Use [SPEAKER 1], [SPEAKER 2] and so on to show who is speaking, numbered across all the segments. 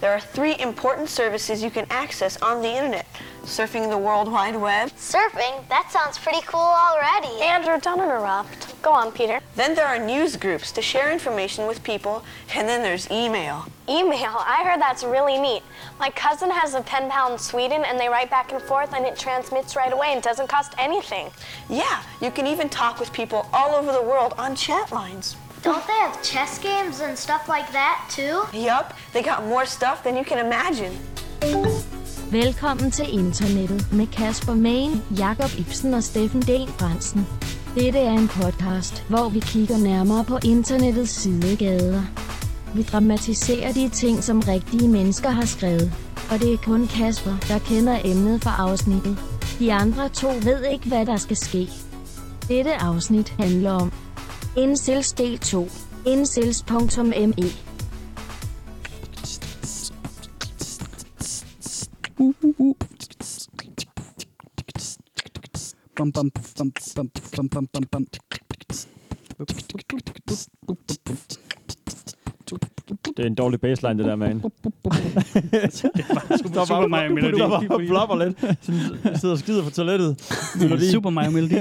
[SPEAKER 1] There are three important services you can access on the internet surfing the World Wide Web.
[SPEAKER 2] Surfing? That sounds pretty cool already.
[SPEAKER 3] Andrew, don't interrupt. Go on, Peter.
[SPEAKER 1] Then there are news groups to share information with people. And then there's email.
[SPEAKER 3] Email. I heard that's really neat. My cousin has a pen pal in Sweden, and they write back and forth, and it transmits right away and doesn't cost anything.
[SPEAKER 1] Yeah, you can even talk with people all over the world on chat lines.
[SPEAKER 2] Don't they have chess games and stuff like that too?
[SPEAKER 1] Yup, they got more stuff than you can imagine.
[SPEAKER 4] Velkommen til internettet med Kasper Main, Jakob Ibsen og Steffen D. Fransen. Dette er en podcast, hvor vi kigger nærmere på internettets sidegader. Vi dramatiserer de ting, som rigtige mennesker har skrevet. Og det er kun Kasper, der kender emnet for afsnittet. De andre to ved ikke, hvad der skal ske. Dette afsnit handler om Incels del 2. Incels.me
[SPEAKER 5] Bum, bum, bum, bum, bum, bum, bum, bum.
[SPEAKER 6] Det er en dårlig baseline, det der, man.
[SPEAKER 5] Super, super Mario Melodi.
[SPEAKER 6] Der var blopper lidt. Sådan sidder og skider på toilettet. Melodi.
[SPEAKER 5] Super Mario Melodi.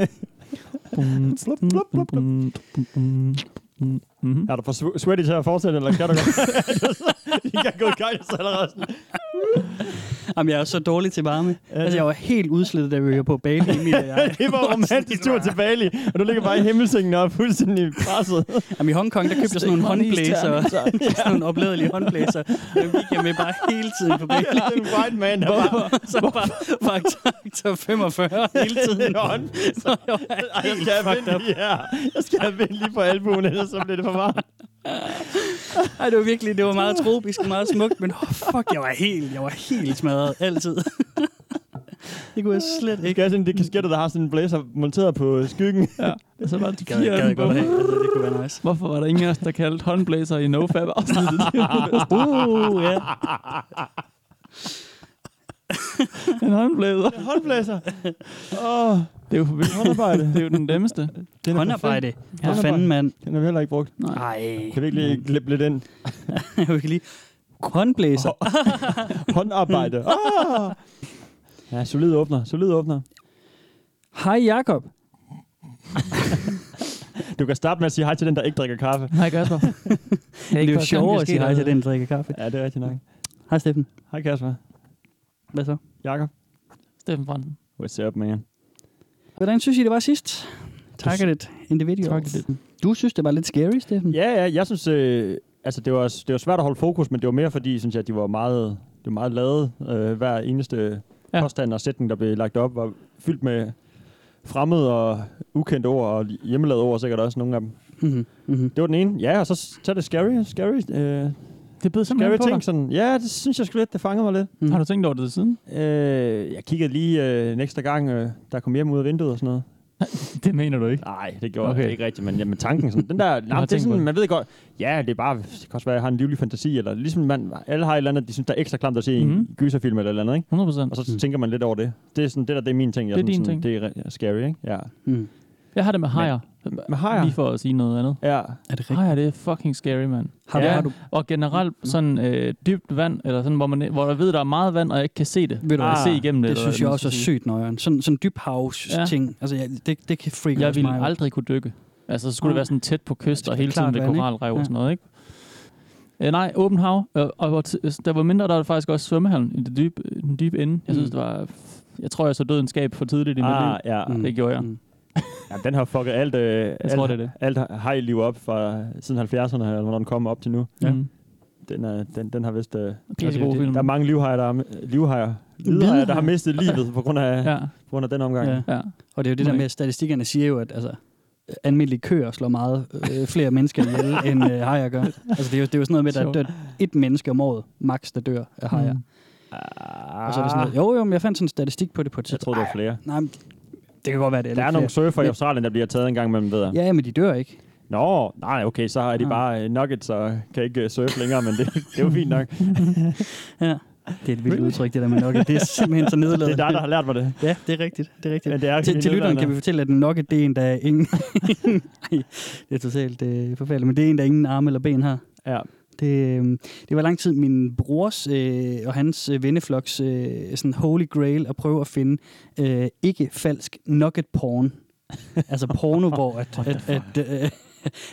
[SPEAKER 6] Er du for sw- sweaty til at fortsætte, eller kan du godt? I kan gå i gang så allerede. Sådan.
[SPEAKER 5] Jamen, jeg er så dårlig til varme. Altså, jeg var helt udslettet, da vi var på Bali, Emil og jeg.
[SPEAKER 6] Det var en romantisk tur til Bali, og du ligger bare i himmelsengen og er fuldstændig presset.
[SPEAKER 5] Jamen, i Hongkong, der købte jeg sådan nogle
[SPEAKER 6] Stik mig en
[SPEAKER 5] håndblæser.
[SPEAKER 6] isterning,
[SPEAKER 5] sådan nogle opladelige håndblæser. Dem gik jeg med bare hele tiden på Bali.
[SPEAKER 6] Det er en white man, der bare
[SPEAKER 5] Så bare faktor 45 hele tiden.
[SPEAKER 6] en hånd.
[SPEAKER 5] Så jeg var
[SPEAKER 6] Ej, jeg
[SPEAKER 5] helt
[SPEAKER 6] skal have
[SPEAKER 5] fucked
[SPEAKER 6] vind,
[SPEAKER 5] up.
[SPEAKER 6] ja. Jeg skal have vind lige på albuen, ellers så bliver det for varmt.
[SPEAKER 5] Ej, det var virkelig, det var meget tropisk og meget smukt, men oh, fuck, jeg var helt, jeg var helt smadret altid. det kunne jeg slet
[SPEAKER 6] Det
[SPEAKER 5] ikke.
[SPEAKER 6] skal have sådan de kasketter, der har sådan en blæser monteret på skyggen. Ja.
[SPEAKER 7] Og så var det
[SPEAKER 5] Gad, gad jeg godt have. Altså, det kunne være nice.
[SPEAKER 7] Hvorfor var der ingen af os, der kaldte håndblæser i nofab afsnittet?
[SPEAKER 5] Uh, ja.
[SPEAKER 7] en håndblæser.
[SPEAKER 6] Håndblæser. Åh, oh,
[SPEAKER 7] Det er jo for vildt.
[SPEAKER 6] Håndarbejde.
[SPEAKER 7] Det er jo den nemmeste.
[SPEAKER 6] den er for fed.
[SPEAKER 5] Håndarbejde. Ja, fanden, mand.
[SPEAKER 6] Den har vi heller ikke brugt.
[SPEAKER 5] Ej.
[SPEAKER 6] Kan vi ikke lige klippe lidt ind?
[SPEAKER 5] Jeg kan lige... Håndblæser.
[SPEAKER 6] Håndarbejde. Ah! Ja, solid åbner. Solid åbner.
[SPEAKER 7] Hej Jakob.
[SPEAKER 6] Du kan starte med at sige hej til den, der ikke drikker kaffe.
[SPEAKER 7] Hej Kasper.
[SPEAKER 5] Det er jo sjovere at sige hej til den, der drikker kaffe.
[SPEAKER 6] Ja, det er rigtigt nok.
[SPEAKER 5] Hej, Steffen.
[SPEAKER 6] Hej Kasper.
[SPEAKER 5] Hvad så?
[SPEAKER 6] Jakob.
[SPEAKER 7] Steffen Fransen.
[SPEAKER 6] What's up, man?
[SPEAKER 5] Hvordan synes I, det var sidst? Targeted individuals.
[SPEAKER 7] Targeted.
[SPEAKER 5] Du synes, det var lidt scary, Steffen?
[SPEAKER 6] Ja, ja, jeg synes, øh, altså det var, det var svært at holde fokus, men det var mere fordi, synes jeg, at de var meget, de var meget lavet. Øh, hver eneste
[SPEAKER 7] Ja.
[SPEAKER 6] ja. påstand og sætning, der blev lagt op, var fyldt med fremmede og ukendte ord, og hjemmelavede ord sikkert også nogle af dem.
[SPEAKER 5] Mm-hmm. Mm-hmm.
[SPEAKER 6] Det var den ene. Ja, og så, så er det scary, scary, øh,
[SPEAKER 7] Det beder
[SPEAKER 6] scary
[SPEAKER 7] simpelthen på
[SPEAKER 6] ting.
[SPEAKER 7] dig.
[SPEAKER 6] Sådan, ja, det synes jeg sgu lidt, det fangede mig lidt.
[SPEAKER 7] Har du tænkt over det siden?
[SPEAKER 6] Øh, jeg kiggede lige øh, en ekstra gang, øh, der kom hjem ud af vinduet og sådan noget.
[SPEAKER 7] Det mener du ikke.
[SPEAKER 6] Nej, det gjorde okay.
[SPEAKER 7] Okay.
[SPEAKER 6] jeg ikke rigtigt, men jamen, tanken sådan, den der, nej,
[SPEAKER 7] har
[SPEAKER 6] det er
[SPEAKER 7] tænkt på
[SPEAKER 6] sådan,
[SPEAKER 7] det.
[SPEAKER 6] man ved godt, ja, det er bare, det kan også være, at jeg har en livlig fantasi, eller ligesom man, alle har et eller andet, de synes, der er ekstra klamt at se i en
[SPEAKER 7] Mhm.
[SPEAKER 6] gyserfilm eller et eller andet, ikke?
[SPEAKER 7] 100 procent.
[SPEAKER 6] Og så tænker man lidt over det. Det er sådan, det der, det er min ting. Jeg
[SPEAKER 7] Det
[SPEAKER 6] sådan,
[SPEAKER 7] er din
[SPEAKER 6] sådan,
[SPEAKER 7] ting.
[SPEAKER 6] Det er re- scary, ikke? Ja.
[SPEAKER 5] Mm.
[SPEAKER 7] Jeg har det med hajer.
[SPEAKER 6] Men har jeg?
[SPEAKER 7] Lige for at sige noget andet.
[SPEAKER 6] Ja.
[SPEAKER 5] Er det rigtigt?
[SPEAKER 7] Hajer, det er fucking scary, mand.
[SPEAKER 5] Har, du,
[SPEAKER 6] Ja.
[SPEAKER 5] har du,
[SPEAKER 7] Og generelt sådan øh, dybt vand, eller sådan, hvor, man, hvor jeg ved, der er meget vand, og jeg ikke kan se det.
[SPEAKER 5] Ved du
[SPEAKER 7] Jeg
[SPEAKER 5] hvad?
[SPEAKER 6] Ah,
[SPEAKER 7] kan se igennem det.
[SPEAKER 5] det
[SPEAKER 7] eller hvad
[SPEAKER 5] synes jeg
[SPEAKER 7] man
[SPEAKER 5] også er
[SPEAKER 7] skal sige.
[SPEAKER 5] sygt nøjeren. Sådan, sådan dybhavs-ting. Ja. Altså, ja, det, det kan freak
[SPEAKER 7] Jeg
[SPEAKER 5] også
[SPEAKER 7] ville
[SPEAKER 5] mig ud.
[SPEAKER 7] aldrig kunne dykke. Altså, så skulle det
[SPEAKER 5] Nej.
[SPEAKER 7] være sådan tæt på kyst,
[SPEAKER 5] skal
[SPEAKER 7] og hele
[SPEAKER 5] klart
[SPEAKER 7] tiden ved
[SPEAKER 5] vand, ikke?
[SPEAKER 7] koralrev
[SPEAKER 5] Ja.
[SPEAKER 7] og sådan noget, ikke? Øh, nej, åbent hav. Øh, og hvor t- der var mindre, der var faktisk også svømmehallen i det dybe, i den dybe ende. Jeg synes,
[SPEAKER 5] Mm.
[SPEAKER 7] det var... Jeg tror, jeg så døden skab for tidligt i mit liv.
[SPEAKER 6] Ah, ja.
[SPEAKER 7] det gjorde jeg.
[SPEAKER 5] Mm.
[SPEAKER 6] ja. den har fucket alt, øh, alt,
[SPEAKER 7] tror, det er det.
[SPEAKER 6] alt hej-liv op fra siden 70'erne, eller når den kom op til nu.
[SPEAKER 7] Ja.
[SPEAKER 5] Mm.
[SPEAKER 6] Den, er, den, den har vist... Øh,
[SPEAKER 5] altså
[SPEAKER 7] Pissegod film.
[SPEAKER 6] der er mange livhejer, der har, livhejer, livhejer, der har mistet livet på grund af, ja.
[SPEAKER 7] Ja,
[SPEAKER 6] på grund af den omgang.
[SPEAKER 5] Ja.
[SPEAKER 7] ja.
[SPEAKER 5] Og det er jo det der med, at statistikkerne siger jo, at altså, almindelige køer slår meget øh, flere mennesker ihjel, end øh, hajer gør. Altså, det er, jo, det er jo sådan noget med, at der
[SPEAKER 7] Sjovt.
[SPEAKER 5] dør et menneske om året, max, der dør af hajer. Mm.
[SPEAKER 6] Ah,
[SPEAKER 5] Og så er det sådan noget, jo, jo, men jeg fandt sådan en statistik på det på et
[SPEAKER 6] Jeg
[SPEAKER 5] tidspunkt.
[SPEAKER 6] tror, det var flere.
[SPEAKER 5] Nej, men det kan godt være, det er
[SPEAKER 6] Der er
[SPEAKER 5] lidt
[SPEAKER 6] nogle surfer i
[SPEAKER 5] Men-
[SPEAKER 6] Australien, der bliver taget en gang imellem, ved jeg.
[SPEAKER 5] flere. Ja, men de dør ikke.
[SPEAKER 6] Nå, nej, okay, så er de
[SPEAKER 5] Ah.
[SPEAKER 6] bare øh, nuggets og kan ikke øh, surfe længere, men det, det er jo fint nok.
[SPEAKER 5] Ja. Det er et vildt udtryk, det der med nugget. Det er simpelthen så
[SPEAKER 6] Det er
[SPEAKER 5] nedladende.
[SPEAKER 6] dig, der har lært mig det.
[SPEAKER 5] Ja, det er rigtigt. Det er rigtigt.
[SPEAKER 6] Men det er
[SPEAKER 5] Til, til lytteren kan vi
[SPEAKER 6] nedladende.
[SPEAKER 5] fortælle, at en nugget, det er en, der er ingen... Ej, det er totalt øh, forfærdeligt, men det er en, der ingen arme eller ben har.
[SPEAKER 6] Ja,
[SPEAKER 5] Det, øh, det var lang tid min brors øh, og hans øh, vennefloks øh, sådan holy grail at prøve at finde øh, ikke falsk nugget porn. altså porno, hvor at, at, at, øh, at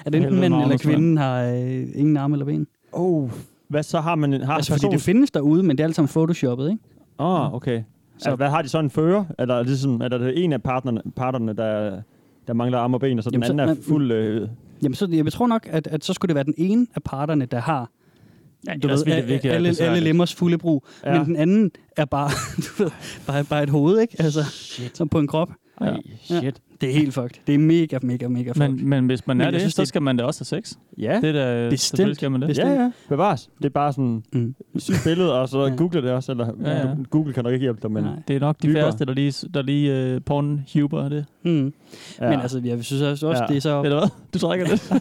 [SPEAKER 5] enten
[SPEAKER 7] Helvede,
[SPEAKER 5] mænd eller
[SPEAKER 7] Magnus, mand.
[SPEAKER 5] kvinden har øh, ingen arme eller ben.
[SPEAKER 6] Oh, hvad så har man en har
[SPEAKER 5] Altså, fordi det findes derude, men det er alt sammen photoshoppet, ikke?
[SPEAKER 6] Åh, oh, okay. Så
[SPEAKER 5] Så-
[SPEAKER 6] altså, hvad har de så en fører? Eller er det, sådan, er det en af partnerne, parterne der, der mangler arme og ben, og så den
[SPEAKER 5] Jamen, så-
[SPEAKER 6] anden er
[SPEAKER 5] men-
[SPEAKER 6] fuld... Øh,
[SPEAKER 5] Jamen, så, jeg tror nok, at, at så skulle det være den ene af parterne, der har
[SPEAKER 7] Ja,
[SPEAKER 5] du ved, det virkelig, alle, alle lemmers fulde brug. Ja.
[SPEAKER 6] Ja.
[SPEAKER 5] Men den anden er bare, du ved, bare, bare et hoved, ikke? Altså, som på en krop.
[SPEAKER 6] ej, shit.
[SPEAKER 5] Det er helt fucked. Det er mega, mega, mega fucked.
[SPEAKER 7] Men, men hvis man
[SPEAKER 5] Men
[SPEAKER 7] er
[SPEAKER 5] jeg
[SPEAKER 7] det,
[SPEAKER 5] synes,
[SPEAKER 7] så
[SPEAKER 5] det-
[SPEAKER 7] skal man da også have sex.
[SPEAKER 6] Ja,
[SPEAKER 7] Det er da,
[SPEAKER 5] Bestemt.
[SPEAKER 7] selvfølgelig skal man det.
[SPEAKER 5] Bestemt.
[SPEAKER 6] ja, ja. Bevares. Det er bare sådan
[SPEAKER 5] Mm.
[SPEAKER 6] mm. sygt billede, og så
[SPEAKER 5] Ja.
[SPEAKER 6] ja. google det også. Eller,
[SPEAKER 7] Ja,
[SPEAKER 6] ja,
[SPEAKER 7] ja.
[SPEAKER 6] ja. Google kan nok ikke hjælpe dig, men...
[SPEAKER 5] Nej.
[SPEAKER 7] Det er nok de
[SPEAKER 6] Dybere.
[SPEAKER 7] færreste, der lige, der lige uh, pornhuber det.
[SPEAKER 5] Mm.
[SPEAKER 6] Ja.
[SPEAKER 5] Ja. men altså, jeg synes også, også ja.
[SPEAKER 6] Ja.
[SPEAKER 5] det er så...
[SPEAKER 7] Eller hvad? Du trækker lidt.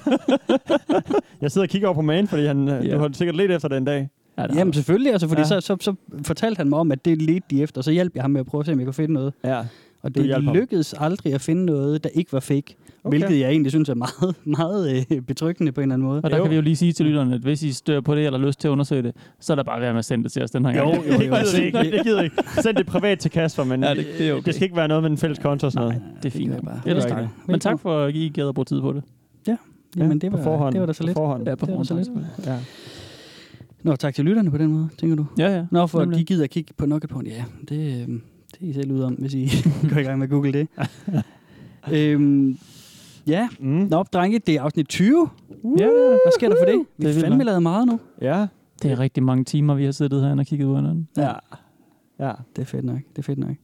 [SPEAKER 6] Jeg sidder og kigger over på magen, fordi han,
[SPEAKER 7] Ja.
[SPEAKER 6] yeah. du har sikkert let efter den dag.
[SPEAKER 7] Ja, der er-
[SPEAKER 5] Jamen selvfølgelig, altså, fordi ja.
[SPEAKER 6] Ja.
[SPEAKER 5] så, så, så fortalte han mig om, at det ledte de efter, og så hjalp jeg ham med at prøve at se, om jeg kunne finde noget.
[SPEAKER 6] Ja.
[SPEAKER 5] Og
[SPEAKER 6] Du
[SPEAKER 5] det
[SPEAKER 6] hjalp ham.
[SPEAKER 5] lykkedes aldrig at finde noget, der ikke var fake, okay.
[SPEAKER 6] Okay.
[SPEAKER 5] hvilket jeg egentlig synes er meget, meget øh, betryggende på en eller anden måde.
[SPEAKER 7] Og der
[SPEAKER 6] Jo.
[SPEAKER 7] kan vi jo lige sige til lytterne, at hvis I stør på det eller har lyst til at undersøge det, så er der bare værd med at sende det til os den her gang.
[SPEAKER 5] Jo, jo,
[SPEAKER 6] Det
[SPEAKER 5] jo.
[SPEAKER 6] gider jeg ikke. Det gider jeg ikke. Send det privat til Kasper, men
[SPEAKER 7] Ja,
[SPEAKER 6] ja,
[SPEAKER 7] det-
[SPEAKER 6] det,
[SPEAKER 7] det er okay.
[SPEAKER 6] det, skal ikke være noget med en fælles konto og sådan noget.
[SPEAKER 7] Det er fint.
[SPEAKER 5] gør jeg bare.
[SPEAKER 7] Det er
[SPEAKER 5] Det
[SPEAKER 7] da
[SPEAKER 5] gør jeg
[SPEAKER 7] dejligt.
[SPEAKER 5] bare.
[SPEAKER 7] Men tak for, at I gad at bruge tid på det.
[SPEAKER 5] Jamen, det
[SPEAKER 6] på
[SPEAKER 5] var,
[SPEAKER 6] forhånd.
[SPEAKER 5] det var da så
[SPEAKER 6] På
[SPEAKER 5] lidt.
[SPEAKER 6] forhånd.
[SPEAKER 7] Ja, på
[SPEAKER 5] Det var
[SPEAKER 7] forhånd,
[SPEAKER 5] så lidt.
[SPEAKER 7] tak.
[SPEAKER 6] Ja.
[SPEAKER 5] Nå, tak til lytterne på den måde, tænker du?
[SPEAKER 7] Ja, ja.
[SPEAKER 5] Nå, for at
[SPEAKER 7] Nemlig.
[SPEAKER 5] de gider at kigge på Nuggetporn, ja, det, øh, det er I selv ud om, hvis I går i gang med at google det. øhm, ja,
[SPEAKER 6] Mm.
[SPEAKER 5] nå, drenge, det er afsnit 20.
[SPEAKER 7] Ja,
[SPEAKER 5] Hvad sker der for det? Vi
[SPEAKER 7] Det er
[SPEAKER 5] har
[SPEAKER 7] vildt
[SPEAKER 5] fandme
[SPEAKER 7] nok.
[SPEAKER 5] lavet meget nu.
[SPEAKER 6] Ja.
[SPEAKER 7] det er rigtig mange timer, vi har siddet herinde og kigget på hinanden.
[SPEAKER 5] Ja.
[SPEAKER 6] Ja.
[SPEAKER 5] Det er fedt nok, det er fedt nok.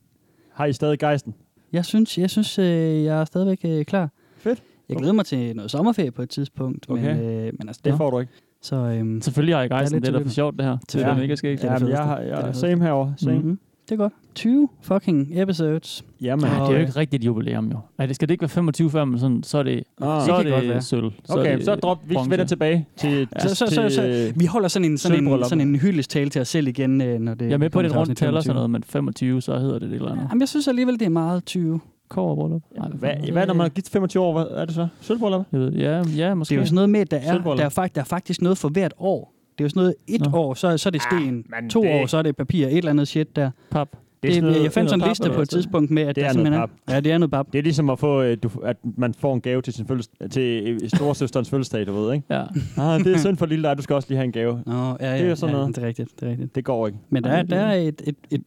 [SPEAKER 6] Har I stadig gejsten?
[SPEAKER 5] Jeg synes, jeg, synes, øh, jeg er stadigvæk øh, klar.
[SPEAKER 6] Fedt.
[SPEAKER 5] Jeg glæder mig til noget sommerferie på et tidspunkt, okay.
[SPEAKER 6] Okay.
[SPEAKER 5] men, øh, men altså,
[SPEAKER 6] Det
[SPEAKER 5] nå.
[SPEAKER 6] får du ikke.
[SPEAKER 5] så øhm,
[SPEAKER 7] Selvfølgelig har jeg
[SPEAKER 5] Der er
[SPEAKER 7] gejsen.
[SPEAKER 5] lidt
[SPEAKER 7] Det er da for
[SPEAKER 5] tvivl.
[SPEAKER 7] sjovt, det her. Det er
[SPEAKER 6] Ja.
[SPEAKER 7] mega skægt.
[SPEAKER 5] det er
[SPEAKER 6] Ja,
[SPEAKER 5] det
[SPEAKER 6] jeg har,
[SPEAKER 5] fedeste. Det er
[SPEAKER 6] jeg,
[SPEAKER 5] det
[SPEAKER 6] same herovre. Same. Mm.
[SPEAKER 5] mm-hmm. det er godt. 20 fucking episodes.
[SPEAKER 6] Jamen, øh,
[SPEAKER 7] Ja, Ah, det er jo
[SPEAKER 5] Og-
[SPEAKER 7] ikke rigtigt jubilæum, jo. Ej, det skal det ikke være 25 før, men sådan, så er det,
[SPEAKER 6] Ah.
[SPEAKER 7] så er
[SPEAKER 5] Det kan godt være.
[SPEAKER 7] det sølv. er
[SPEAKER 6] Okay,
[SPEAKER 7] det
[SPEAKER 6] så drop, vi
[SPEAKER 7] bronze.
[SPEAKER 6] vender tilbage til...
[SPEAKER 5] Ja, så, så, så, så, vi holder sådan en, sådan en,
[SPEAKER 6] Sølvbryllup.
[SPEAKER 5] sådan en hyldestale til os selv igen, øh, når det
[SPEAKER 7] Jeg er med på, at
[SPEAKER 5] kommer
[SPEAKER 7] det
[SPEAKER 5] til
[SPEAKER 7] rundt
[SPEAKER 5] afsnit
[SPEAKER 7] tal og
[SPEAKER 5] 25.
[SPEAKER 7] sådan noget, men 25, så hedder det det eller andet.
[SPEAKER 5] Jamen, jeg synes alligevel, det er meget 20.
[SPEAKER 7] Kår og bryllup. Ej,
[SPEAKER 6] Hvad, hvad, når man har givet 25 år, hvad er det så? Sølvbrøllup?
[SPEAKER 7] Jeg ved, ja, ja,
[SPEAKER 5] Det
[SPEAKER 7] måske.
[SPEAKER 5] er jo sådan noget med, at der er,
[SPEAKER 6] Sølvbryllup.
[SPEAKER 5] der er, fakt, der er faktisk noget for hvert år. Det er jo sådan noget, et
[SPEAKER 7] Nå.
[SPEAKER 5] år, så, så er det sten.
[SPEAKER 6] Ah, men
[SPEAKER 5] to
[SPEAKER 6] det-
[SPEAKER 5] år, så er det papir. Et eller andet shit der.
[SPEAKER 7] pap.
[SPEAKER 5] Det,
[SPEAKER 6] sådan noget-
[SPEAKER 5] jeg fandt
[SPEAKER 7] det er
[SPEAKER 5] sådan en
[SPEAKER 7] noget
[SPEAKER 5] liste
[SPEAKER 7] pap, altså.
[SPEAKER 5] på et
[SPEAKER 7] eller hvad?
[SPEAKER 5] tidspunkt med, at
[SPEAKER 6] Det
[SPEAKER 5] der
[SPEAKER 6] er
[SPEAKER 5] simpelthen
[SPEAKER 6] noget
[SPEAKER 5] er... Ja, det er noget bab.
[SPEAKER 6] Det er ligesom at få, øh, du, at man får en gave til sin fødsels, til øh, storesøsterens fødselsdag, du ved, ikke?
[SPEAKER 7] Ja.
[SPEAKER 6] Ah, det er synd for lille dig, du skal også lige have en gave.
[SPEAKER 5] Nå, ja, ja,
[SPEAKER 6] Det er jo sådan
[SPEAKER 5] ja,
[SPEAKER 6] noget.
[SPEAKER 5] Det er rigtigt, det er rigtigt.
[SPEAKER 6] Det går ikke.
[SPEAKER 5] Men der er,
[SPEAKER 7] Ej, det
[SPEAKER 5] der
[SPEAKER 7] er-
[SPEAKER 5] er et, et, et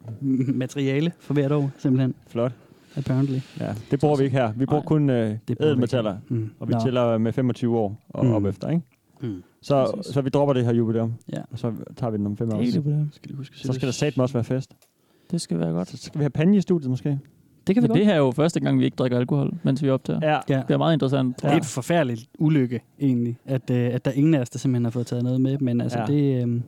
[SPEAKER 5] materiale for hvert år, simpelthen.
[SPEAKER 6] Flot.
[SPEAKER 5] Apparently.
[SPEAKER 6] Ja, det bruger vi ikke her. Vi bruger
[SPEAKER 7] Nej.
[SPEAKER 6] kun øh,
[SPEAKER 5] bruger vi
[SPEAKER 6] ædelmetaller,
[SPEAKER 5] Mm.
[SPEAKER 6] og vi
[SPEAKER 5] Nå.
[SPEAKER 6] tæller med 25 år og
[SPEAKER 5] Mm.
[SPEAKER 6] op efter, ikke?
[SPEAKER 5] Mm.
[SPEAKER 6] Så,
[SPEAKER 5] Præcis.
[SPEAKER 6] så vi dropper det her jubilæum,
[SPEAKER 5] Ja.
[SPEAKER 6] og så tager vi den om fem år.
[SPEAKER 7] Det,
[SPEAKER 5] Skal lige huske at
[SPEAKER 6] Så
[SPEAKER 5] sætte
[SPEAKER 6] skal der
[SPEAKER 5] os-
[SPEAKER 6] satme også være fest.
[SPEAKER 7] det skal være godt.
[SPEAKER 6] Så skal vi have panje i studiet, måske?
[SPEAKER 5] Det kan vi
[SPEAKER 7] Men
[SPEAKER 5] godt.
[SPEAKER 7] det her er jo første gang, vi ikke drikker alkohol, mens vi optager.
[SPEAKER 6] Ja.
[SPEAKER 5] Ja.
[SPEAKER 7] Det er meget interessant.
[SPEAKER 5] Det er et forfærdeligt ulykke, egentlig, at, øh, at der ingen af os, der simpelthen har fået taget noget med. Men altså, ja.
[SPEAKER 6] Ja.
[SPEAKER 5] det, øh,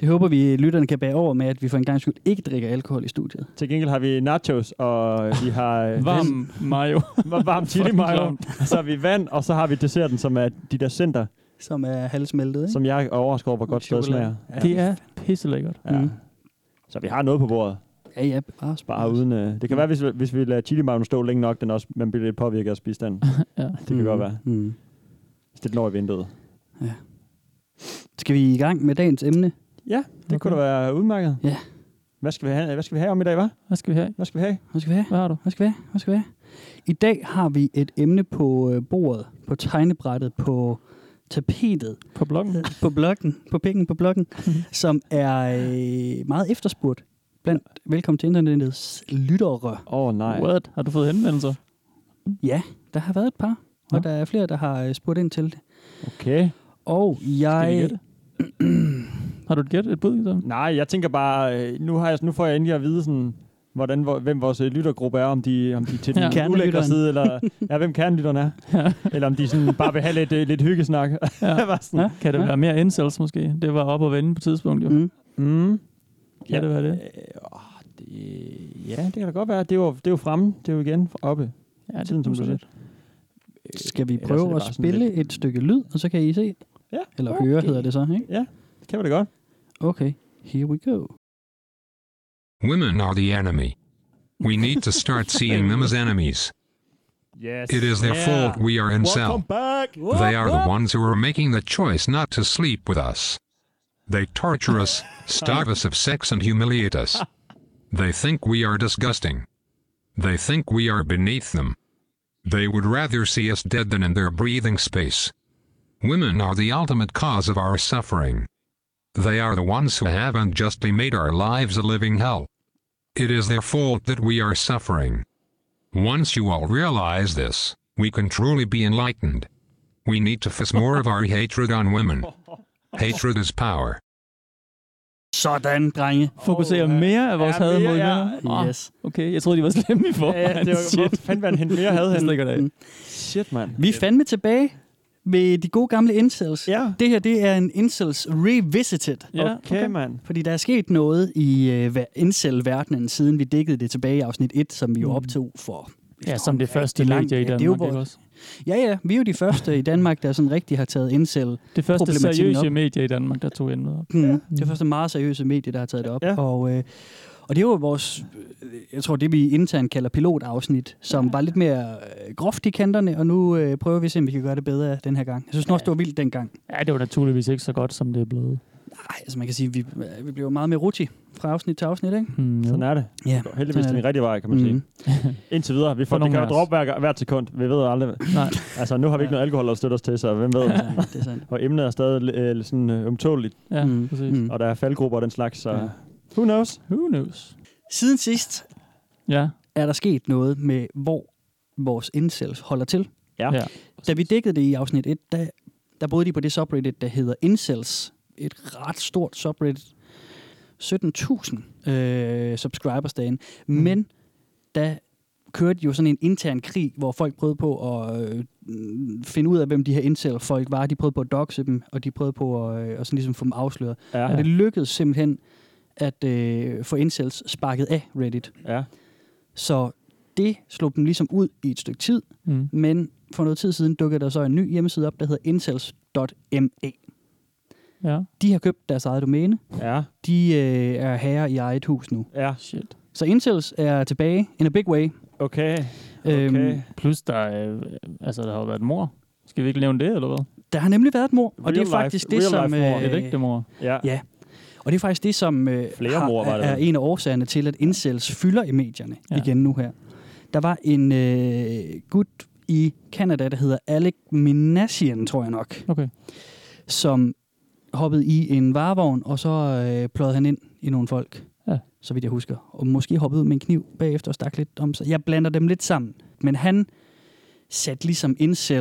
[SPEAKER 5] det håber vi, lytterne kan bære over med, at vi for en gang skyld ikke drikker alkohol i studiet.
[SPEAKER 6] Til gengæld har vi nachos, og vi har øh,
[SPEAKER 7] Varm mayo.
[SPEAKER 6] var- varm chili
[SPEAKER 7] Fucking
[SPEAKER 6] mayo,
[SPEAKER 7] varmt.
[SPEAKER 6] så har vi vand, og så har vi desserten, som er de der center,
[SPEAKER 5] Som er halvsmeltet, ikke?
[SPEAKER 6] som jeg er overrasket over, hvor godt sted
[SPEAKER 5] Chokolade.
[SPEAKER 6] smager. Ja.
[SPEAKER 7] Det er pisselækkert.
[SPEAKER 6] Ja.
[SPEAKER 5] Mm.
[SPEAKER 6] Så vi har noget på bordet,
[SPEAKER 5] Ja, ja, bare
[SPEAKER 6] bare uden... Øh, det kan være, hvis, vi- hvis vi lader chili mayo stå længe nok, den også, man bliver lidt påvirket af spise den.
[SPEAKER 7] Ja.
[SPEAKER 6] Det kan godt være.
[SPEAKER 5] Mm.
[SPEAKER 6] Stil den over i vinduet.
[SPEAKER 5] Skal vi i gang med dagens emne?
[SPEAKER 6] Ja, det
[SPEAKER 7] Okay.
[SPEAKER 6] okay. kunne da være udmærket.
[SPEAKER 5] Ja.
[SPEAKER 6] Hvad skal vi have, hvad skal vi have om i dag, hva'?
[SPEAKER 7] Hvad skal vi have?
[SPEAKER 6] Hvad skal vi have?
[SPEAKER 5] Hvad skal vi have?
[SPEAKER 7] Hvad har du?
[SPEAKER 5] Hvad skal vi have? Hvad skal vi have? I dag har vi et emne på øh, bordet, på tegnebrættet, på tapetet,
[SPEAKER 7] På bloggen?
[SPEAKER 5] på bloggen, på pikken på bloggen, som er øh, meget efterspurgt blandt Velkommen til Internettets lyttere.
[SPEAKER 6] Åh, oh, nej.
[SPEAKER 7] What? Har du fået henvendelser?
[SPEAKER 5] Ja, der har været et par,
[SPEAKER 7] Nå.
[SPEAKER 5] og der er flere, der har øh, spurgt ind til det.
[SPEAKER 6] Okay.
[SPEAKER 5] Og
[SPEAKER 7] Skal vi
[SPEAKER 5] jeg...
[SPEAKER 7] gætte? Har du et gæt? Et bud? Sådan?
[SPEAKER 6] Nej, jeg tænker bare, øh, nu, har jeg, nu får jeg endelig at vide, sådan, hvordan, hvor, hvem vores øh, lyttergruppe er, om de, om de er til den ja,
[SPEAKER 7] Ja.
[SPEAKER 6] ulækre
[SPEAKER 5] Kernelytteren.
[SPEAKER 6] side, eller ja, hvem kernelytteren er,
[SPEAKER 7] Ja.
[SPEAKER 6] eller om de sådan, bare vil have lidt, øh, lidt hyggesnak.
[SPEAKER 7] Ja.
[SPEAKER 6] Bare sådan,
[SPEAKER 7] Ja. Kan det være mere incels måske? Det var op og vende på et tidspunkt jo.
[SPEAKER 5] Mm.
[SPEAKER 6] mm,
[SPEAKER 7] Kan det være det?
[SPEAKER 6] Øh, åh, det? Ja, det kan da godt være. Det er jo, det er jo fremme, det er jo igen oppe.
[SPEAKER 7] Ja,
[SPEAKER 6] Tiden, som du siger.
[SPEAKER 5] Skal vi
[SPEAKER 6] Ellers er
[SPEAKER 5] prøve
[SPEAKER 6] det
[SPEAKER 5] at
[SPEAKER 6] bare sådan
[SPEAKER 5] spille
[SPEAKER 6] lidt-
[SPEAKER 5] et stykke lyd, og så kan I se?
[SPEAKER 6] Ja,
[SPEAKER 5] Eller høre, hedder det så, ikke?
[SPEAKER 6] Det kan vi da godt.
[SPEAKER 5] Okay, here we go.
[SPEAKER 8] Women are the enemy. We need to start seeing them as enemies.
[SPEAKER 6] Yes.
[SPEAKER 8] It is their
[SPEAKER 6] Yeah.
[SPEAKER 8] fault we are in
[SPEAKER 6] Welcome
[SPEAKER 8] cell.
[SPEAKER 6] back.
[SPEAKER 8] They are the ones who are making the choice not to sleep with us. They torture us, starve us of sex, and humiliate us. They think we are disgusting. They think we are beneath them. They would rather see us dead than in their breathing space. Women are the ultimate cause of our suffering. They are the ones who have unjustly made our lives a living hell. It is their fault that we are suffering. Once you all realize this, we can truly be enlightened. We need to focus more of our hatred on women. Hatred is power.
[SPEAKER 5] Sådan, drenge.
[SPEAKER 7] Fokusere oh, mere af vores
[SPEAKER 6] Ja,
[SPEAKER 7] had mod
[SPEAKER 6] mere,
[SPEAKER 7] vinder.
[SPEAKER 5] ja.
[SPEAKER 7] Ah,
[SPEAKER 5] Yes.
[SPEAKER 7] Okay, jeg troede, de var slemme i forvejen.
[SPEAKER 6] Ja, det var, hvor
[SPEAKER 7] Shit.
[SPEAKER 6] fanden var han mere havde Mm. han?
[SPEAKER 7] Jeg stikker det af.
[SPEAKER 6] Shit, mand.
[SPEAKER 5] Vi er fandme tilbage ved de gode gamle incels.
[SPEAKER 6] Ja.
[SPEAKER 5] Det her, det er en incels revisited.
[SPEAKER 7] Ja,
[SPEAKER 6] Okay, okay. mand.
[SPEAKER 5] Fordi der er sket noget i øh, ver- incel-verdenen, siden vi dækkede det tilbage i afsnit 1, som vi jo optog for...
[SPEAKER 7] Mm. Ja, som det første
[SPEAKER 5] Rigtig langt.
[SPEAKER 7] medie i
[SPEAKER 5] Ja, det er
[SPEAKER 7] Danmark,
[SPEAKER 5] jo
[SPEAKER 7] ikke
[SPEAKER 5] vores-
[SPEAKER 7] også?
[SPEAKER 5] Ja, ja, vi er jo de første i Danmark, der sådan rigtig har taget incel.
[SPEAKER 7] Det første
[SPEAKER 5] Problematikken
[SPEAKER 7] seriøse
[SPEAKER 5] op.
[SPEAKER 7] medie i Danmark, der tog emnet op.
[SPEAKER 5] Mm. Det første meget seriøse medie, der har taget det op.
[SPEAKER 6] Ja.
[SPEAKER 5] Og, øh, og det er jo vores, øh, jeg tror det vi internt kalder pilotafsnit, som var lidt mere øh, groft i kanterne, og nu øh, prøver vi at se, om vi kan gøre det bedre den her gang. Jeg synes nu også, det var vildt dengang.
[SPEAKER 7] Ja, det var naturligvis ikke så godt, som det er blevet.
[SPEAKER 5] Nej, altså man kan sige, vi, vi blev jo meget mere rutschi fra afsnit til afsnit, ikke? Mm.
[SPEAKER 7] Hmm, jo.
[SPEAKER 6] Sådan er det.
[SPEAKER 5] Ja,
[SPEAKER 6] Det går heldigvis
[SPEAKER 5] sådan
[SPEAKER 6] den
[SPEAKER 5] er
[SPEAKER 6] rigtige vej, kan man sige.
[SPEAKER 5] Mhm.
[SPEAKER 6] Indtil videre. Vi får,
[SPEAKER 7] For
[SPEAKER 6] det
[SPEAKER 7] nogle
[SPEAKER 6] kan
[SPEAKER 7] af
[SPEAKER 6] jo
[SPEAKER 7] os.
[SPEAKER 6] droppe hver, hvert sekund. Vi ved aldrig.
[SPEAKER 7] Nej,
[SPEAKER 6] Altså, nu har vi ikke noget alkohol at støtte os til, så hvem ved.
[SPEAKER 7] Mm.
[SPEAKER 5] det. Det er sandt.
[SPEAKER 6] Og emnet er stadig øh, sådan øh, ømtåligt,
[SPEAKER 7] ja,
[SPEAKER 5] Mm.
[SPEAKER 7] mm. præcis.
[SPEAKER 5] Mm.
[SPEAKER 7] Mm.
[SPEAKER 6] og der er faldgrupper og den slags, så
[SPEAKER 5] Ja.
[SPEAKER 6] who knows?
[SPEAKER 7] Who knows?
[SPEAKER 5] Siden sidst
[SPEAKER 7] Ja,
[SPEAKER 5] er der sket noget med, hvor vores incels holder til.
[SPEAKER 6] Ja.
[SPEAKER 7] Ja.
[SPEAKER 5] Da vi dækkede det i afsnit 1, der, der boede de på det subreddit, der hedder incels. Et ret stort subreddit. 17.000 øh, subscribers derinde. Mm. Men da kørte jo sådan en intern krig, hvor folk prøvede på at øh, finde ud af, hvem de her incel-folk var. De prøvede på at doxe dem, og de prøvede på at, øh, og sådan ligesom få dem afsløret.
[SPEAKER 6] Ja,
[SPEAKER 5] Og det lykkedes simpelthen at øh, få incels sparket af Reddit.
[SPEAKER 6] ja.
[SPEAKER 5] Så det slog dem ligesom ud i et stykke tid,
[SPEAKER 7] Mm.
[SPEAKER 5] men for noget tid siden dukkede der så en ny hjemmeside op, der hedder incels.me.
[SPEAKER 7] ja,
[SPEAKER 5] De har købt deres eget domæne.
[SPEAKER 6] ja,
[SPEAKER 5] De øh, er herre i eget hus nu.
[SPEAKER 6] ja.
[SPEAKER 7] shit.
[SPEAKER 5] Så incels er tilbage in a big way.
[SPEAKER 6] Okay,
[SPEAKER 5] Øhm,
[SPEAKER 6] okay.
[SPEAKER 7] Plus, der, er, øh, altså, der har jo været et mor. Skal vi ikke nævne det, eller hvad?
[SPEAKER 5] der har nemlig været et mor, og
[SPEAKER 6] Real
[SPEAKER 5] det er
[SPEAKER 6] life-
[SPEAKER 5] faktisk det,
[SPEAKER 6] real
[SPEAKER 5] som... øh,
[SPEAKER 6] life mord,
[SPEAKER 7] Er det ikke det, mor?
[SPEAKER 6] Ja,
[SPEAKER 5] Ja. Og det er faktisk det, som øh,
[SPEAKER 6] Flere mord var
[SPEAKER 5] er,
[SPEAKER 6] det
[SPEAKER 5] er
[SPEAKER 6] vel?
[SPEAKER 5] en af årsagerne til, at incels fylder i medierne ja.
[SPEAKER 7] Ja.
[SPEAKER 5] igen nu her. Der var en øh, gut i Kanada, der hedder Alec Minassian, tror jeg nok.
[SPEAKER 7] Okay.
[SPEAKER 5] som hoppede i en varevogn, og så øh, pløjede han ind i nogle folk,
[SPEAKER 7] Ja.
[SPEAKER 5] så vidt jeg husker. Og måske hoppede ud med en kniv bagefter og stak lidt om sig. Jeg blander dem lidt sammen, men han satte ligesom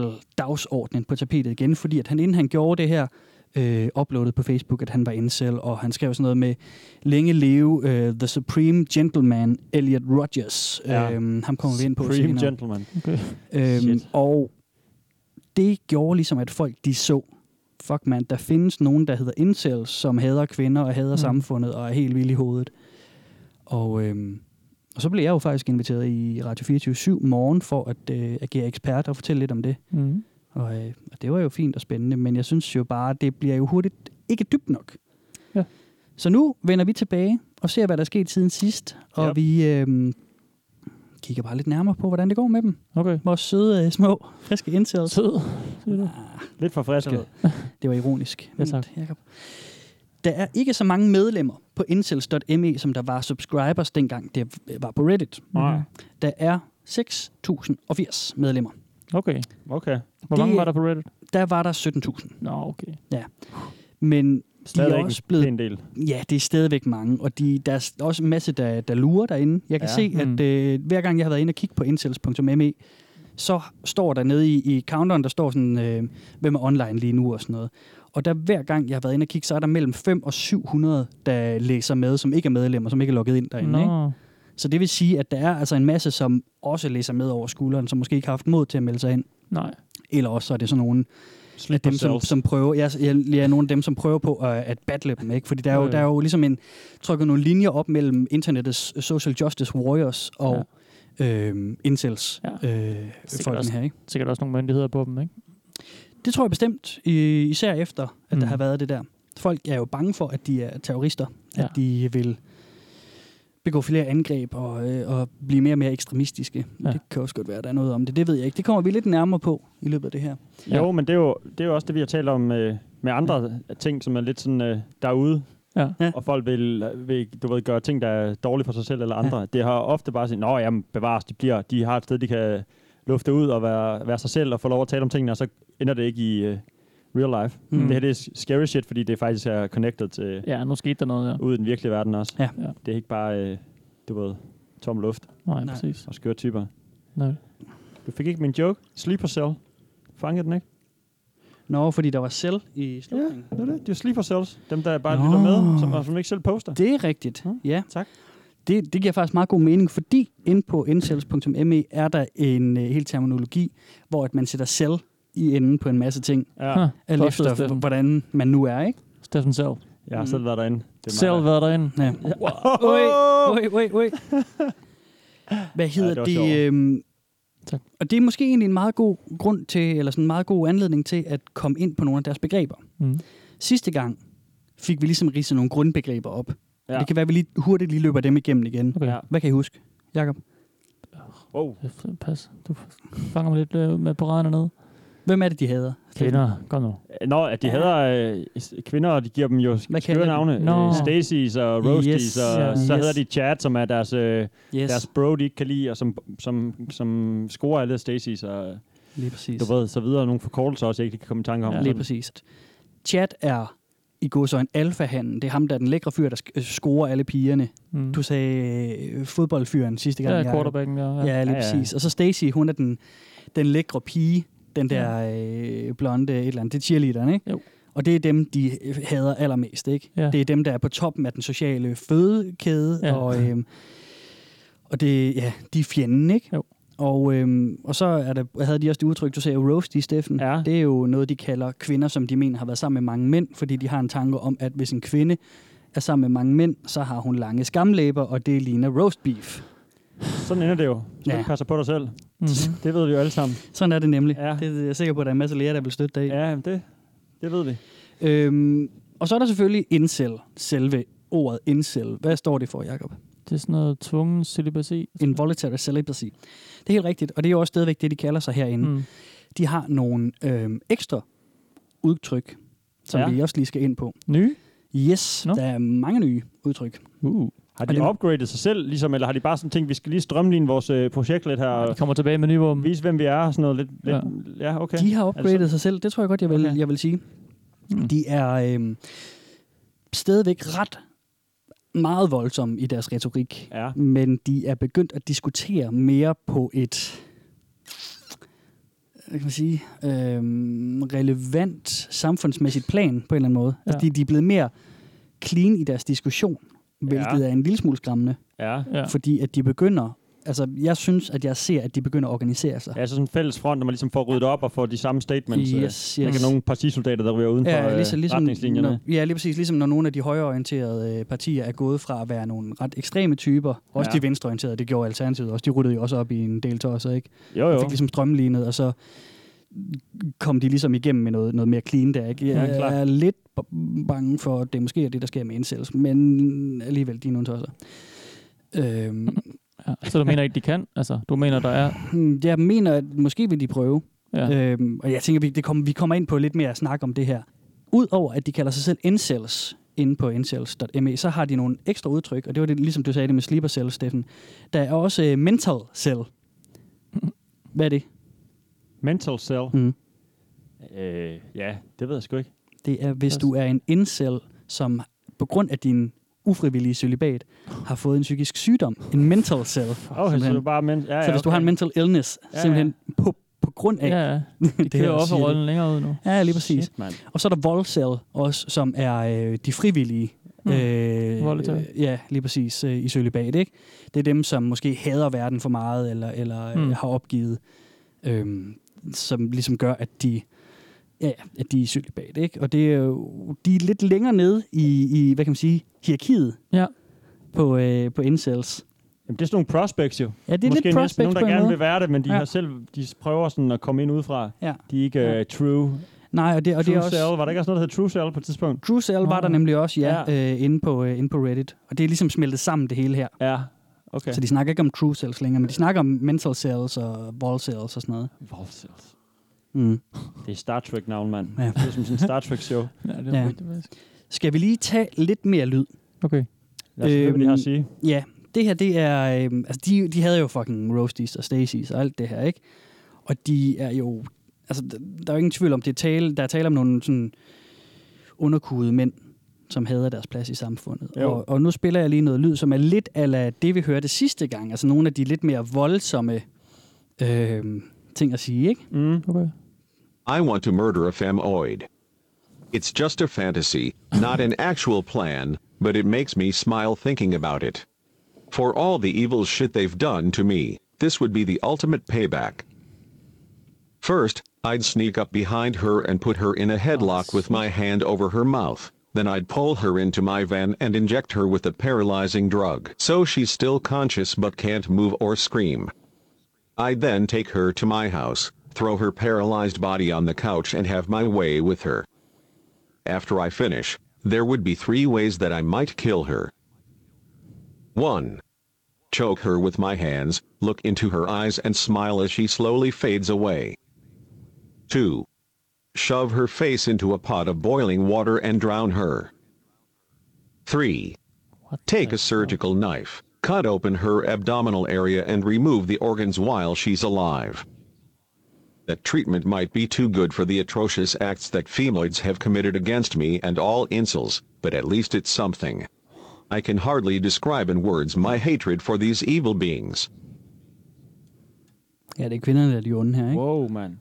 [SPEAKER 5] incel-dagsordenen på tapetet igen, fordi at han inden han gjorde det her, øh, uploadede på Facebook, at han var incel, og han skrev sådan noget med, længe leve øh, the supreme gentleman Elliot Rodgers.
[SPEAKER 6] Ja.
[SPEAKER 5] Ja. Øhm, ham kommer vi ind på
[SPEAKER 6] Supreme Gentleman.
[SPEAKER 7] Okay.
[SPEAKER 5] Øhm,
[SPEAKER 6] Shit.
[SPEAKER 5] og det gjorde ligesom, at folk de så, fuck man, der findes nogen, der hedder incels, som hader kvinder og hader mm.
[SPEAKER 7] Mm.
[SPEAKER 5] samfundet og er helt vild i hovedet. Og, øhm, og så blev jeg jo faktisk inviteret i Radio 24 morgen for at øh, agere ekspert og fortælle lidt om det.
[SPEAKER 7] Mm.
[SPEAKER 5] Og, øh, og det var jo fint og spændende, men jeg synes jo bare, det bliver jo hurtigt ikke dybt nok.
[SPEAKER 7] Ja.
[SPEAKER 5] Så nu vender vi tilbage og ser, hvad der er sket siden sidst, og
[SPEAKER 6] Ja.
[SPEAKER 5] vi øh, kigger bare lidt nærmere på, hvordan det går med dem.
[SPEAKER 7] Okay.
[SPEAKER 5] Vores søde, øh, små, friske indsættelser.
[SPEAKER 7] Sød.
[SPEAKER 6] Lidt for frisk.
[SPEAKER 5] Skal- Det var ironisk.
[SPEAKER 7] Ja, tak.
[SPEAKER 5] Men, Jacob. Der er ikke så mange medlemmer på incels.me, E, som der var subscribers dengang det var på Reddit. Mhm.
[SPEAKER 6] Nej.
[SPEAKER 5] Der er 6.080 medlemmer.
[SPEAKER 7] Okay.
[SPEAKER 6] Okay.
[SPEAKER 7] Hvor
[SPEAKER 5] Det-
[SPEAKER 7] mange var der på Reddit?
[SPEAKER 5] Der var der 17.000.
[SPEAKER 7] Nå, okay.
[SPEAKER 5] Men
[SPEAKER 6] Stadig
[SPEAKER 5] de er
[SPEAKER 6] ikke
[SPEAKER 5] også
[SPEAKER 6] en
[SPEAKER 5] blevet...
[SPEAKER 6] pæn del.
[SPEAKER 5] Ja, det er stadigvæk mange, og de, der er s- også en masse, der, der lurer derinde. Jeg kan
[SPEAKER 6] Ja.
[SPEAKER 5] ja. se, at
[SPEAKER 7] Mm.
[SPEAKER 5] øh, hver gang jeg har været inde og kigge på incels.me, E, så står der nede i, i counteren, der står sådan, øh, hvem er online lige nu og sådan noget. Og der hver gang jeg har været inde og kigge, så er der mellem 5 og 700, der læser med, som ikke er medlemmer, som ikke er logget ind derinde.
[SPEAKER 7] Nå.
[SPEAKER 5] Ikke? Så det vil sige, at der er altså en masse, som også læser med over skulderen, som måske ikke har haft mod til at melde sig ind.
[SPEAKER 7] Nej.
[SPEAKER 5] Eller også så er det sådan nogle af dem, som,
[SPEAKER 6] yourself.
[SPEAKER 5] som prøver, jeg, jeg, jeg er nogle af dem, som prøver på at, at battle dem, ikke? Fordi der er, jo,
[SPEAKER 7] Ja, ja.
[SPEAKER 5] der er jo ligesom en, trykket nogle linjer op mellem internettets øh, social justice warriors og ja. øh, incels
[SPEAKER 7] Ja.
[SPEAKER 5] ja. øh, folkene
[SPEAKER 7] også-
[SPEAKER 5] her, ikke?
[SPEAKER 7] Sikkert også nogle myndigheder på dem, ikke?
[SPEAKER 5] Det tror jeg bestemt, i- især efter, at mm. der
[SPEAKER 7] Mm.
[SPEAKER 5] har været det der. Folk er jo bange for, at de er terrorister, ja.
[SPEAKER 7] Ja.
[SPEAKER 5] at de vil begå flere angreb og, øh, og blive mere og mere ekstremistiske.
[SPEAKER 7] Ja.
[SPEAKER 5] Ja. Det kan også godt være, at der er noget om det. Det ved jeg ikke. Det kommer vi lidt nærmere på i løbet af det her.
[SPEAKER 7] Ja.
[SPEAKER 6] Jo, men det er jo, det er jo også det, vi har talt om øh, med andre ting, som er lidt sådan øh, derude.
[SPEAKER 7] Ja.
[SPEAKER 5] Ja.
[SPEAKER 6] Og folk vil, vil, du ved, gøre ting, der er dårlige for sig selv eller andre. Ja. Det har ofte bare sådan, nå jamen, bevares, de bliver, de har et sted, de kan lufte ud og være, være sig selv og få lov at tale om tingene, og så ender det ikke i øh, real life.
[SPEAKER 5] Mm.
[SPEAKER 6] Mm. Det her det er scary shit, fordi det faktisk er connected til, ja.
[SPEAKER 7] Ja, nu skete der noget, ja.
[SPEAKER 6] ude i den virkelige verden også.
[SPEAKER 5] Ja.
[SPEAKER 7] Ja.
[SPEAKER 6] Det er ikke bare, øh, du ved, tom luft
[SPEAKER 7] Nej,
[SPEAKER 5] Nej.
[SPEAKER 7] præcis.
[SPEAKER 6] og skøre typer.
[SPEAKER 7] Nej.
[SPEAKER 6] Du fik ikke min joke? Sleeper cell. Fangede den ikke?
[SPEAKER 5] Nå, fordi der var selv i slutningen.
[SPEAKER 6] Det er det. Det er sleeper cells. Dem, der bare
[SPEAKER 5] Nå.
[SPEAKER 6] lytter med, som, og som ikke selv poster.
[SPEAKER 5] Det er rigtigt,
[SPEAKER 6] Mm.
[SPEAKER 5] ja.
[SPEAKER 6] Tak.
[SPEAKER 5] Det, det giver faktisk meget god mening, fordi inde på incels.me E er der en øh, hel terminologi, hvor at man sætter selv i enden på en masse ting,
[SPEAKER 6] Ja.
[SPEAKER 7] Huh.
[SPEAKER 5] alt
[SPEAKER 7] Godt,
[SPEAKER 5] efter
[SPEAKER 7] Steffen.
[SPEAKER 5] h- hvordan man nu er, ikke?
[SPEAKER 7] Steffen selv.
[SPEAKER 6] Jeg har selv været derinde. Det er
[SPEAKER 7] Selv
[SPEAKER 6] meget-
[SPEAKER 7] været derinde.
[SPEAKER 5] Ja. Oi, oi, oi, oi. Hvad hedder
[SPEAKER 6] det var
[SPEAKER 5] ja,
[SPEAKER 6] sjovt.
[SPEAKER 5] det? Øhm,
[SPEAKER 7] Tak.
[SPEAKER 5] og det er måske egentlig en meget god grund til, eller sådan en meget god anledning til at komme ind på nogle af deres begreber.
[SPEAKER 7] Mm.
[SPEAKER 5] Sidste gang fik vi ligesom ridset nogle grundbegreber op. Ja.
[SPEAKER 6] Ja.
[SPEAKER 5] Det kan være, at vi lige hurtigt lige løber dem igennem igen.
[SPEAKER 7] Okay.
[SPEAKER 6] Ja.
[SPEAKER 5] Hvad kan I huske, Jakob?
[SPEAKER 6] Wow.
[SPEAKER 7] F- Pas. Du fanger mig lidt øh, med på raderne ned.
[SPEAKER 5] Hvem er det, de hader?
[SPEAKER 7] Kvinder, kom nu.
[SPEAKER 6] Nå, at de hader øh, s- kvinder, og de giver dem jo
[SPEAKER 5] Hvad
[SPEAKER 6] sk- skøre
[SPEAKER 5] kalder de
[SPEAKER 6] navne.
[SPEAKER 7] dem? Nå.
[SPEAKER 6] Øh, Stacy's og Roasties,
[SPEAKER 5] Yes,
[SPEAKER 6] og
[SPEAKER 5] ja.
[SPEAKER 6] så
[SPEAKER 5] Yes.
[SPEAKER 6] hedder de Chad, som er deres, øh,
[SPEAKER 5] Yes,
[SPEAKER 6] deres bro, de ikke kan lide, og som, som, som scorer alle Stacy's og
[SPEAKER 5] lige præcis.
[SPEAKER 6] du ved, så videre. Nogle forkortelser også, jeg ikke kan komme i tanke om.
[SPEAKER 7] Ja.
[SPEAKER 5] Lige præcis. Chat er i går så en alfahanden. Det er ham, der er den lækre fyr, der sk- øh, scorer alle pigerne.
[SPEAKER 7] Mm.
[SPEAKER 5] Du sagde øh, fodboldfyren sidste gang.
[SPEAKER 7] ja,
[SPEAKER 5] Jacob.
[SPEAKER 7] quarterbacken, ja. ja.
[SPEAKER 5] Ja, lige
[SPEAKER 6] Ja, ja.
[SPEAKER 5] præcis. Og så Stacy, hun er den, den lækre pige, den der øh, blonde et eller andet. Det er cheerleaderen, ikke?
[SPEAKER 7] Jo.
[SPEAKER 5] Og det er dem, de øh, hader allermest, ikke?
[SPEAKER 7] Ja.
[SPEAKER 5] Det er dem, der er på toppen af den sociale fødekæde,
[SPEAKER 7] Ja.
[SPEAKER 5] ja. og, øh, og det, ja, de er fjenden, ikke?
[SPEAKER 7] Jo.
[SPEAKER 5] Og, øhm, og så er der, havde de også det udtryk, du sagde, roasty, Steffen.
[SPEAKER 6] Ja.
[SPEAKER 5] Det er jo noget, de kalder kvinder, som de mener har været sammen med mange mænd, fordi de har en tanke om, at hvis en kvinde er sammen med mange mænd, så har hun lange skamlæber, og det ligner roast beef.
[SPEAKER 6] Sådan ender det jo. Så
[SPEAKER 5] Ja. Mm-hmm.
[SPEAKER 6] ja. passer på dig selv.
[SPEAKER 7] Mhm.
[SPEAKER 6] Det ved vi jo alle sammen.
[SPEAKER 5] Sådan er det nemlig.
[SPEAKER 6] Ja.
[SPEAKER 5] Det er jeg sikker på, at der er en masse læger, der vil støtte dig i.
[SPEAKER 6] Ja, det, det ved vi.
[SPEAKER 5] Øhm, og så er der selvfølgelig incel, selve ordet incel. Hvad står det for, Jacob?
[SPEAKER 7] Det er sådan noget tvungen celibasi.
[SPEAKER 5] Involuntary celibacy. Det er helt rigtigt, og det er jo også stadigvæk det, de kalder sig herinde. Mm.
[SPEAKER 7] Mm.
[SPEAKER 5] De har nogle øhm, ekstra udtryk, som
[SPEAKER 6] Ja.
[SPEAKER 5] ja. vi også lige skal ind på.
[SPEAKER 7] Nye?
[SPEAKER 5] Yes,
[SPEAKER 7] Nå.
[SPEAKER 5] no. der er mange nye udtryk.
[SPEAKER 7] Uh.
[SPEAKER 6] Har
[SPEAKER 5] Og
[SPEAKER 6] de
[SPEAKER 5] det-
[SPEAKER 6] upgradet sig selv, ligesom, eller har de bare sådan tænkt, vi skal lige strømligne vores øh, projekt lidt her,
[SPEAKER 7] De
[SPEAKER 6] og
[SPEAKER 7] kommer tilbage med nye våben.
[SPEAKER 6] vise, hvem vi er, og sådan noget lidt.
[SPEAKER 7] Ja.
[SPEAKER 6] lidt ja. ja, okay.
[SPEAKER 5] De har
[SPEAKER 6] det
[SPEAKER 5] upgradet sig selv, det tror jeg godt, jeg vil,
[SPEAKER 7] Okay.
[SPEAKER 5] okay. jeg vil sige.
[SPEAKER 7] Mm.
[SPEAKER 5] Mm. De er øhm, stadigvæk ret meget voldsomme i deres retorik.
[SPEAKER 6] Ja.
[SPEAKER 5] men de er begyndt at diskutere mere på et hvad kan man sige, øhm, relevant samfundsmæssigt plan på en eller anden måde. Ja. Altså,
[SPEAKER 7] Ja.
[SPEAKER 5] de, de er blevet mere clean i deres diskussion, hvilket
[SPEAKER 6] Ja.
[SPEAKER 5] ja. er en lille smule skræmmende,
[SPEAKER 6] Ja.
[SPEAKER 7] Ja.
[SPEAKER 5] ja. fordi at de begynder, altså jeg synes, at jeg ser, at de begynder at organisere sig.
[SPEAKER 6] Ja, altså sådan en fælles front, når man ligesom får ryddet op og får de samme statements. øh.
[SPEAKER 5] yes,
[SPEAKER 6] Der
[SPEAKER 5] yes.
[SPEAKER 6] kan nogle partisoldater, der ryger uden for
[SPEAKER 5] Ja,
[SPEAKER 6] øh,
[SPEAKER 5] ligesom, ligesom,
[SPEAKER 6] retningslinjerne.
[SPEAKER 5] når, ja, lige præcis. Ligesom når nogle af de højreorienterede øh, partier er gået fra at være nogle ret ekstreme typer, også
[SPEAKER 6] Ja.
[SPEAKER 5] de venstreorienterede, det gjorde Alternativet også, de ryddede jo også op i en del tosser, ikke?
[SPEAKER 6] Jo, jo.
[SPEAKER 5] fik ligesom strømlignet, og så kom de ligesom igennem med noget, noget mere clean der. Ikke? Jeg
[SPEAKER 6] Ja, klart.
[SPEAKER 5] er lidt b- bange for, at det måske er det, der sker med incels, men alligevel, de er nogle tosser. Øhm,
[SPEAKER 7] Ja. Så du mener ikke, de kan? Altså, du mener, der er...
[SPEAKER 5] jeg mener, at måske vil de prøve,
[SPEAKER 7] Ja.
[SPEAKER 5] ja. øhm, og jeg tænker, vi, det kom, vi kommer ind på lidt mere snak om det her. Udover at de kalder sig selv incels inde på incels.me, så har de nogle ekstra udtryk, og det var det, ligesom du sagde det med sleeper cell, Steffen. Der er også øh, mental cell. Hvad er det?
[SPEAKER 6] Mental cell.
[SPEAKER 5] Mm.
[SPEAKER 6] Øh, ja, det ved jeg sgu ikke.
[SPEAKER 5] Det er, hvis
[SPEAKER 7] Pas.
[SPEAKER 5] du er en incel, som på grund af din ufrivillige celibat har fået en psykisk sygdom, en mental
[SPEAKER 6] Åh,
[SPEAKER 5] cell.
[SPEAKER 6] oh, så
[SPEAKER 5] simpelthen.
[SPEAKER 6] du bare men... Ja, ja,
[SPEAKER 5] så hvis du
[SPEAKER 6] okay.
[SPEAKER 5] har en mental illness,
[SPEAKER 6] Ja,
[SPEAKER 5] simpelthen på, på grund af...
[SPEAKER 7] Ja, ja. De
[SPEAKER 5] her
[SPEAKER 7] kører
[SPEAKER 5] at sige
[SPEAKER 7] offerrollen længere ud nu.
[SPEAKER 5] Ja, lige præcis.
[SPEAKER 6] Shit, mand.
[SPEAKER 5] Og så er der voldcell også, som er øh, de frivillige.
[SPEAKER 7] Mm.
[SPEAKER 5] Øh,
[SPEAKER 7] Voldtag.
[SPEAKER 5] øh, ja, lige præcis øh, i celibat, ikke? Det er dem, som måske hader verden for meget, eller, eller mm.
[SPEAKER 7] Mm.
[SPEAKER 5] øh, har opgivet, øh, som ligesom gør, at de, ja, at de er i celibat, ikke? Og det er jo, de er lidt længere nede i, i hvad kan man sige, hierarkiet
[SPEAKER 7] Ja.
[SPEAKER 5] på, øh, på incels.
[SPEAKER 6] Jamen, det er sådan nogle prospects jo.
[SPEAKER 5] Ja, det er
[SPEAKER 6] Måske
[SPEAKER 5] lidt
[SPEAKER 6] næsten
[SPEAKER 5] prospects
[SPEAKER 6] Nogen,
[SPEAKER 5] på
[SPEAKER 6] der
[SPEAKER 5] en
[SPEAKER 6] gerne
[SPEAKER 5] måde.
[SPEAKER 6] vil være det, men de,
[SPEAKER 5] Ja.
[SPEAKER 6] har selv, de prøver sådan at komme ind udefra.
[SPEAKER 5] Ja.
[SPEAKER 6] De er ikke
[SPEAKER 5] Ja.
[SPEAKER 6] uh, true
[SPEAKER 5] Nej, og det, og det
[SPEAKER 6] True
[SPEAKER 5] er også...
[SPEAKER 6] Cell. Var der ikke også noget, der hed True Cell på et tidspunkt?
[SPEAKER 5] True Cell var der nemlig også, ja,
[SPEAKER 6] Ja.
[SPEAKER 5] ja. Øh, inde, på, øh, inde på Reddit. Og det er ligesom smeltet sammen det hele her.
[SPEAKER 6] Ja, okay.
[SPEAKER 5] Så de snakker ikke om True Cells længere, men de snakker om Mental Cells og Ball Cells og sådan noget.
[SPEAKER 6] Evolve Cells.
[SPEAKER 5] Mm.
[SPEAKER 6] Det er Star Trek-navn, mand.
[SPEAKER 5] Ja.
[SPEAKER 6] Det er som sådan en Star Trek-show.
[SPEAKER 7] Ja, det
[SPEAKER 5] Ja.
[SPEAKER 7] er rigtigt, faktisk.
[SPEAKER 5] Skal vi lige tage lidt mere lyd?
[SPEAKER 7] Okay.
[SPEAKER 6] Lad os øhm, hvad de har at
[SPEAKER 5] Øhm,
[SPEAKER 6] sige.
[SPEAKER 5] Ja, det her, det er... Øh, altså, de, de havde jo fucking Roasties og Stacy's og alt det her, ikke? Og de er jo... Altså, d- der er jo ingen tvivl om, det er tale, der er tale om nogle sådan underkudede mænd, som hader deres plads i samfundet.
[SPEAKER 6] Jo.
[SPEAKER 5] Og, og nu spiller jeg lige noget lyd, som er lidt ala det, vi hørte sidste gang. Altså nogle af de lidt mere voldsomme øh, ting at sige, ikke?
[SPEAKER 6] Mm.
[SPEAKER 7] Okay.
[SPEAKER 9] I want to murder a femoid. It's just a fantasy, not an actual plan, but it makes me smile thinking about it. For all the evil shit they've done to me, this would be the ultimate payback. First, I'd sneak up behind her and put her in a headlock with my hand over her mouth. Then I'd pull her into my van and inject her with a paralyzing drug so she's still conscious but can't move or scream. I'd then take her to my house, throw her paralyzed body on the couch, and have my way with her. After I finish, there would be three ways that I might kill her. 1. Choke her with my hands, look into her eyes, and smile as she slowly fades away. 2. Shove her face into a pot of boiling water and drown her. 3. Take a surgical knife, cut open her abdominal area, and remove the organs while she's alive. That treatment might be too good for the atrocious acts that femoids have committed against me and all insults, but at least it's something. I can hardly describe in words my hatred for these evil beings.
[SPEAKER 5] Ja, det er kvinderne, der er de onde her, ikke?
[SPEAKER 6] Wow, mand.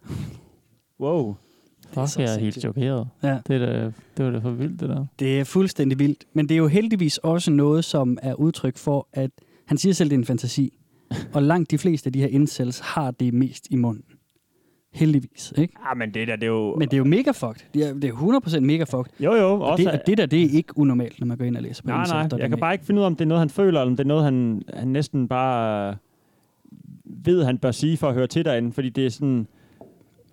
[SPEAKER 6] Wow.
[SPEAKER 7] Fuck,
[SPEAKER 5] så
[SPEAKER 7] jeg er helt
[SPEAKER 5] sindssygt.
[SPEAKER 7] chokeret.
[SPEAKER 5] Ja.
[SPEAKER 7] Det, er da, det var da for vildt, det der.
[SPEAKER 5] Det er fuldstændig vildt. Men det er jo heldigvis også noget, som er udtryk for, at han siger selv, det er en fantasi. Og langt de fleste af de her incels har det mest i munden. Heldigvis, ikke?
[SPEAKER 6] Ah, men det der, det er jo...
[SPEAKER 5] Men det er jo mega fucked. Det er, det er 100% mega fucked.
[SPEAKER 6] Jo, jo.
[SPEAKER 5] Og det,
[SPEAKER 6] Også,
[SPEAKER 5] og det der, det er ikke unormalt, når man går ind og læser på
[SPEAKER 6] Nej, nej. Jeg kan
[SPEAKER 5] incels.dk.
[SPEAKER 6] bare ikke finde ud af, om det er noget, han føler, eller om det er noget, han, han næsten bare øh, ved, han bør sige for at høre til derinde. Fordi det er sådan...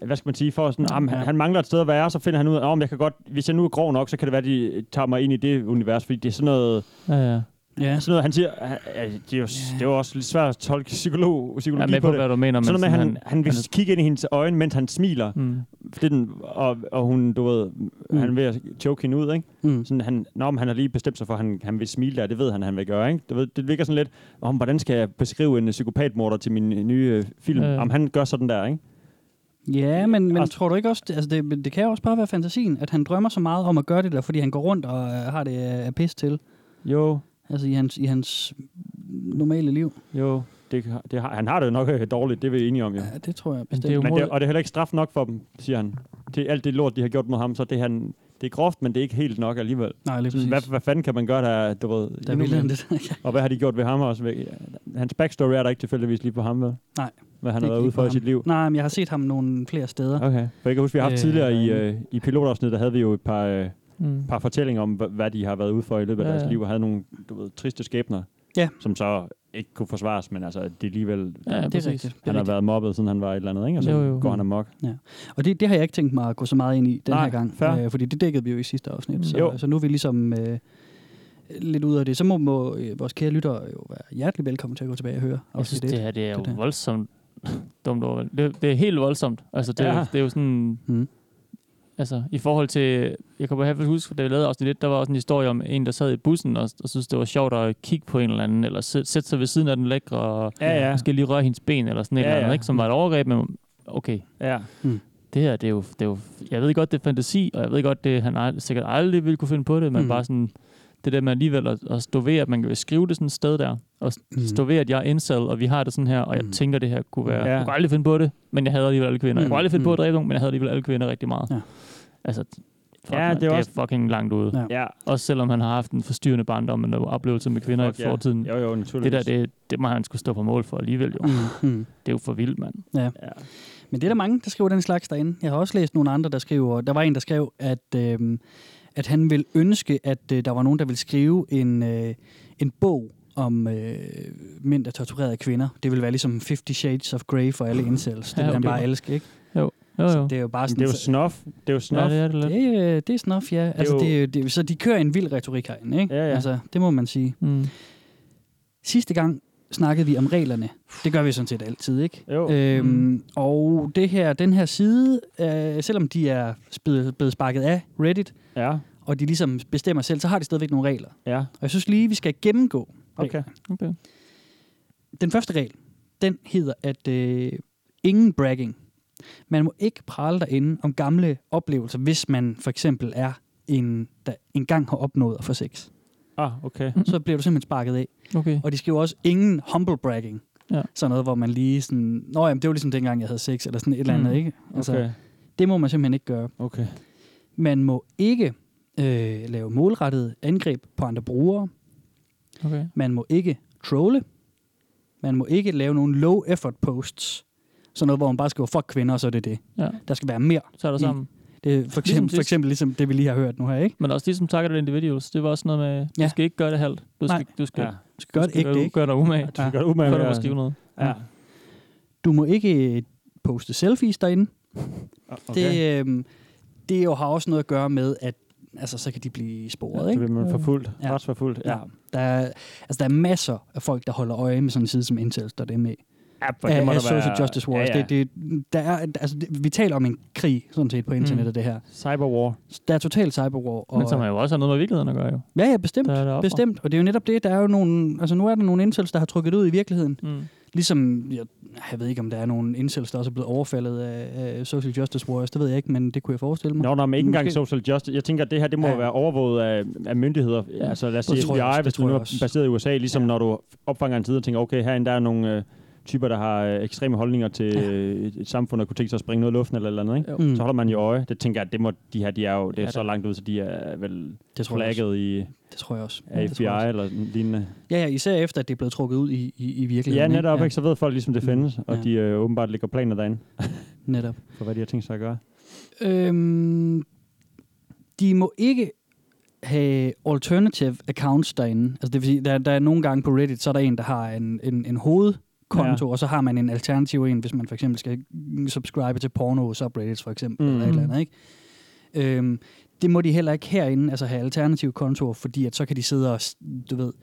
[SPEAKER 6] Hvad skal man sige? For sådan, jamen, han, han mangler et sted at være, så finder han ud af, om jeg kan godt, hvis jeg nu er grov nok, så kan det være, de øh, tager mig ind i det univers, fordi det er sådan noget,
[SPEAKER 7] Ja, ja.
[SPEAKER 5] Ja.
[SPEAKER 6] sådan noget han siger, øh, øh, det er, jo, det er jo også lidt svært at tolke psykolog,
[SPEAKER 7] Jeg er
[SPEAKER 6] psykologi
[SPEAKER 7] med
[SPEAKER 6] på,
[SPEAKER 7] på,
[SPEAKER 6] det.
[SPEAKER 7] hvad du mener. men
[SPEAKER 6] Sådan noget med,
[SPEAKER 7] sådan
[SPEAKER 6] han, han, han vil
[SPEAKER 7] han-
[SPEAKER 6] kigge ind i hendes øjne, mens han smiler.
[SPEAKER 7] Mm.
[SPEAKER 6] Fordi den, og, og hun, du ved, mm. han er ved at choke hende ud, ikke?
[SPEAKER 5] Mm.
[SPEAKER 6] Sådan, han, når han har lige bestemt sig for, at han, han vil smile der, det ved han, han vil gøre, ikke? Det, ved, det virker sådan lidt, om hvordan skal jeg beskrive en øh, psykopatmorder til min øh, nye øh, film?
[SPEAKER 7] Ja.
[SPEAKER 6] Om han gør sådan der, ikke?
[SPEAKER 5] Ja, men, men
[SPEAKER 6] Altså-
[SPEAKER 5] tror du ikke også, det, altså det, men det kan jo også bare være fantasien, at han drømmer så meget om at gøre det der, fordi han går rundt og øh, har det øh, af pis til,
[SPEAKER 6] Jo,
[SPEAKER 5] altså i hans, i hans normale liv.
[SPEAKER 6] jo. Det, kan- det har, han har det jo nok øh, dårligt, det er vi enige om, jo.
[SPEAKER 5] Ja, det tror jeg
[SPEAKER 7] Men
[SPEAKER 5] bestemt.
[SPEAKER 7] det er jo
[SPEAKER 6] Men det,
[SPEAKER 7] mod,
[SPEAKER 6] og det er heller ikke straf nok for dem, siger han. Det, alt det lort, de har gjort mod ham, så det, er han, det er groft, men det er ikke helt nok alligevel.
[SPEAKER 5] Nej, lige præcis.
[SPEAKER 6] Sådan, hvad, hvad fanden kan man gøre, der, du ved,
[SPEAKER 5] Der er
[SPEAKER 6] endnu
[SPEAKER 5] vildere
[SPEAKER 6] mere?
[SPEAKER 5] end det. ja.
[SPEAKER 6] Og hvad har de gjort ved ham også? Ved- Hans backstory er der ikke tilfældigvis lige på ham, vel?
[SPEAKER 5] Nej.
[SPEAKER 6] Hvad han har
[SPEAKER 5] Ikke
[SPEAKER 6] været
[SPEAKER 5] lige
[SPEAKER 6] ude for
[SPEAKER 5] på
[SPEAKER 6] i
[SPEAKER 5] ham.
[SPEAKER 6] sit liv.
[SPEAKER 5] Nej, men jeg har set ham nogle flere steder.
[SPEAKER 6] Okay. For jeg kan huske, vi har haft
[SPEAKER 5] Øh,
[SPEAKER 6] tidligere i,
[SPEAKER 5] derinde.
[SPEAKER 6] øh, i pilotafsnit, der havde vi jo et par, øh,
[SPEAKER 7] mm.
[SPEAKER 6] par fortællinger om, hva- hvad de har været ude for i løbet af
[SPEAKER 7] Ja,
[SPEAKER 6] deres
[SPEAKER 7] ja.
[SPEAKER 6] liv, og havde nogle, du ved, triste skæbner,
[SPEAKER 5] Ja.
[SPEAKER 6] som så ikke kunne forsvares, men altså, det er alligevel...
[SPEAKER 7] Ja,
[SPEAKER 5] det er
[SPEAKER 7] præcis.
[SPEAKER 5] rigtigt.
[SPEAKER 6] Han har været mobbet, siden han var et eller andet, ikke? Og så
[SPEAKER 7] Jo, jo.
[SPEAKER 6] går han amok.
[SPEAKER 5] Og det, det har jeg ikke tænkt mig at gå så meget ind i den
[SPEAKER 6] Nej,
[SPEAKER 5] her gang, øh,
[SPEAKER 6] fair. Mm.
[SPEAKER 5] fordi det dækkede vi jo i sidste afsnit. Så,
[SPEAKER 6] Jo.
[SPEAKER 5] så nu er vi ligesom øh, lidt ude af det. Så må, må øh, vores kære lyttere jo være hjertelig velkommen til at gå tilbage og høre
[SPEAKER 7] Jeg synes,
[SPEAKER 5] afsnit
[SPEAKER 7] det
[SPEAKER 5] 1.
[SPEAKER 7] her det er jo
[SPEAKER 5] Det der.
[SPEAKER 7] voldsomt dumt over. Det, det er helt voldsomt. Altså, det, ja.
[SPEAKER 6] Ja.
[SPEAKER 7] det er jo sådan...
[SPEAKER 5] Mm.
[SPEAKER 7] Mm. Altså, i forhold til... Jeg kan bare i hvert fald huske, da vi lavede afsnit 1, der var også en historie om en, der sad i bussen og, og synes det var sjovt at kigge på en eller anden, eller sæt- sætte sig ved siden af den lækre, og
[SPEAKER 6] Ja, ja.
[SPEAKER 7] måske lige røre hendes ben, eller sådan et
[SPEAKER 6] Ja,
[SPEAKER 7] ja, eller andet,
[SPEAKER 6] ja.
[SPEAKER 7] ikke? som var et overgreb, men okay,
[SPEAKER 6] Ja.
[SPEAKER 7] det her, det er, jo, det er jo... Jeg ved godt, det er fantasi, og jeg ved godt, det han ald- sikkert aldrig ville kunne finde på det, men
[SPEAKER 5] Mm.
[SPEAKER 7] mm. bare sådan... Det der med alligevel at, at stå ved, at man kan skrive det sådan et sted der, og mm. stå ved, at jeg er incel, og vi har det sådan her, og jeg
[SPEAKER 5] Mm.
[SPEAKER 7] tænker, det her kunne være...
[SPEAKER 6] Ja.
[SPEAKER 7] Ja. Jeg kunne aldrig finde på det, men jeg havde alligevel alle kvinder. Mm. Jeg
[SPEAKER 5] Mm.
[SPEAKER 7] kunne aldrig finde mm. på
[SPEAKER 5] Mm.
[SPEAKER 7] at dræbe nogen, men jeg havde alligevel alle kvinder rigtig meget.
[SPEAKER 5] Ja.
[SPEAKER 7] Altså, fuck,
[SPEAKER 6] Ja,
[SPEAKER 7] ja,
[SPEAKER 6] det
[SPEAKER 7] det,
[SPEAKER 6] er
[SPEAKER 7] er
[SPEAKER 6] også-
[SPEAKER 7] det er fucking langt ude.
[SPEAKER 5] Ja.
[SPEAKER 7] Ja.
[SPEAKER 6] ja.
[SPEAKER 7] Også selvom han har haft en forstyrrende barndom og oplevelse med kvinder
[SPEAKER 6] Fuck
[SPEAKER 7] i fortiden.
[SPEAKER 6] Jo, jo, naturligvis.
[SPEAKER 7] Det der, det, det må han skulle stå på mål for alligevel jo.
[SPEAKER 5] Mm, mm.
[SPEAKER 7] Det er jo for vildt, mand.
[SPEAKER 6] Ja.
[SPEAKER 5] Men det er der mange, der skriver den slags derinde. Jeg har også læst nogle andre, der skriver, der var en, der skrev, at, øh, at han ville ønske, at øh, der var nogen, der ville skrive en, øh, en bog om øh, mænd, der torturerede kvinder. Det ville være ligesom 50 Shades of Grey for alle incels. Det
[SPEAKER 7] Ja,
[SPEAKER 5] ville han
[SPEAKER 7] okay.
[SPEAKER 5] bare elske, ikke?
[SPEAKER 7] Jo, Jo, jo.
[SPEAKER 5] Det er jo bare
[SPEAKER 6] Men
[SPEAKER 5] sådan...
[SPEAKER 6] Det er jo snuff. Det er jo
[SPEAKER 7] ja,
[SPEAKER 6] snuff.
[SPEAKER 7] det er det lidt.
[SPEAKER 5] det, er, øh, det er snuff, ja. Altså,
[SPEAKER 6] jo-
[SPEAKER 5] det er jo, det, er- så de kører en vild retorik herinde, ikke?
[SPEAKER 6] Ja, ja.
[SPEAKER 5] Altså, det må man sige.
[SPEAKER 7] Mm.
[SPEAKER 5] Sidste gang snakkede vi om reglerne. Det gør vi sådan set altid, ikke?
[SPEAKER 6] Jo.
[SPEAKER 5] Øhm,
[SPEAKER 7] Mm.
[SPEAKER 5] Og det her, den her side, øh, selvom de er blevet, blevet sparket af Reddit,
[SPEAKER 6] Ja,
[SPEAKER 5] og de ligesom bestemmer selv, så har de stadigvæk nogle regler.
[SPEAKER 6] ja.
[SPEAKER 5] Og jeg synes lige, vi skal gennemgå.
[SPEAKER 6] Okay.
[SPEAKER 7] Okay.
[SPEAKER 5] Den første regel, den hedder, at øh, ingen bragging. Man må ikke prale derinde om gamle oplevelser, hvis man for eksempel er en, der engang har opnået at få sex.
[SPEAKER 6] Ah, okay.
[SPEAKER 5] Så bliver du simpelthen sparket af.
[SPEAKER 7] Okay.
[SPEAKER 5] Og de skriver også ingen humble bragging.
[SPEAKER 7] Ja.
[SPEAKER 5] Sådan noget, hvor man lige sådan... Nå, jamen, det var ligesom dengang, jeg havde sex, eller sådan et eller andet,
[SPEAKER 7] Mm.
[SPEAKER 5] ikke? Altså,
[SPEAKER 6] Okay.
[SPEAKER 5] Det må man simpelthen ikke gøre.
[SPEAKER 6] Okay.
[SPEAKER 5] Man må ikke øh, lave målrettede angreb på andre brugere.
[SPEAKER 7] Okay.
[SPEAKER 5] Man må ikke trolle. Man må ikke lave nogle low effort posts. Sådan noget, hvor man bare skriver, fuck kvinder, og så er det det.
[SPEAKER 7] Ja.
[SPEAKER 5] Der skal være mere.
[SPEAKER 7] Så er der
[SPEAKER 5] I-
[SPEAKER 7] sammen.
[SPEAKER 5] Det er for, eksempel,
[SPEAKER 7] Ligesom
[SPEAKER 5] ligesom
[SPEAKER 7] sidst.
[SPEAKER 5] for eksempel ligesom det, vi lige har hørt nu her, ikke?
[SPEAKER 7] Men også ligesom Targeted Individuals, det var også noget med, du
[SPEAKER 5] Ja.
[SPEAKER 7] skal ikke gøre det halvt. Du skal,
[SPEAKER 5] Nej.
[SPEAKER 7] du skal,
[SPEAKER 6] Ja.
[SPEAKER 5] Du skal gøre
[SPEAKER 7] du
[SPEAKER 5] det
[SPEAKER 7] skal
[SPEAKER 5] ægte,
[SPEAKER 7] gøre,
[SPEAKER 5] ikke?
[SPEAKER 7] gøre dig umage.
[SPEAKER 5] Ja.
[SPEAKER 6] Gør det umage
[SPEAKER 7] Gør
[SPEAKER 6] med
[SPEAKER 7] dig
[SPEAKER 6] at-
[SPEAKER 7] måske noget.
[SPEAKER 6] Ja.
[SPEAKER 5] Du må ikke øh, poste selfies derinde.
[SPEAKER 6] Okay.
[SPEAKER 5] Det, øh, det jo har også noget at gøre med, at altså, så kan de blive sporet,
[SPEAKER 6] Det
[SPEAKER 5] ikke? Øhm,
[SPEAKER 6] bliver man forfulgt.
[SPEAKER 5] Ja.
[SPEAKER 6] Retsforfulgt. Ja.
[SPEAKER 5] Der er, altså, der er masser af folk, der holder øje med sådan en side som Intel, der er det med.
[SPEAKER 6] Ja, for
[SPEAKER 5] af,
[SPEAKER 6] det må
[SPEAKER 5] af
[SPEAKER 6] der være-
[SPEAKER 5] social justice wars.
[SPEAKER 6] Ja, ja.
[SPEAKER 5] Det, det, der er, altså, det, vi taler om en krig, sådan set, på internettet, mm. det her.
[SPEAKER 6] Cyberwar.
[SPEAKER 5] Der er total cyberwar. Og,
[SPEAKER 7] Men som jo også har noget med virkeligheden at gøre, jo.
[SPEAKER 5] ja, ja, bestemt.
[SPEAKER 7] Der er der ofre.
[SPEAKER 5] Bestemt. Og det er jo netop det, der er jo nogle, altså nu er der nogle incels, der har trykket det ud i virkeligheden.
[SPEAKER 7] Mm.
[SPEAKER 5] Ligesom, jeg, jeg ved ikke, om der er nogle incels, der også er blevet overfaldet af, af social justice wars. Det ved jeg ikke, men det kunne jeg forestille mig.
[SPEAKER 6] Nå, nå, men ikke engang
[SPEAKER 5] Mm. Måske-
[SPEAKER 6] social justice. Jeg tænker, at det her det må
[SPEAKER 5] Ja. Mm.
[SPEAKER 6] ja. være overvåget af, af myndigheder. Altså lad os
[SPEAKER 5] Det
[SPEAKER 6] sige
[SPEAKER 5] tror jeg
[SPEAKER 6] FBI,
[SPEAKER 5] også, det
[SPEAKER 6] hvis du
[SPEAKER 5] tror
[SPEAKER 6] nu
[SPEAKER 5] jeg
[SPEAKER 6] er
[SPEAKER 5] også.
[SPEAKER 6] baseret i USA, ligesom
[SPEAKER 5] Ja.
[SPEAKER 6] ja. når du opfanger en side og tænker, okay, herinde der er nogle øh, typer, der har øh, ekstreme holdninger til
[SPEAKER 5] Ja.
[SPEAKER 6] ja. et, et samfund, og kunne tænke sig at springe noget i luften eller et eller andet, ikke?
[SPEAKER 5] Mm.
[SPEAKER 6] Så holder man jo øje. Det tænker jeg, at det må, de her, de er jo det er
[SPEAKER 7] Ja,
[SPEAKER 6] så
[SPEAKER 7] det-
[SPEAKER 6] langt ud, så de er vel
[SPEAKER 5] Det tror jeg også.
[SPEAKER 6] flagget i
[SPEAKER 5] Det tror jeg også.
[SPEAKER 6] af
[SPEAKER 5] Det
[SPEAKER 6] FBI
[SPEAKER 5] tror jeg også.
[SPEAKER 6] eller lignende.
[SPEAKER 5] Ja, ja, især efter, at det er blevet trukket ud i, i, i
[SPEAKER 6] Ja,
[SPEAKER 5] virkeligheden.
[SPEAKER 6] netop, ikke? Så ved folk ligesom, det
[SPEAKER 5] Mm.
[SPEAKER 6] findes, og
[SPEAKER 5] Ja.
[SPEAKER 6] de øh, åbenbart ligger planer derinde
[SPEAKER 5] Netop.
[SPEAKER 6] for, hvad de har tænkt sig at gøre.
[SPEAKER 5] Øhm, de må ikke have alternative accounts derinde. Altså det vil sige, der, der er nogle gange på Reddit, så er der en, der har en, en, en hovedkonto, ja. og så har man en alternativ en, hvis man for eksempel skal mm, subscribe til porno subreddits for eksempel, mm. eller et eller andet, ikke? Øhm, det må de heller ikke herinde, altså have alternative kontoer, fordi at så kan de sidde og, s- du ved,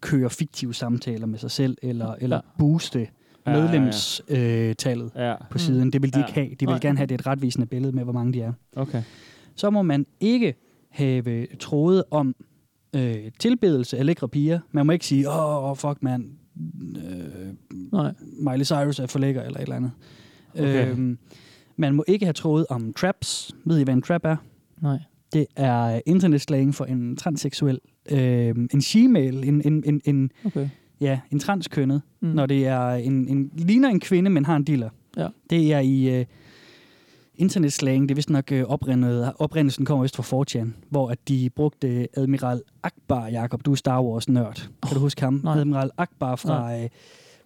[SPEAKER 5] køre fiktive samtaler med sig selv, eller, eller
[SPEAKER 7] Ja.
[SPEAKER 5] booste
[SPEAKER 6] Ja, ja, ja.
[SPEAKER 5] medlemstallet øh, tallet
[SPEAKER 6] Ja,
[SPEAKER 5] på siden. Det vil de
[SPEAKER 6] Ja.
[SPEAKER 5] ikke have. De vil
[SPEAKER 7] Nej.
[SPEAKER 5] gerne have, det er et retvisende billede med, hvor mange de er
[SPEAKER 6] okay.
[SPEAKER 5] så må man ikke have troet om øh, tilbedelse af lækre piger. Man må ikke sige, åh, oh, fuck mand, øh,
[SPEAKER 7] Nej.
[SPEAKER 5] Miley Cyrus er for lækker, eller et eller andet.
[SPEAKER 6] Okay.
[SPEAKER 5] Øhm, man må ikke have troet om traps. Ved I, hvad en trap er?
[SPEAKER 7] Nej.
[SPEAKER 5] Det er internetslang for en transseksuel, øh, en shemale, en, en, en, en,
[SPEAKER 7] Okay.
[SPEAKER 5] ja, en transkønnet,
[SPEAKER 7] Mm.
[SPEAKER 5] mm. når det er en, en, ligner en kvinde, men har en diller.
[SPEAKER 7] Ja.
[SPEAKER 5] Det er i øh, internetslang, det er vist nok øh, oprindet, oprindelsen kommer vist fra 4chan, hvor at de brugte øh, Admiral Akbar, Jakob, du er Star Wars-nørd. Kan du huske ham?
[SPEAKER 7] nej.
[SPEAKER 5] Admiral Akbar fra øh,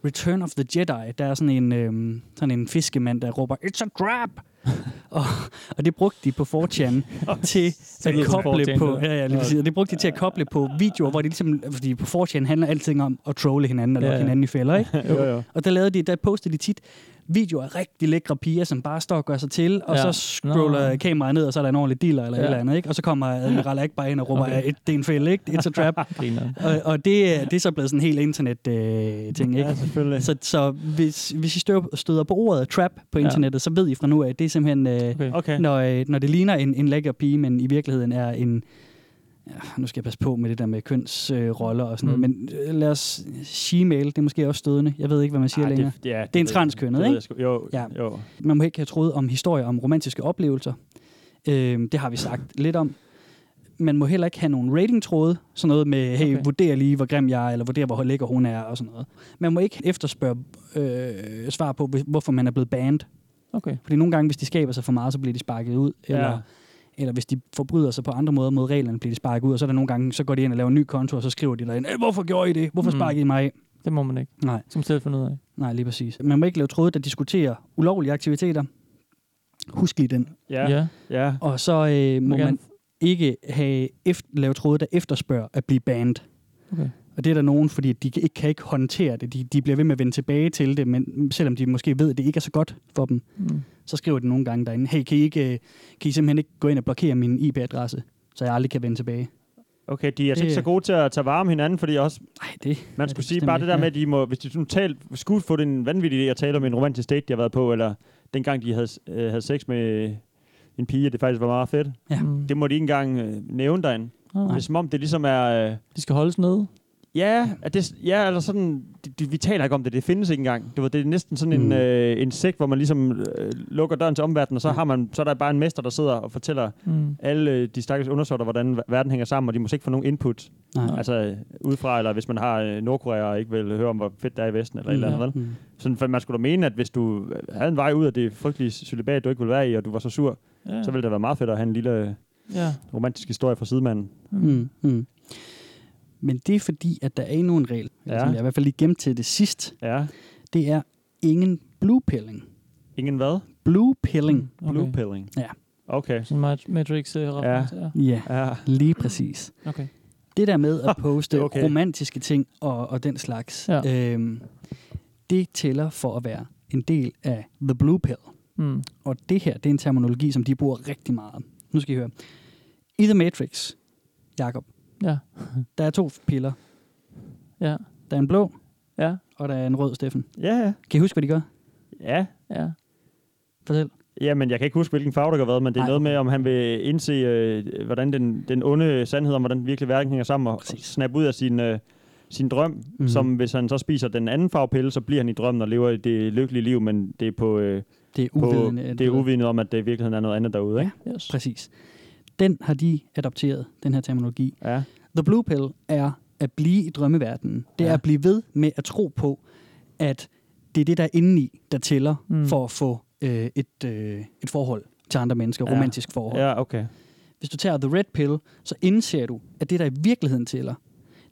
[SPEAKER 5] Return of the Jedi. Der er sådan en, øh, sådan en fiskemand, der råber, It's a trap! og, og det brugte de på 4chan til at
[SPEAKER 7] lyder som
[SPEAKER 5] koble
[SPEAKER 7] 4chan,
[SPEAKER 5] på...
[SPEAKER 7] det der.
[SPEAKER 5] Ja, ja, lige præcis. Og det brugte de til at koble på videoer, hvor de ligesom... Fordi på 4chan handler alting om at trolle hinanden og
[SPEAKER 7] Ja,
[SPEAKER 5] lukke
[SPEAKER 7] ja.
[SPEAKER 5] hinanden i fælder, ikke?
[SPEAKER 6] Jo, jo.
[SPEAKER 5] Og der, lavede de, der postede de tit videoer af rigtig lækre piger, som bare står og gør sig til, og
[SPEAKER 7] Ja.
[SPEAKER 5] så scroller
[SPEAKER 7] Nå.
[SPEAKER 5] kameraet ned, og så er der en ordentlig dealer eller
[SPEAKER 7] Ja.
[SPEAKER 5] et eller andet, ikke? Og så kommer Admiral Akbar ind og råber,
[SPEAKER 7] Okay.
[SPEAKER 5] okay. det er en fælde, ikke? It's a trap.
[SPEAKER 7] Griner.
[SPEAKER 5] og, og det, er- det er så blevet sådan en helt internet-ting, øh, ting, ikke?
[SPEAKER 6] Ja, selvfølgelig.
[SPEAKER 5] Så, så hvis, hvis I stø- støder på ordet trap på
[SPEAKER 7] Ja.
[SPEAKER 5] internettet, så ved I fra nu af, at det er simpelthen, øh, okay.
[SPEAKER 7] Okay.
[SPEAKER 6] Okay.
[SPEAKER 5] når, øh, når det ligner en, en lækker pige, men i virkeligheden er en... Ja, nu skal jeg passe på med det der med kønsroller øh, roller og sådan mm.
[SPEAKER 7] Mm.
[SPEAKER 5] noget, men øh, lad os she-mail, det er måske også stødende. Jeg ved ikke, hvad man siger
[SPEAKER 6] Ej,
[SPEAKER 5] Ej, længere.
[SPEAKER 6] Det, ja, det,
[SPEAKER 5] Det er en
[SPEAKER 6] ved-
[SPEAKER 5] transkønnet,
[SPEAKER 6] det ved
[SPEAKER 5] ikke?
[SPEAKER 6] jeg sgu- Jo,
[SPEAKER 5] Ja.
[SPEAKER 6] ja. jo.
[SPEAKER 5] Det... Man må ikke have troet om historier om romantiske oplevelser. Øh, det har vi sagt lidt om. Man må heller ikke have nogen ratingtråde, sådan noget med, hey,
[SPEAKER 7] Okay.
[SPEAKER 5] okay. vurder lige, hvor grim jeg er, eller vurder, hvor lækker hun er, og sådan noget. Man må ikke efterspørge øh, svar på, hvis- hvorfor man er blevet banned.
[SPEAKER 7] Okay.
[SPEAKER 5] Fordi nogle gange, hvis de skaber sig for meget, så bliver de sparket ud. Eller,
[SPEAKER 6] Ja.
[SPEAKER 5] ja. eller hvis de forbryder sig på andre måder mod reglerne, bliver de sparket ud. Og så er der nogle gange, så går de ind og laver en ny konto, og så skriver de derinde, "Øh, hvorfor gjorde I det? Hvorfor
[SPEAKER 7] Mm.
[SPEAKER 5] sparkede I mig af?
[SPEAKER 7] Det må man ikke.
[SPEAKER 5] Nej.
[SPEAKER 7] Som selv finder ud af.
[SPEAKER 5] Nej, lige præcis. Man må ikke lave tråde, der diskuterer ulovlige aktiviteter. Husk lige den.
[SPEAKER 6] Ja, ja. ja.
[SPEAKER 5] Og så øh, må
[SPEAKER 7] gerne-
[SPEAKER 5] man ikke have efter, lave tråde, der efterspørger at blive banned.
[SPEAKER 7] Okay.
[SPEAKER 5] Og det er der nogen, fordi de kan- ikke kan ikke håndtere det. De, de bliver ved med at vende tilbage til det, men selvom de måske ved, at det ikke er så godt for dem.
[SPEAKER 7] Mm.
[SPEAKER 5] så skriver den nogle gange derinde, hey, kan I, ikke, øh, kan I simpelthen ikke gå ind og blokere min IP-adresse, så jeg aldrig kan vende tilbage?
[SPEAKER 6] Okay, de er altså ikke
[SPEAKER 5] Det-
[SPEAKER 6] så gode til at tage varme hinanden, fordi også,
[SPEAKER 5] Nej, det er
[SPEAKER 6] man skulle sige
[SPEAKER 5] bestemt
[SPEAKER 6] bare
[SPEAKER 5] ikke.
[SPEAKER 6] det der
[SPEAKER 5] Ja.
[SPEAKER 6] med, at de må, hvis de nu talt, skulle få den vanvittige idé at tale om en romantisk date, de har været på, eller dengang de havde, øh, havde sex med en pige, og det faktisk var meget fedt.
[SPEAKER 5] Ja.
[SPEAKER 7] Mm.
[SPEAKER 6] Det må de ikke engang øh, nævne derinde.
[SPEAKER 7] Nå,
[SPEAKER 6] Det er som om, det ligesom er... Øh,
[SPEAKER 7] de skal holdes nede.
[SPEAKER 6] Ja, at det, ja eller sådan, det, det, vi taler ikke om det, det findes ikke engang. Det, var, det er næsten sådan en,
[SPEAKER 5] Mm.
[SPEAKER 6] øh, en sekt, hvor man ligesom øh, lukker døren til omverdenen, og så, har man, så er der bare en mester, der sidder og fortæller
[SPEAKER 7] Mm.
[SPEAKER 6] alle øh, de stakkels undersøgter, hvordan ver- verden hænger sammen, og de måske ikke få nogen input.
[SPEAKER 5] Nej.
[SPEAKER 6] Altså øh, udefra, eller hvis man har øh, Nordkorea og ikke vil høre om, hvor fedt der er i Vesten, eller mm, et eller
[SPEAKER 7] Mm,
[SPEAKER 6] andet. Vel?
[SPEAKER 5] Mm.
[SPEAKER 6] Sådan, for man skulle da mene, at hvis du øh, havde en vej ud af det frygtelige celibat, du ikke ville være i, og du var så sur,
[SPEAKER 7] Ja.
[SPEAKER 6] så ville det da være meget fedt at have en lille øh,
[SPEAKER 7] ja.
[SPEAKER 6] romantisk historie fra sidemanden.
[SPEAKER 5] Mm. Mm. Men det er fordi, at der er endnu en regel, ja.
[SPEAKER 6] Ja.
[SPEAKER 5] som jeg i hvert fald lige gemte til det sidst.
[SPEAKER 6] Ja.
[SPEAKER 5] Det er ingen bluepilling.
[SPEAKER 6] Ingen hvad?
[SPEAKER 5] Bluepilling.
[SPEAKER 7] Okay.
[SPEAKER 6] Blue pilling.
[SPEAKER 5] Ja.
[SPEAKER 6] Okay.
[SPEAKER 7] Sådan meget Matrix uh, reference. Ja.
[SPEAKER 5] Ja,
[SPEAKER 6] Ja.
[SPEAKER 5] lige præcis.
[SPEAKER 7] Okay.
[SPEAKER 5] Ah, Det der med at poste
[SPEAKER 6] Okay.
[SPEAKER 5] okay. romantiske ting og, og den slags, ja. øhm, det tæller for at være en del af The Blue Pill.
[SPEAKER 7] Mm.
[SPEAKER 5] Og det her, det er en terminologi, som de bruger rigtig meget. Nu skal I høre. I The Matrix, Jakob,
[SPEAKER 7] Ja.
[SPEAKER 5] der er to piller.
[SPEAKER 7] Ja.
[SPEAKER 5] Der er en blå,
[SPEAKER 7] Ja.
[SPEAKER 5] og der er en rød, Steffen.
[SPEAKER 6] Ja, ja.
[SPEAKER 5] Kan I huske, hvad de gør?
[SPEAKER 6] Ja,
[SPEAKER 7] Ja.
[SPEAKER 5] Fortæl.
[SPEAKER 6] ja, men jeg kan ikke huske, hvilken farve der har været, men det er
[SPEAKER 5] Nej.
[SPEAKER 6] noget med, om han vil indse, øh, hvordan den, den onde sandhed om, hvordan den virkelige verden hænger sammen, og, og
[SPEAKER 5] Præcis.
[SPEAKER 6] snappe ud af sin, øh, sin drøm, mm-hmm.
[SPEAKER 5] Mhm.
[SPEAKER 6] som hvis han så spiser den anden farve pille, så bliver han i drømmen og lever det lykkelige liv, men det er på, øh,
[SPEAKER 5] Det er
[SPEAKER 6] på
[SPEAKER 5] uvidende.
[SPEAKER 6] det er uvidende om, at det i virkeligheden er noget andet derude, ikke?
[SPEAKER 7] Yes.
[SPEAKER 5] Præcis. Den har de adopteret, den her terminologi.
[SPEAKER 6] Ja.
[SPEAKER 5] The Blue Pill er at blive i drømmeverdenen. Det ja.
[SPEAKER 6] Ja.
[SPEAKER 5] er at blive ved med at tro på, at det er det, der er indeni, der tæller
[SPEAKER 7] Mm.
[SPEAKER 5] mm. for at få øh, et, øh, et forhold til andre mennesker,
[SPEAKER 6] Ja.
[SPEAKER 5] ja. romantisk forhold. Ja.
[SPEAKER 6] Ja, okay.
[SPEAKER 5] Hvis du tager The Red Pill, så indser du, at det, der i virkeligheden tæller,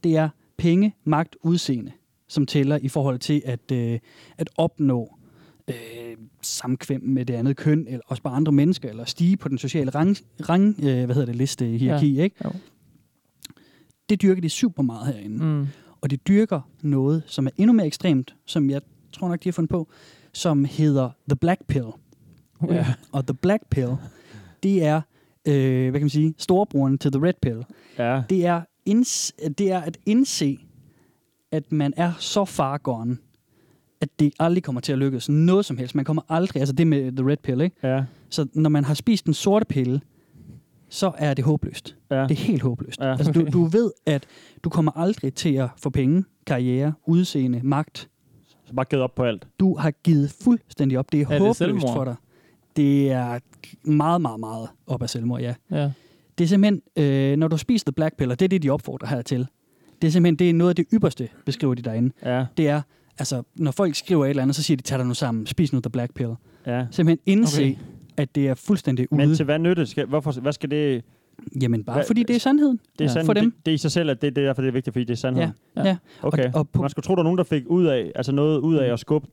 [SPEAKER 5] det er penge, magt, udseende, som tæller i forhold til at, øh, at opnå øh, samkvem med det andet køn, eller også bare andre mennesker, eller stige på den sociale rang, rang øh, hvad hedder det, liste, hierarki, ja. ikke?
[SPEAKER 7] Jo.
[SPEAKER 5] Det dyrker de super meget herinde.
[SPEAKER 7] Mm.
[SPEAKER 5] Og de dyrker noget, som er endnu mere ekstremt, som jeg tror nok, de har fundet på, som hedder The Black Pill.
[SPEAKER 7] Okay.
[SPEAKER 5] Og The Black Pill, det er, øh, hvad kan man sige, storebroren til The Red Pill.
[SPEAKER 6] Ja.
[SPEAKER 5] Det er, inds- det er at indse, at man er så far gone, at det aldrig kommer til at lykkes. Noget som helst. Man kommer aldrig, altså det med The Red Pill, ikke?
[SPEAKER 6] Ja.
[SPEAKER 5] Så når man har spist den sorte pille, så er det håbløst.
[SPEAKER 6] Ja.
[SPEAKER 5] Det er helt håbløst.
[SPEAKER 6] Ja.
[SPEAKER 5] Ja. Altså, du, du ved, at du kommer aldrig til at få penge, karriere, udseende, magt.
[SPEAKER 6] Så bare givet op på alt.
[SPEAKER 5] Du har givet fuldstændig op. Det er,
[SPEAKER 7] det
[SPEAKER 5] er håbløst
[SPEAKER 7] selvmord?
[SPEAKER 5] for dig. Det er meget, meget, meget op af selvmord, ja.
[SPEAKER 7] Ja.
[SPEAKER 5] Det er simpelthen, øh, når du spiser The Black Pill, og det er det, de opfordrer hertil. Det er simpelthen det er noget af det ypperste, beskriver de derinde.
[SPEAKER 6] Ja.
[SPEAKER 5] Det er, altså, når folk skriver et eller andet, så siger de, tag dig nu sammen, spis nu The Black Pill.
[SPEAKER 6] Ja.
[SPEAKER 5] Simpelthen indse,
[SPEAKER 6] Okay.
[SPEAKER 5] okay. at det er fuldstændig ude.
[SPEAKER 6] Men til hvad nytte? Skal, hvorfor, hvad skal det...
[SPEAKER 5] Jamen bare
[SPEAKER 6] Hvad-
[SPEAKER 5] Hva, fordi det er sandheden.
[SPEAKER 6] Det er,
[SPEAKER 5] Ja.
[SPEAKER 6] sand,
[SPEAKER 5] For dem.
[SPEAKER 6] Det, det er i sig selv, at det, det er derfor, det er vigtigt, fordi det er sandheden.
[SPEAKER 5] Ja, ja. ja.
[SPEAKER 6] Okay.
[SPEAKER 5] Og, og på, Mm.
[SPEAKER 6] Man skulle tro, der er nogen, der fik ud af, altså noget ud af at skubbe.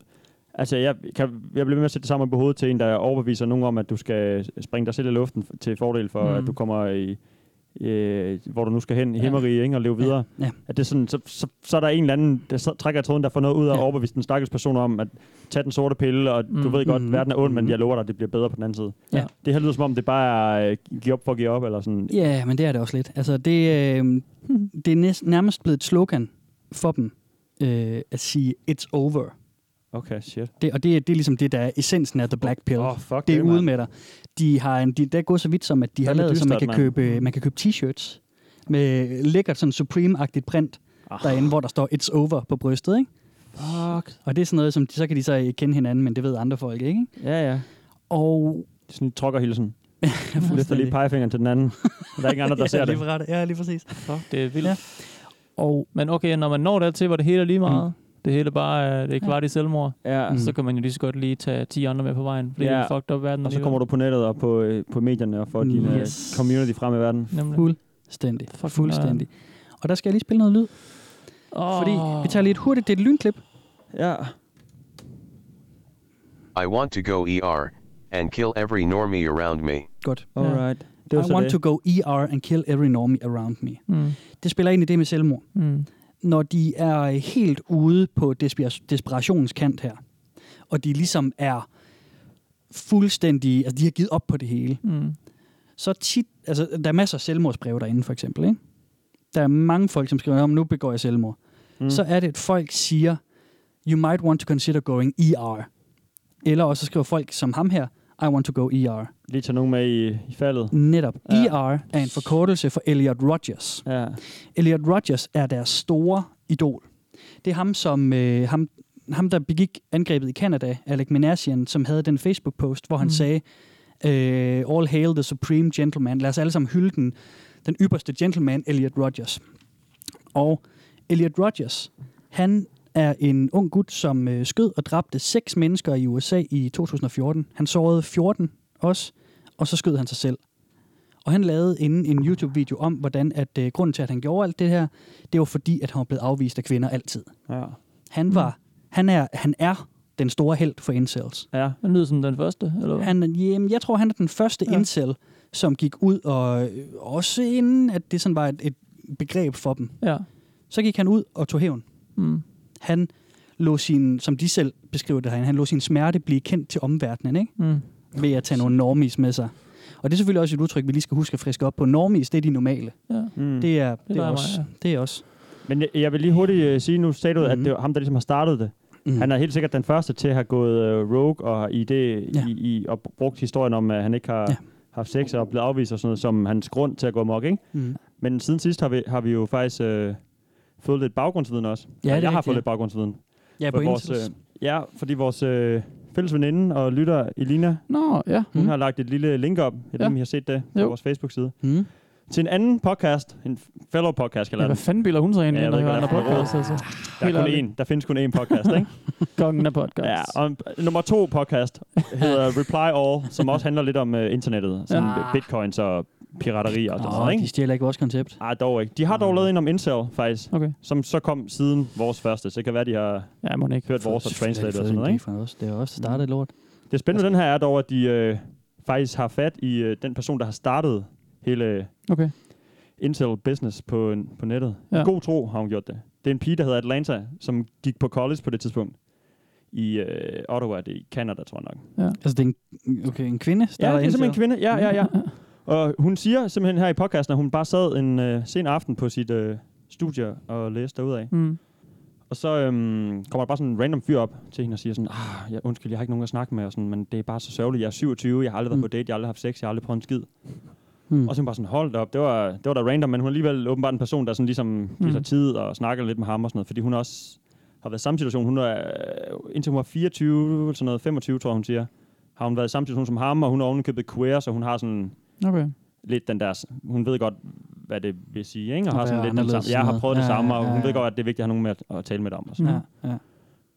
[SPEAKER 6] Altså, jeg, kan, jeg bliver ved med at sætte det sammen på hovedet til en, der overbeviser nogen om, at du skal springe dig selv i luften f- til fordel for,
[SPEAKER 7] Mm.
[SPEAKER 6] mm. at du kommer i, øh, hvor du nu skal hen i himmerige, ikke, og leve videre.
[SPEAKER 5] ja.
[SPEAKER 6] At det er sådan, så, så, så, er der en eller anden, der så, trækker i tråden, der får noget ud af at
[SPEAKER 5] Ja.
[SPEAKER 6] overbevise den stakkels person om, at tage den sorte pille, og mm. du
[SPEAKER 7] Mm.
[SPEAKER 6] ved godt,
[SPEAKER 5] Mhm.
[SPEAKER 6] verden er ond, men
[SPEAKER 5] Mhm.
[SPEAKER 6] jeg lover dig, det bliver bedre på den anden side.
[SPEAKER 5] Ja.
[SPEAKER 6] Det her lyder som om, det bare er øh, give op for at give op, eller sådan.
[SPEAKER 5] ja, men det er det også lidt. Altså, det, øh, det er næst, nærmest blevet et slogan for dem øh, at sige, it's over.
[SPEAKER 6] Okay, shit.
[SPEAKER 5] Det, og det, er- det er ligesom det, der er essensen af The Black Pill.
[SPEAKER 6] Åh, fuck
[SPEAKER 5] det er
[SPEAKER 6] mand.
[SPEAKER 5] ude med dig. De har en, de, der går så vidt som, at de har
[SPEAKER 6] Fandme
[SPEAKER 5] lavet, så man
[SPEAKER 6] dystert,
[SPEAKER 5] kan,
[SPEAKER 6] mand.
[SPEAKER 5] købe, man kan købe t-shirts med lækkert sådan Supreme-agtigt print
[SPEAKER 6] Ah.
[SPEAKER 5] derinde, hvor der står It's Over på brystet, ikke?
[SPEAKER 6] Fuck.
[SPEAKER 5] Og det er sådan noget, som de, så kan de så kende hinanden, men det ved andre folk, ikke?
[SPEAKER 6] Ja, ja.
[SPEAKER 5] Og
[SPEAKER 6] Det er sådan en trokkerhilsen. Du løfter lige pegefingeren til den anden. Og der er ikke andre, der ser
[SPEAKER 5] lige
[SPEAKER 6] det.
[SPEAKER 5] præ- Ja, lige præcis.
[SPEAKER 7] Fuck, det er vildt.
[SPEAKER 5] Ja.
[SPEAKER 7] Ja.
[SPEAKER 5] Og
[SPEAKER 7] Men okay, når man når dertil, hvor det hele er lige meget, mm. det hele bare er, det er kvart i selvmord,
[SPEAKER 6] Ja.
[SPEAKER 7] mm. så kan man jo lige så godt lige tage 10 andre med på vejen, fordi
[SPEAKER 6] Ja.
[SPEAKER 7] det er en fucked up verden.
[SPEAKER 6] Og så kommer du på nettet og på, øh, på medierne og får din øh,
[SPEAKER 5] Mm. Yes.
[SPEAKER 6] community frem i verden.
[SPEAKER 7] Nemlig.
[SPEAKER 5] fuldstændig,
[SPEAKER 7] Fucking
[SPEAKER 5] fuldstændig. Og der skal jeg lige spille noget lyd,
[SPEAKER 7] Oh.
[SPEAKER 5] fordi vi tager lige et hurtigt, det er et lynklip.
[SPEAKER 6] Ja.
[SPEAKER 10] I want to go ER and kill every normie around me.
[SPEAKER 5] Godt.
[SPEAKER 6] Alright. Det var
[SPEAKER 5] I
[SPEAKER 6] så
[SPEAKER 5] want
[SPEAKER 6] det.
[SPEAKER 5] to go ER and kill every normie around me.
[SPEAKER 7] Mm.
[SPEAKER 5] Det spiller ind i det med selvmord.
[SPEAKER 7] Mm.
[SPEAKER 5] når de er helt ude på desper- desperationskant her, og de ligesom er fuldstændig, altså de har givet op på det hele.
[SPEAKER 7] Mm.
[SPEAKER 5] Så tit, altså der er masser af selvmordsbreve derinde for eksempel, ikke? Der er mange folk, som skriver om, nu begår jeg selvmord. Mm. Så er det, at folk siger, you might want to consider going ER. Eller også skriver folk som ham her, I want to go ER.
[SPEAKER 6] Lige tage nogen med i, i faldet.
[SPEAKER 5] Netop.
[SPEAKER 6] Ja.
[SPEAKER 5] Ja. ER er en forkortelse for Elliot Rodgers.
[SPEAKER 6] Ja.
[SPEAKER 5] Elliot Rodgers er deres store idol. Det er ham, som, øh, ham, ham der begik angrebet i Canada, Alec Minassian, som havde den Facebook-post, hvor han
[SPEAKER 7] Mm.
[SPEAKER 5] mm. sagde, øh, All hail the supreme gentleman. Lad os alle sammen hylde den, den ypperste gentleman, Elliot Rodgers. Og Elliot Rodgers, han er en ung gut, som øh, skød og dræbte seks mennesker i USA i 2014. Han sårede 14 også, og så skød han sig selv. Og han lavede inden en YouTube-video om, hvordan at øh, grunden til, at han gjorde alt det her, det var fordi, at han var blevet afvist af kvinder altid.
[SPEAKER 6] Ja.
[SPEAKER 5] Han var, han er, han er den store held for incels.
[SPEAKER 6] ja.
[SPEAKER 7] Han lyder som den første, eller hvad?
[SPEAKER 5] Han, jamen, jeg tror, han er den første
[SPEAKER 7] Ja.
[SPEAKER 5] ja. incel, som gik ud, og øh, også inden, at det sådan var et, et begreb for dem.
[SPEAKER 7] Ja.
[SPEAKER 5] Så gik han ud og tog hævn.
[SPEAKER 7] Mm.
[SPEAKER 5] Han lå sin, som de selv beskriver det herinde, han lå sin smerte blive kendt til omverdenen, ikke?
[SPEAKER 7] Mm.
[SPEAKER 5] ved at tage nogle normis med sig. Og det er selvfølgelig også et udtryk, vi lige skal huske at friske op på. Normis, det er de normale.
[SPEAKER 7] ja.
[SPEAKER 6] Mm.
[SPEAKER 5] Det er, det
[SPEAKER 7] der
[SPEAKER 5] er,
[SPEAKER 7] er
[SPEAKER 5] også,
[SPEAKER 7] mig,
[SPEAKER 5] det er også.
[SPEAKER 6] Men jeg, jeg vil lige hurtigt øh, sige, nu sagde du, at
[SPEAKER 5] Mhm.
[SPEAKER 6] det var ham, der ligesom har startet det.
[SPEAKER 5] Mm.
[SPEAKER 6] Han er helt sikkert den første til at have gået øh, rogue og har i det
[SPEAKER 5] Ja.
[SPEAKER 6] i, i, og brugt historien om, at han ikke har
[SPEAKER 5] Ja.
[SPEAKER 6] haft sex og er blevet afvist og sådan noget, som hans grund til at gå amok, ikke?
[SPEAKER 5] Mm.
[SPEAKER 6] Men siden sidst har vi, har vi jo faktisk øh, fået lidt baggrundsviden også.
[SPEAKER 5] Ja,
[SPEAKER 6] Og
[SPEAKER 5] det er
[SPEAKER 6] jeg har
[SPEAKER 5] rigtigt,
[SPEAKER 6] fået
[SPEAKER 5] ja.
[SPEAKER 6] lidt baggrundsviden.
[SPEAKER 5] Ja, på
[SPEAKER 6] For vores,
[SPEAKER 5] incels.
[SPEAKER 6] øh, ja, fordi vores øh, fælles veninde og lytter, Elina,
[SPEAKER 7] Nå, ja.
[SPEAKER 6] hun
[SPEAKER 5] Mm.
[SPEAKER 6] har lagt et lille link op, jeg ved
[SPEAKER 7] Ja.
[SPEAKER 6] ikke, om I har set det, på
[SPEAKER 7] Jo.
[SPEAKER 6] vores Facebook-side,
[SPEAKER 5] Mm.
[SPEAKER 6] til en anden podcast, en fellow podcast, kalder jeg
[SPEAKER 7] ja. Hvad
[SPEAKER 6] den.
[SPEAKER 7] fanden bilder hun sig ind,
[SPEAKER 6] Ja, jeg
[SPEAKER 7] ja,
[SPEAKER 6] ved
[SPEAKER 7] når
[SPEAKER 6] ikke,
[SPEAKER 7] hun
[SPEAKER 6] hvad
[SPEAKER 7] er
[SPEAKER 6] der er for
[SPEAKER 7] podcast? Altså.
[SPEAKER 6] Der
[SPEAKER 7] Helt
[SPEAKER 6] er kun
[SPEAKER 7] ærligt.
[SPEAKER 6] en, der findes kun én podcast, ikke?
[SPEAKER 7] Kongen af podcast.
[SPEAKER 6] Ja, og nummer to podcast hedder Reply All, som også handler lidt om uh, internettet, sådan
[SPEAKER 5] Ah.
[SPEAKER 6] bitcoins og pirateri og sådan
[SPEAKER 5] Nå,
[SPEAKER 6] noget,
[SPEAKER 5] de
[SPEAKER 6] ikke?
[SPEAKER 5] stjæler ikke vores koncept.
[SPEAKER 6] Ah, dog ikke. De har dog lavet en om incel, faktisk,
[SPEAKER 7] Okay.
[SPEAKER 6] som så kom siden vores første, så det kan være, de har
[SPEAKER 7] Ja, må ikke.
[SPEAKER 6] hørt vores og translated og sådan noget, ikke?
[SPEAKER 5] Det er også startet lort.
[SPEAKER 6] Det spændende ved den her er dog, at de øh, faktisk har fat i øh, den person, der har startet hele øh,
[SPEAKER 7] Okay.
[SPEAKER 6] Intel Business på, en- på nettet. Ja.
[SPEAKER 7] Ja.
[SPEAKER 6] I god tro har hun gjort det. Det er en pige, der hedder Atlanta, som gik på college på det tidspunkt. I øh, Ottawa, det er i Canada, tror jeg nok.
[SPEAKER 5] Altså, det er en, okay, en kvinde?
[SPEAKER 6] Ja, det er
[SPEAKER 5] starter
[SPEAKER 6] simpelthen en
[SPEAKER 5] incel.
[SPEAKER 6] kvinde. Ja, ja, ja. Og hun siger simpelthen her i podcasten, at hun bare sad en øh, sen aften på sit øh, studie og læste derudad.
[SPEAKER 7] Mm.
[SPEAKER 6] Og så øhm, kommer der bare sådan en random fyr op til hende og siger sådan, ah, jeg, undskyld, jeg har ikke nogen at snakke med, og sådan, men det er bare så sørgeligt. Jeg er 27, jeg har aldrig været
[SPEAKER 5] Mm.
[SPEAKER 6] på date, jeg har aldrig haft sex, jeg har aldrig prøvet en skid.
[SPEAKER 5] Mm.
[SPEAKER 6] Og så er hun bare sådan, hold da op, det var, det var da random, men hun er alligevel åbenbart en person, der sådan ligesom giver sig
[SPEAKER 7] Mm.
[SPEAKER 6] tid og snakker lidt med ham og sådan noget, fordi hun også har været i samme situation. Hun er, øh, indtil hun var 24, eller sådan noget, 25, tror jeg, hun siger, har hun været i samme situation som ham, og hun er ovenikøbet queer, så hun har sådan
[SPEAKER 7] Okay.
[SPEAKER 6] lidt den der, hun ved godt, hvad det vil sige, ikke? Og
[SPEAKER 5] Og
[SPEAKER 6] har
[SPEAKER 5] være
[SPEAKER 6] sådan lidt den
[SPEAKER 5] anderledes
[SPEAKER 6] samme. Jeg
[SPEAKER 5] sådan
[SPEAKER 6] har
[SPEAKER 5] noget.
[SPEAKER 6] prøvet det
[SPEAKER 5] Ja,
[SPEAKER 6] samme, og
[SPEAKER 5] ja,
[SPEAKER 6] hun
[SPEAKER 5] ja.
[SPEAKER 6] ved godt, at det er vigtigt at have nogen med at, at tale med dig om. Og sådan.
[SPEAKER 7] kvinde.
[SPEAKER 5] Ja,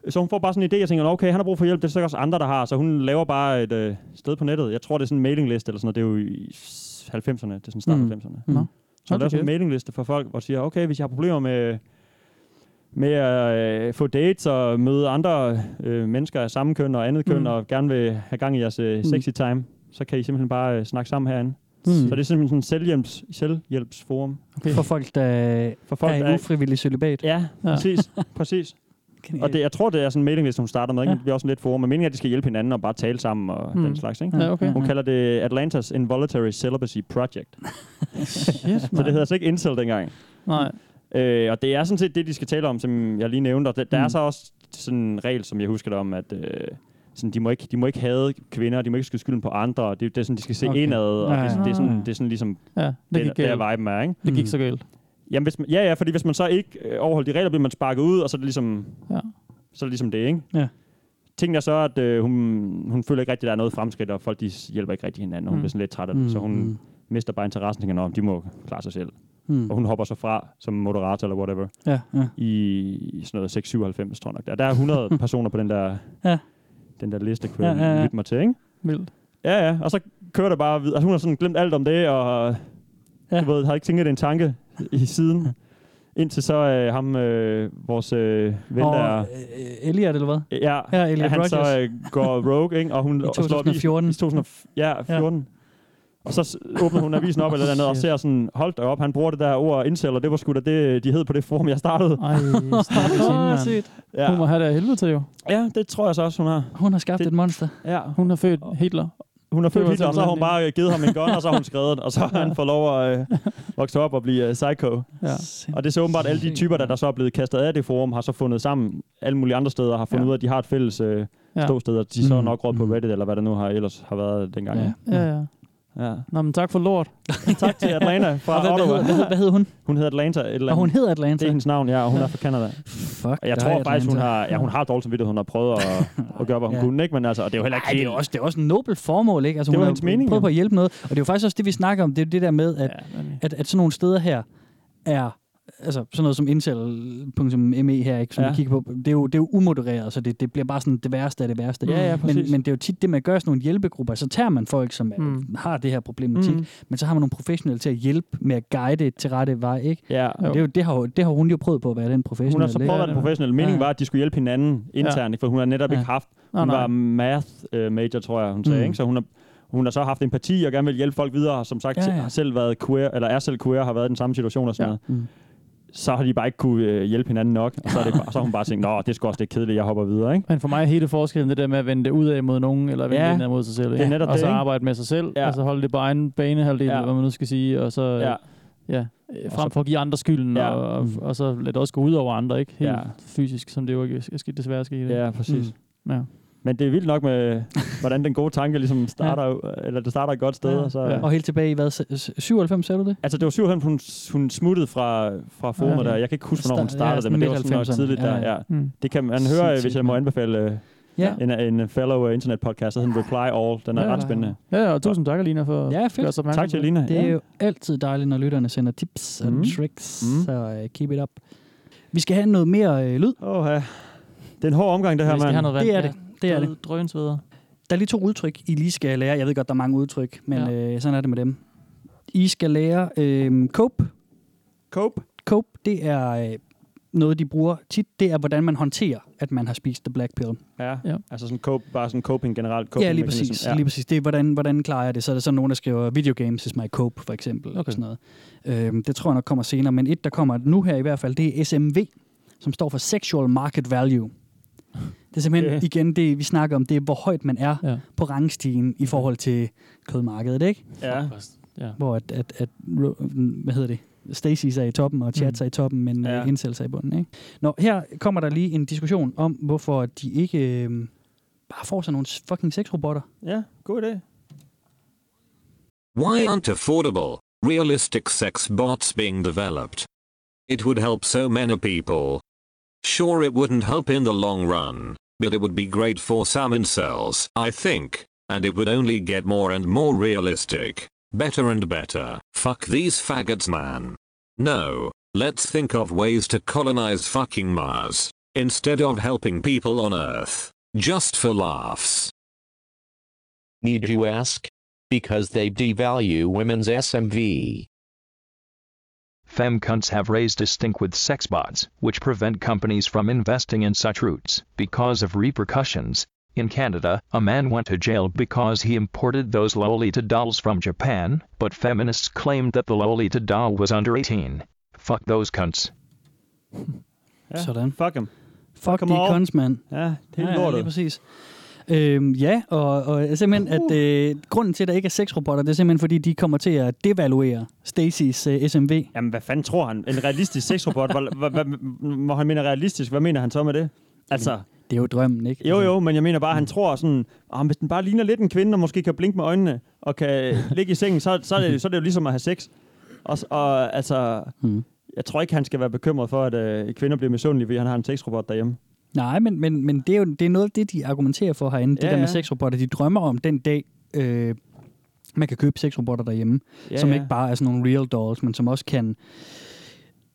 [SPEAKER 5] ja.
[SPEAKER 6] Så hun får bare sådan en idé, jeg tænker, okay, han har brug for hjælp, det er sikkert også andre, der har, så hun laver bare et øh, sted på nettet. Jeg tror, det er sådan en mailingliste eller sådan noget, det er jo i 90'erne, det er sådan start
[SPEAKER 5] Mm.
[SPEAKER 6] 90'erne. Så
[SPEAKER 7] Nå.
[SPEAKER 5] Mm.
[SPEAKER 6] hun
[SPEAKER 7] Hold da
[SPEAKER 6] laver sådan en
[SPEAKER 7] kæft.
[SPEAKER 6] mailingliste for folk, hvor de siger, okay, hvis jeg har problemer med, med at øh, få dates og møde andre øh, mennesker af samme køn og andet køn,
[SPEAKER 7] Mm.
[SPEAKER 6] og gerne vil have gang i jeres øh, sexy time, så kan I simpelthen bare øh, snakke sammen herinde.
[SPEAKER 5] Mm.
[SPEAKER 6] Så det er simpelthen sådan en selvhjælps, selvhjælpsforum
[SPEAKER 7] Okay.
[SPEAKER 5] For folk, der
[SPEAKER 6] for folk,
[SPEAKER 5] Folk, er
[SPEAKER 6] der
[SPEAKER 5] i
[SPEAKER 6] er-
[SPEAKER 5] ufrivillig celibat.
[SPEAKER 6] Ja,
[SPEAKER 7] Ja.
[SPEAKER 6] præcis. præcis. Og det, jeg tror, det er sådan en mailingliste, hun starter med. Ikke?
[SPEAKER 7] Ja.
[SPEAKER 6] Det bliver også sådan lidt forum. Men meningen er, at de skal hjælpe hinanden og bare tale sammen og
[SPEAKER 7] Mm.
[SPEAKER 6] den slags. Ikke?
[SPEAKER 7] Ja, okay.
[SPEAKER 6] Hun kalder det Atlantas Involuntary Celibacy Project.
[SPEAKER 7] Shit,
[SPEAKER 6] Så det hedder altså ikke incel dengang.
[SPEAKER 7] Nej.
[SPEAKER 6] Øh, og det er sådan set det, de skal tale om, som jeg lige nævnte. Og der, der er
[SPEAKER 5] Mm.
[SPEAKER 6] så også sådan en regel, som jeg husker det om, at øh, sådan, de, må ikke, de må ikke have kvinder, de må ikke skyde skylden på andre. og Det, det er sådan, de skal se
[SPEAKER 5] Okay.
[SPEAKER 6] okay. indad, og det,
[SPEAKER 7] Ja.
[SPEAKER 6] det, er sådan,
[SPEAKER 5] Ah.
[SPEAKER 6] det er sådan ligesom
[SPEAKER 7] Ja, det Mm.
[SPEAKER 6] det,
[SPEAKER 7] gik
[SPEAKER 6] det,
[SPEAKER 7] galt.
[SPEAKER 6] der viben er. Ikke?
[SPEAKER 7] Det
[SPEAKER 5] Mm.
[SPEAKER 7] gik så galt.
[SPEAKER 6] Jamen, hvis man, ja, ja, fordi hvis man så ikke øh, overholder de regler, bliver man sparket ud, og så er det ligesom,
[SPEAKER 7] Ja.
[SPEAKER 6] ja. så er det, ligesom det, ikke?
[SPEAKER 5] Ja.
[SPEAKER 6] Tænkte jeg så, at øh, hun, hun føler ikke rigtig, at der er noget fremskridt, og folk de hjælper ikke rigtig hinanden, og hun
[SPEAKER 7] Mm.
[SPEAKER 6] bliver sådan lidt træt af det, så hun
[SPEAKER 5] Mm.
[SPEAKER 6] mister bare interessen, tænker, om de må klare sig selv.
[SPEAKER 5] Mm.
[SPEAKER 6] Og hun hopper så fra som moderator eller whatever
[SPEAKER 5] Ja, ja.
[SPEAKER 6] i, i sådan noget 697, tror jeg nok. Der, der er 100 personer på den der,
[SPEAKER 5] Ja.
[SPEAKER 6] den der liste, kunne jeg
[SPEAKER 5] Ja, ja, ja.
[SPEAKER 6] lytte mig til, ikke?
[SPEAKER 7] Vildt.
[SPEAKER 6] Ja, ja, og så kører det bare videre. Altså, hun har sådan glemt alt om det, og ja.
[SPEAKER 5] Ja.
[SPEAKER 6] du ved, har ikke tænkt en tanke i siden. Indtil så øh, ham, øh, vores øh, ven,
[SPEAKER 5] Og
[SPEAKER 6] der...
[SPEAKER 5] øh, Elliot, eller hvad?
[SPEAKER 6] Ja,
[SPEAKER 5] Ja, Elliot
[SPEAKER 6] han
[SPEAKER 5] Rodgers.
[SPEAKER 6] så øh, går rogue, ikke? Og hun
[SPEAKER 5] I
[SPEAKER 6] og slår lige-
[SPEAKER 5] 2014.
[SPEAKER 6] I 2014. Ja, 14. Og så s- åbner hun avisen op eller andet og ser sådan, hold da op, han bruger det der ord incel, og det var sgu da det, de hed på det forum, jeg startede.
[SPEAKER 7] Ej, stakkels hende,
[SPEAKER 5] Åh,
[SPEAKER 7] mand.
[SPEAKER 5] sygt.
[SPEAKER 6] Ja.
[SPEAKER 7] Hun må have det af helvede til jo.
[SPEAKER 6] ja, det tror jeg så også, hun har.
[SPEAKER 5] Hun har skabt
[SPEAKER 6] Det-
[SPEAKER 5] et monster.
[SPEAKER 6] Ja.
[SPEAKER 7] Hun har født Hitler.
[SPEAKER 6] Hun har
[SPEAKER 7] Det
[SPEAKER 6] født
[SPEAKER 7] var
[SPEAKER 6] Hitler, og så har hun
[SPEAKER 7] sådan
[SPEAKER 6] bare øh, givet ham en gun, og så har hun skrevet den, og så har han fået lov at øh, vokse op og blive øh, psycho.
[SPEAKER 7] Ja.
[SPEAKER 6] Og det er så åbenbart, at alle de typer, der, der så er blevet kastet af det forum, har så fundet sammen alle mulige andre steder, og har fundet
[SPEAKER 7] Ja.
[SPEAKER 6] ud af, at de har et fælles øh,
[SPEAKER 7] Ja.
[SPEAKER 6] ståsted, og de så
[SPEAKER 5] Mm.
[SPEAKER 6] nok råd på Reddit, eller hvad det nu har ellers har været dengang.
[SPEAKER 5] Ja.
[SPEAKER 6] Ja.
[SPEAKER 7] Ja, ja.
[SPEAKER 6] Ja.
[SPEAKER 7] Nå, men tak for lort.
[SPEAKER 6] Tak til Atlanta fra
[SPEAKER 5] Og hvad, hvad,
[SPEAKER 6] Ottawa.
[SPEAKER 5] hedder, hvad, hedder, hvad hedder hun?
[SPEAKER 6] Hun hedder Atlanta. Et eller
[SPEAKER 5] Og hun
[SPEAKER 6] andet.
[SPEAKER 5] hedder Atlanta.
[SPEAKER 6] Det er hendes navn, ja, og hun er fra Canada.
[SPEAKER 5] Fuck,
[SPEAKER 6] Og jeg
[SPEAKER 5] dig,
[SPEAKER 6] tror faktisk, hun
[SPEAKER 5] Atlanta.
[SPEAKER 6] har, ja, hun har dårlig samvittighed, hun har prøvet at, at gøre, hvad hun
[SPEAKER 5] Ja.
[SPEAKER 6] kunne, ikke? Men altså, og det er jo heller ikke
[SPEAKER 5] Ej, det er
[SPEAKER 6] helt-
[SPEAKER 5] også, det er også en nobel formål, ikke? Altså,
[SPEAKER 6] Det
[SPEAKER 5] hun
[SPEAKER 6] var
[SPEAKER 5] har
[SPEAKER 6] hendes mening,
[SPEAKER 5] prøvet
[SPEAKER 6] jo.
[SPEAKER 5] på at hjælpe noget. Og det er jo faktisk også det, vi snakker om. Det er jo det der med, at,
[SPEAKER 7] Ja, men-
[SPEAKER 5] at, at sådan nogle steder her er... Altså sådan noget som incel.me E her, ikke, som
[SPEAKER 6] Ja.
[SPEAKER 5] ja. vi kigger på, det er jo, det er jo umodereret, så det, det bliver bare sådan det værste af det værste.
[SPEAKER 7] Ja, ja,
[SPEAKER 5] men,
[SPEAKER 7] præcis.
[SPEAKER 5] men det er jo tit det, man gør i sådan nogle hjælpegrupper. Så tager man folk, som
[SPEAKER 7] Mm.
[SPEAKER 5] mm. har det her problematik,
[SPEAKER 7] Mm.
[SPEAKER 5] mm. men så har man nogle professionelle til at hjælpe med at guide til rette vej, ikke?
[SPEAKER 6] Ja,
[SPEAKER 5] Jo. Det, er jo, det, har, jo- det har hun jo prøvet på at være den
[SPEAKER 6] hun
[SPEAKER 5] professionelle.
[SPEAKER 6] har så prøvet at være den professionelle. Meningen var, at de skulle hjælpe hinanden internt, ikke? for hun har netop
[SPEAKER 5] Ja.
[SPEAKER 6] ikke haft.
[SPEAKER 7] Nå,
[SPEAKER 6] Hun
[SPEAKER 7] nej.
[SPEAKER 6] var math øh, major, tror jeg, hun sagde.
[SPEAKER 5] Mm.
[SPEAKER 6] Ikke? Så hun har, hun har så haft empati og gerne vil hjælpe folk videre, og som sagt
[SPEAKER 5] Ja,
[SPEAKER 6] ja,
[SPEAKER 5] ja.
[SPEAKER 6] ja. har selv været queer, eller er selv queer, har været i den samme situation og sådan
[SPEAKER 7] Ja.
[SPEAKER 6] ja. noget.
[SPEAKER 5] Mm.
[SPEAKER 6] Så har de bare ikke kunne øh, hjælpe hinanden nok, og så, er det bare, så har hun bare tænkt, nå, det er sgu også lidt kedeligt, jeg hopper videre, ikke?
[SPEAKER 7] Men for mig er hele forskellen det der med at vende det ud af mod nogen, eller vende
[SPEAKER 6] Ja.
[SPEAKER 7] det indad mod sig selv.
[SPEAKER 6] Det er netop
[SPEAKER 7] og
[SPEAKER 6] det,
[SPEAKER 7] så
[SPEAKER 6] ikke?
[SPEAKER 7] arbejde med sig selv,
[SPEAKER 6] Ja.
[SPEAKER 7] ja. og så holde det på egen banehalvdel,
[SPEAKER 6] Ja.
[SPEAKER 7] ja. hvad man nu skal sige, og så ja.
[SPEAKER 6] Ja.
[SPEAKER 7] Ja, øh,
[SPEAKER 6] Og
[SPEAKER 7] frem
[SPEAKER 6] så-
[SPEAKER 7] for at give andre skylden,
[SPEAKER 6] Ja.
[SPEAKER 7] ja. og, og, og så lade det også gå ud over andre, ikke? Helt
[SPEAKER 6] Ja.
[SPEAKER 7] ja. fysisk, som det jo ikke er sket, desværre sket. ikke?
[SPEAKER 6] Ja, præcis. Mm.
[SPEAKER 7] Ja.
[SPEAKER 6] Men det er vildt nok med, hvordan den gode tanke ligesom starter, ja. eller det starter et godt sted, ja. og så...
[SPEAKER 7] Ja.
[SPEAKER 6] Ja.
[SPEAKER 5] Og helt tilbage i hvad? s- s- 97, sagde du det?
[SPEAKER 6] Altså, det var 97, hun, hun smuttede fra, fra forumet
[SPEAKER 5] Ja.
[SPEAKER 6] der. Jeg kan ikke huske, hvornår hun
[SPEAKER 5] Sta- ja,
[SPEAKER 6] startede det, men det var
[SPEAKER 5] sådan
[SPEAKER 6] sådan nok
[SPEAKER 5] midt-halvfemserne.
[SPEAKER 6] tidligt der.
[SPEAKER 5] Ja, ja.
[SPEAKER 6] Ja.
[SPEAKER 7] Mm.
[SPEAKER 6] Det kan man høre,
[SPEAKER 5] Sindssygt,
[SPEAKER 6] hvis jeg må anbefale øh,
[SPEAKER 5] Ja.
[SPEAKER 6] en, en fellow øh, internet podcast, der hedder Reply All. Den er
[SPEAKER 7] Ja,
[SPEAKER 6] ret
[SPEAKER 7] ja.
[SPEAKER 6] spændende.
[SPEAKER 7] ja, og tusind tak, Alina, for
[SPEAKER 5] Ja, fedt.
[SPEAKER 7] at gøre os opmærksom
[SPEAKER 6] Tak til
[SPEAKER 7] på det.
[SPEAKER 6] Alina.
[SPEAKER 5] Det er jo altid dejligt, når lytterne sender tips og
[SPEAKER 6] Mm.
[SPEAKER 5] mm. tricks,
[SPEAKER 6] Mm.
[SPEAKER 5] mm. så uh, keep it up. Vi skal have noget mere øh, lyd.
[SPEAKER 6] Åh, ja. Det er en hård omgang, det her,
[SPEAKER 7] Vi skal have
[SPEAKER 6] mand.
[SPEAKER 7] noget vand.
[SPEAKER 5] Det er det. Det er det.
[SPEAKER 7] Drønsveder.
[SPEAKER 5] Der er lige to udtryk, I lige skal lære. Jeg ved godt, der er mange udtryk, men ja. øh, sådan er det med dem. I skal lære øh, cope.
[SPEAKER 6] Cope.
[SPEAKER 5] Cope, det er øh, noget, de bruger tit. Det er, hvordan man håndterer, at man har spist the black pill.
[SPEAKER 6] Ja.
[SPEAKER 7] Ja.
[SPEAKER 6] ja. Altså sådan cope, bare sådan coping generelt. Coping
[SPEAKER 5] Ja, lige
[SPEAKER 6] mechanism.
[SPEAKER 5] præcis.
[SPEAKER 6] Ja.
[SPEAKER 5] Ja. Lige præcis. Det er, hvordan, hvordan klarer jeg det? Så er der sådan nogen, der skriver, video games is my cope, for eksempel. Okay.
[SPEAKER 7] Okay.
[SPEAKER 5] Og sådan noget. Øhm, det tror jeg nok kommer senere. Men et, der kommer nu her i hvert fald, det er SMV, som står for Sexual Market Value. Det er simpelthen,
[SPEAKER 6] Okay.
[SPEAKER 5] okay. igen, det vi snakker om, det er, hvor højt man er
[SPEAKER 7] Ja.
[SPEAKER 5] på rangstigen i forhold til kødmarkedet, ikke?
[SPEAKER 6] Ja.
[SPEAKER 7] ja.
[SPEAKER 5] Hvor at, at, at ro- hvad hedder det? Stacy's er i toppen, og Chats
[SPEAKER 7] Mm.
[SPEAKER 5] er i toppen, men
[SPEAKER 6] Ja.
[SPEAKER 5] ja. Incels er i bunden, ikke? Nå, her kommer der lige en diskussion om, hvorfor de ikke øh, bare får sådan nogle fucking sexrobotter.
[SPEAKER 6] ja, god idé.
[SPEAKER 11] Why aren't affordable, realistic sex bots being developed? It would help so many people. Sure, it wouldn't help in the long run, but it would be great for some incels, I think, and it would only get more and more realistic, better and better. Fuck these faggots, man. No, let's think of ways to colonize fucking Mars, instead of helping people on Earth, just for laughs.
[SPEAKER 10] Need you ask? Because they devalue women's SMV.
[SPEAKER 12] Fem cunts have raised a stink with sex bots, which prevent companies from investing in such routes because of repercussions. In Canada, a man went to jail because he imported those Lolita dolls from Japan, but feminists claimed that the Lolita doll was under 18. Fuck those cunts.
[SPEAKER 6] Ja.
[SPEAKER 5] Sådan.
[SPEAKER 6] Fuck him.
[SPEAKER 5] Fuck
[SPEAKER 6] Come
[SPEAKER 5] de
[SPEAKER 6] on.
[SPEAKER 5] cons, mand.
[SPEAKER 6] Ja, det er
[SPEAKER 5] Ja, ja, lige
[SPEAKER 6] lortet.
[SPEAKER 5] præcis. Øhm, ja, og, og simpelthen, at
[SPEAKER 6] Uh.
[SPEAKER 5] øh, grunden til, at der ikke er sexrobotter, det er simpelthen, fordi de kommer til at devaluere Stacys øh, SMV.
[SPEAKER 6] Jamen, hvad fanden tror han? En realistisk sexrobot? Hvor, hvor, hvor, hvor han mener realistisk, hvad mener han så med det? Altså,
[SPEAKER 5] Det er jo drømmen, ikke? Altså,
[SPEAKER 6] Jo, jo, men jeg mener bare, at han tror sådan, oh, hvis den bare ligner lidt en kvinde, og måske kan blinke med øjnene, og kan ligge i sengen, så, så, er, det, så er det jo ligesom at have sex. Og, s- og altså,
[SPEAKER 5] Mm.
[SPEAKER 6] jeg tror ikke, han skal være bekymret for, at øh, kvinder bliver misundelige, fordi han har en sexrobot derhjemme.
[SPEAKER 5] Nej, men, men, men det er jo det er noget af det, de argumenterer for herinde. Det
[SPEAKER 6] Ja,
[SPEAKER 5] der med
[SPEAKER 6] ja.
[SPEAKER 5] sexrobotter, de drømmer om den dag, øh, man kan købe sexrobotter derhjemme,
[SPEAKER 6] Ja,
[SPEAKER 5] ja, som
[SPEAKER 6] ja.
[SPEAKER 5] ja. ikke bare er sådan nogle real dolls, men som også kan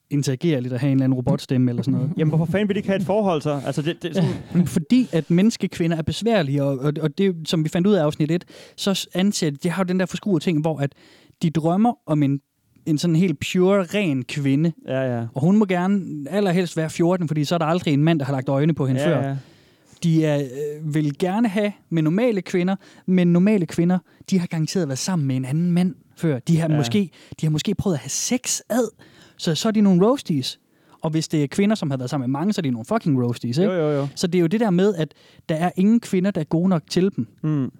[SPEAKER 5] interagere lidt og have en eller anden robotstemme eller sådan noget.
[SPEAKER 6] Jamen, hvorfor fanden vil de ikke have et forhold så? Altså, det, det, er sådan,
[SPEAKER 5] Fordi at menneskekvinder er besværlige, og, og, og det, som vi fandt ud af i afsnit 1, så anser de, de har jo den der forskruede ting, hvor at de drømmer om en, en sådan helt pure, ren kvinde,
[SPEAKER 6] ja, ja.
[SPEAKER 5] og hun må gerne allerhelst være 14, fordi så er der aldrig en mand, der har lagt øjne på hende
[SPEAKER 6] ja,
[SPEAKER 5] før.
[SPEAKER 6] ja.
[SPEAKER 5] de er, øh, vil gerne have med normale kvinder, men normale kvinder, de har garanteret været sammen med en anden mand før. De har,
[SPEAKER 7] Ja.
[SPEAKER 5] ja. måske, de har måske prøvet at have sex ad, så så er de nogle roasties. Og hvis det er kvinder, som har været sammen med mange, så er de nogle fucking roasties, ikke?
[SPEAKER 7] Jo, jo, jo.
[SPEAKER 5] Så det er jo det der med, at der er ingen kvinder, der er gode nok til dem.
[SPEAKER 7] Mm.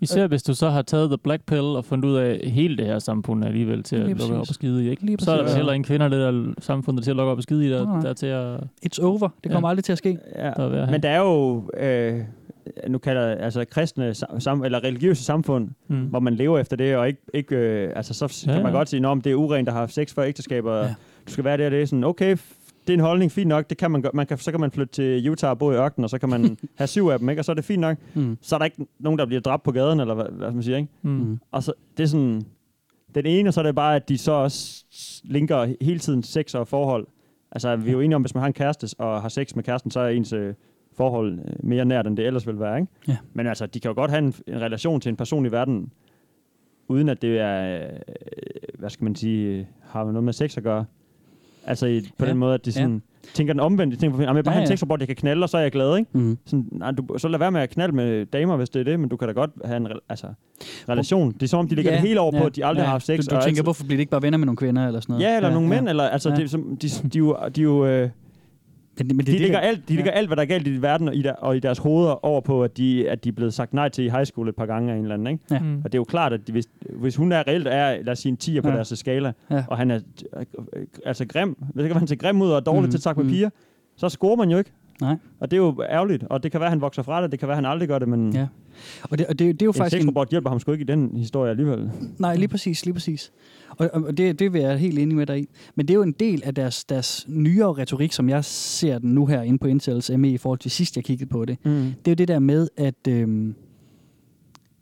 [SPEAKER 7] Især hvis du så har taget the black pill og fundet ud af hele det her samfund er alligevel til at
[SPEAKER 5] Lige
[SPEAKER 7] lukke
[SPEAKER 5] præcis.
[SPEAKER 7] op og skide i,
[SPEAKER 5] Lige
[SPEAKER 7] ikke? Så er der
[SPEAKER 5] præcis.
[SPEAKER 7] vel heller ingen kvinder i det der samfund, der er til at lukke op og skide i,
[SPEAKER 5] Nej,
[SPEAKER 7] der,
[SPEAKER 5] nej.
[SPEAKER 7] der er til at...
[SPEAKER 5] It's over. Det kommer
[SPEAKER 7] Ja.
[SPEAKER 5] aldrig til at ske.
[SPEAKER 7] Ja. Der er ved at have.
[SPEAKER 6] Men der er jo, øh, nu kalder jeg altså kristne sam, sam- eller religiøse samfund,
[SPEAKER 7] Mm.
[SPEAKER 6] mm. hvor man lever efter det, og ikke, ikke øh, altså så s-
[SPEAKER 7] Ja,
[SPEAKER 6] kan man
[SPEAKER 7] ja.
[SPEAKER 6] godt sige, at det er urent, der har haft sex før ægteskab, og ja. du skal være der, og det er sådan, okay, f- det er en holdning, fint nok, det kan man, godt- man kan, så kan man flytte til Utah og bo i ørkenen, og så kan man have syv af dem, ikke? og så er det fint nok.
[SPEAKER 5] Mm.
[SPEAKER 6] Så er der ikke nogen, der bliver dræbt på gaden, eller hvad, hvad man siger, ikke?
[SPEAKER 7] Mm.
[SPEAKER 6] Og så, det er sådan, den ene, og så er det bare, at de så også linker hele tiden sex og forhold. Altså, vi er jo enige om, hvis man har en kæreste og har sex med kæresten, så er ens øh, forhold øh, mere nært, end det ellers ville være, ikke?
[SPEAKER 5] Ja.
[SPEAKER 6] Men altså, de kan jo godt have en, en relation til en person i verden, uden at det er, øh, hvad skal man sige, øh, har noget med sex at gøre. Altså, i, på
[SPEAKER 5] Ja.
[SPEAKER 6] ja. den måde, at de sådan, ja. tænker den omvendte. De tænker, "Jamen, jeg vil bare ja,
[SPEAKER 5] Ja,
[SPEAKER 6] have en
[SPEAKER 5] ja.
[SPEAKER 6] sexrobot, jeg kan knalde, og så er jeg glad, ikke?
[SPEAKER 5] Mm.
[SPEAKER 6] Sådan, nej, du, så lad være med at knalde med damer, hvis det er det, men du kan da godt have en re- altså, relation. Det er som om, de lægger ja, det hele over på, at de aldrig ja. har haft sex.
[SPEAKER 5] Du, du
[SPEAKER 6] og
[SPEAKER 5] tænker,
[SPEAKER 6] altid-
[SPEAKER 5] hvorfor bliver de ikke bare venner med nogle kvinder eller sådan noget?
[SPEAKER 6] Ja, eller nogle mænd, eller altså,
[SPEAKER 5] Ja.
[SPEAKER 6] det er som, de, de, er jo- de, er jo... Øh,
[SPEAKER 5] men, men det,
[SPEAKER 6] de
[SPEAKER 5] det,
[SPEAKER 6] lægger,
[SPEAKER 5] der-
[SPEAKER 6] alt, de
[SPEAKER 5] ja.
[SPEAKER 6] lægger alt, hvad der er galt i verden og i, der, og i deres hoveder over på, at de, at de er blevet sagt nej til i high school et par gange af en eller anden. Ikke?
[SPEAKER 5] Ja.
[SPEAKER 7] Mm.
[SPEAKER 6] Og det er jo klart, at de, hvis, hvis hun er reelt er, lad os sige, en 10'er på
[SPEAKER 5] Ja.
[SPEAKER 6] deres skala,
[SPEAKER 5] Ja.
[SPEAKER 6] og han er øh, øh, altså grim, hvis ikke han ser grim ud og er dårlig
[SPEAKER 5] Mm,
[SPEAKER 6] mm. til at snakke med
[SPEAKER 5] mm.
[SPEAKER 6] piger, så scorer man jo ikke.
[SPEAKER 5] Nej.
[SPEAKER 6] Og det er jo ærgerligt, og det kan være, at han vokser fra det, det kan være, at han aldrig gør det, men...
[SPEAKER 5] Ja. Og det, og det, det er jo
[SPEAKER 6] en
[SPEAKER 5] faktisk en,
[SPEAKER 6] sexrobot hjælper ham sgu ikke i den historie alligevel.
[SPEAKER 5] Nej, lige præcis, lige præcis. Og, og og det, det vil jeg helt enig med dig i. Men det er jo en del af deres, deres nyere retorik, som jeg ser den nu her inde på Intels ME i forhold til sidst, jeg kiggede på det.
[SPEAKER 6] Mm.
[SPEAKER 5] Det er jo det der med, at, øhm,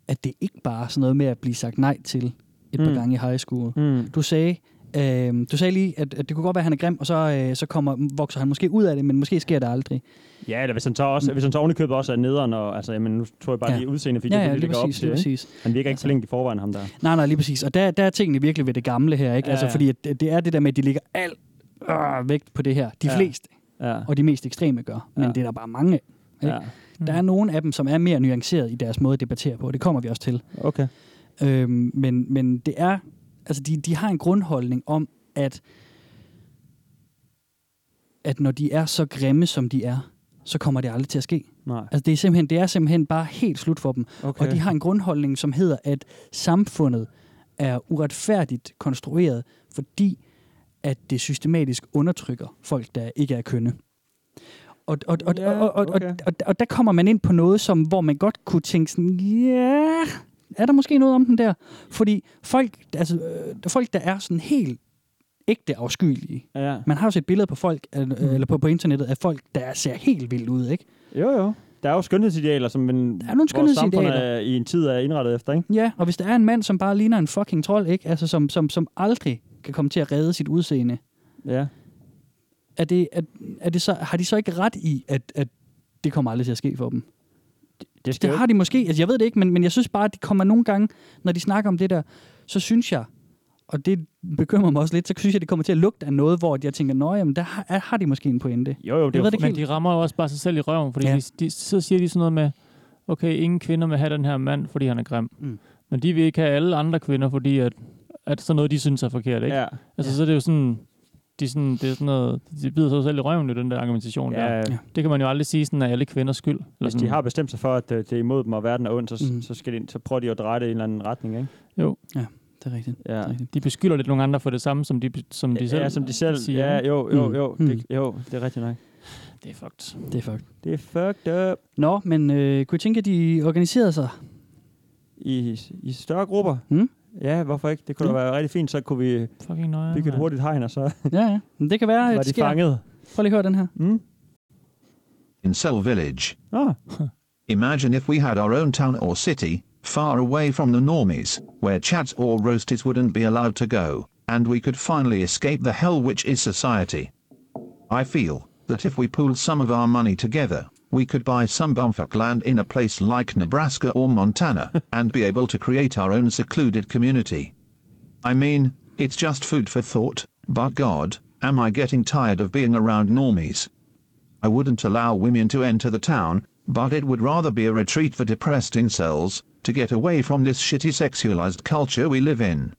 [SPEAKER 5] at det ikke bare er sådan noget med at blive sagt nej til et par
[SPEAKER 6] Mm.
[SPEAKER 5] gange i high school.
[SPEAKER 6] Mm.
[SPEAKER 5] Du sagde, øhm, du sagde lige, at, at det kunne godt være, at han er grim, og så, øh, så kommer, vokser han måske ud af det, men måske sker det aldrig.
[SPEAKER 6] Ja, eller hvis han så også, hvis han så ovenikøbet også er nederen, og altså, jamen, nu tror jeg bare
[SPEAKER 5] Ja.
[SPEAKER 6] ja. lige udseende, fordi
[SPEAKER 5] Ja,
[SPEAKER 6] det er
[SPEAKER 5] ja,
[SPEAKER 6] det,
[SPEAKER 5] lige
[SPEAKER 6] det, ja,
[SPEAKER 5] præcis, lige
[SPEAKER 6] op til, ikke?
[SPEAKER 5] præcis. Altså-
[SPEAKER 6] Han virker ikke flink i forvejen, ham der.
[SPEAKER 5] Nej, nej, lige præcis. Og der, der er tingene virkelig ved det gamle her, ikke?
[SPEAKER 6] Ja,
[SPEAKER 5] Ja, altså,
[SPEAKER 6] ja.
[SPEAKER 5] fordi at det det er det der med, at de ligger alt øh, vægt på det her. De
[SPEAKER 6] Ja.
[SPEAKER 5] fleste.
[SPEAKER 6] Ja.
[SPEAKER 5] Og de mest ekstreme gør. Men det er der bare mange af. Ikke?
[SPEAKER 6] Ja. Mm.
[SPEAKER 5] Der er nogle af dem, som er mere nuanceret i deres måde at debattere på. Det kommer vi også til.
[SPEAKER 6] Okay.
[SPEAKER 5] Øhm, men, men det er... Altså, de, de har en grundholdning om, at at når de er så grimme, som de er, så kommer det aldrig til at ske.
[SPEAKER 6] Nej.
[SPEAKER 5] Altså, det er, simpelthen, det er simpelthen bare helt slut for dem.
[SPEAKER 6] Okay.
[SPEAKER 5] Og de har en grundholdning, som hedder, at samfundet er uretfærdigt konstrueret, fordi at det systematisk undertrykker folk, der ikke er kønne. Og, og, og,
[SPEAKER 6] Ja,
[SPEAKER 5] og, og,
[SPEAKER 6] okay.
[SPEAKER 5] og, og, og der kommer man ind på noget, som, hvor man godt kunne tænke sådan, ja, er der måske noget om den der? Fordi folk, altså, øh, folk der er sådan helt ægte afskyelige.
[SPEAKER 6] Ja.
[SPEAKER 5] Man har jo set billeder på folk,
[SPEAKER 6] Mm.
[SPEAKER 5] eller, eller på, på internettet, af folk, der ser helt vildt ud, ikke?
[SPEAKER 6] Jo, jo. Der er jo skønhedsidealer, som en, der
[SPEAKER 5] er nogle skønhedsidealer.
[SPEAKER 6] i en tid er indrettet efter, ikke?
[SPEAKER 5] Ja, og hvis der er en mand, som bare ligner en fucking trold, ikke? Altså, som, som, som aldrig kan komme til at redde sit udseende,
[SPEAKER 6] Ja.
[SPEAKER 5] er det, er, er det så, har de så ikke ret i, at, at det kommer aldrig til at ske for dem?
[SPEAKER 6] Det,
[SPEAKER 5] det har de måske. Altså, jeg ved det ikke, men, men jeg synes bare, at de kommer nogle gange, når de snakker om det der, så synes jeg, og det bekymrer mig også lidt, så synes jeg, det kommer til at lugte af noget, hvor jeg tænker, nå, jamen, der har, er- har de måske en pointe.
[SPEAKER 6] Jo, jo,
[SPEAKER 5] det er jo
[SPEAKER 7] men de rammer jo også bare sig selv i røven, fordi
[SPEAKER 5] Ja.
[SPEAKER 7] ja. de, de, så siger de sådan noget med, okay, ingen kvinder vil have den her mand, fordi han er grim.
[SPEAKER 5] Mm.
[SPEAKER 7] Men de vil ikke have alle andre kvinder, fordi at, at sådan noget, de synes er forkert, ikke?
[SPEAKER 6] Ja.
[SPEAKER 7] Altså, så er det jo sådan, de er sådan, det er sådan noget, de bider sig selv i røven i den der argumentation
[SPEAKER 6] Ja.
[SPEAKER 7] der.
[SPEAKER 6] Ja.
[SPEAKER 7] Det kan man jo aldrig sige sådan, at alle kvinders skyld. Eller
[SPEAKER 6] Hvis de
[SPEAKER 7] sådan.
[SPEAKER 6] har bestemt sig for, at øh, det er imod dem, og verden er ond, så,
[SPEAKER 7] Mm.
[SPEAKER 6] mm. så, skal de, så prøver de at dreje det i en eller anden retning, ikke?
[SPEAKER 7] Jo.
[SPEAKER 5] Ja, det er rigtigt.
[SPEAKER 6] Ja.
[SPEAKER 7] De beskylder lidt nogle andre for det samme, som de, som de selv
[SPEAKER 6] ja, som de selv.
[SPEAKER 7] siger.
[SPEAKER 6] Ja,
[SPEAKER 7] ikke?
[SPEAKER 6] jo, jo,
[SPEAKER 5] Mm.
[SPEAKER 6] jo.
[SPEAKER 5] Mm.
[SPEAKER 6] Det, jo, det er rigtigt nok.
[SPEAKER 7] Det er fucked.
[SPEAKER 5] Det er fucked.
[SPEAKER 6] Det er fucked up.
[SPEAKER 5] Nå, men øh, kunne I tænke, at de organiserede sig?
[SPEAKER 6] I, i større grupper?
[SPEAKER 5] Mm.
[SPEAKER 7] Hmm?
[SPEAKER 6] Ja, hvorfor ikke? Det kunne da være rigtig fint, så kunne vi
[SPEAKER 7] Fucking nøje,
[SPEAKER 6] bygge et
[SPEAKER 7] mand.
[SPEAKER 6] hurtigt hegn, og så
[SPEAKER 5] Ja, ja. Men det kan være, at
[SPEAKER 6] var
[SPEAKER 5] det
[SPEAKER 6] de
[SPEAKER 5] sker.
[SPEAKER 6] fanget.
[SPEAKER 5] Prøv lige at høre den her.
[SPEAKER 6] Mm.
[SPEAKER 13] in Cell Village.
[SPEAKER 6] Ah.
[SPEAKER 13] Imagine if we had our own town or city, far away from the normies, where chats or roasties wouldn't be allowed to go, and we could finally escape the hell which is society. I feel that if we pooled some of our money together, we could buy some bumfuck land in a place like Nebraska or Montana, and be able to create our own secluded community. I mean, it's just food for thought, but God, am I getting tired of being around normies? I wouldn't allow women to enter the town, but it would rather be a retreat for depressed incels to get away from this shitty sexualized culture we live in.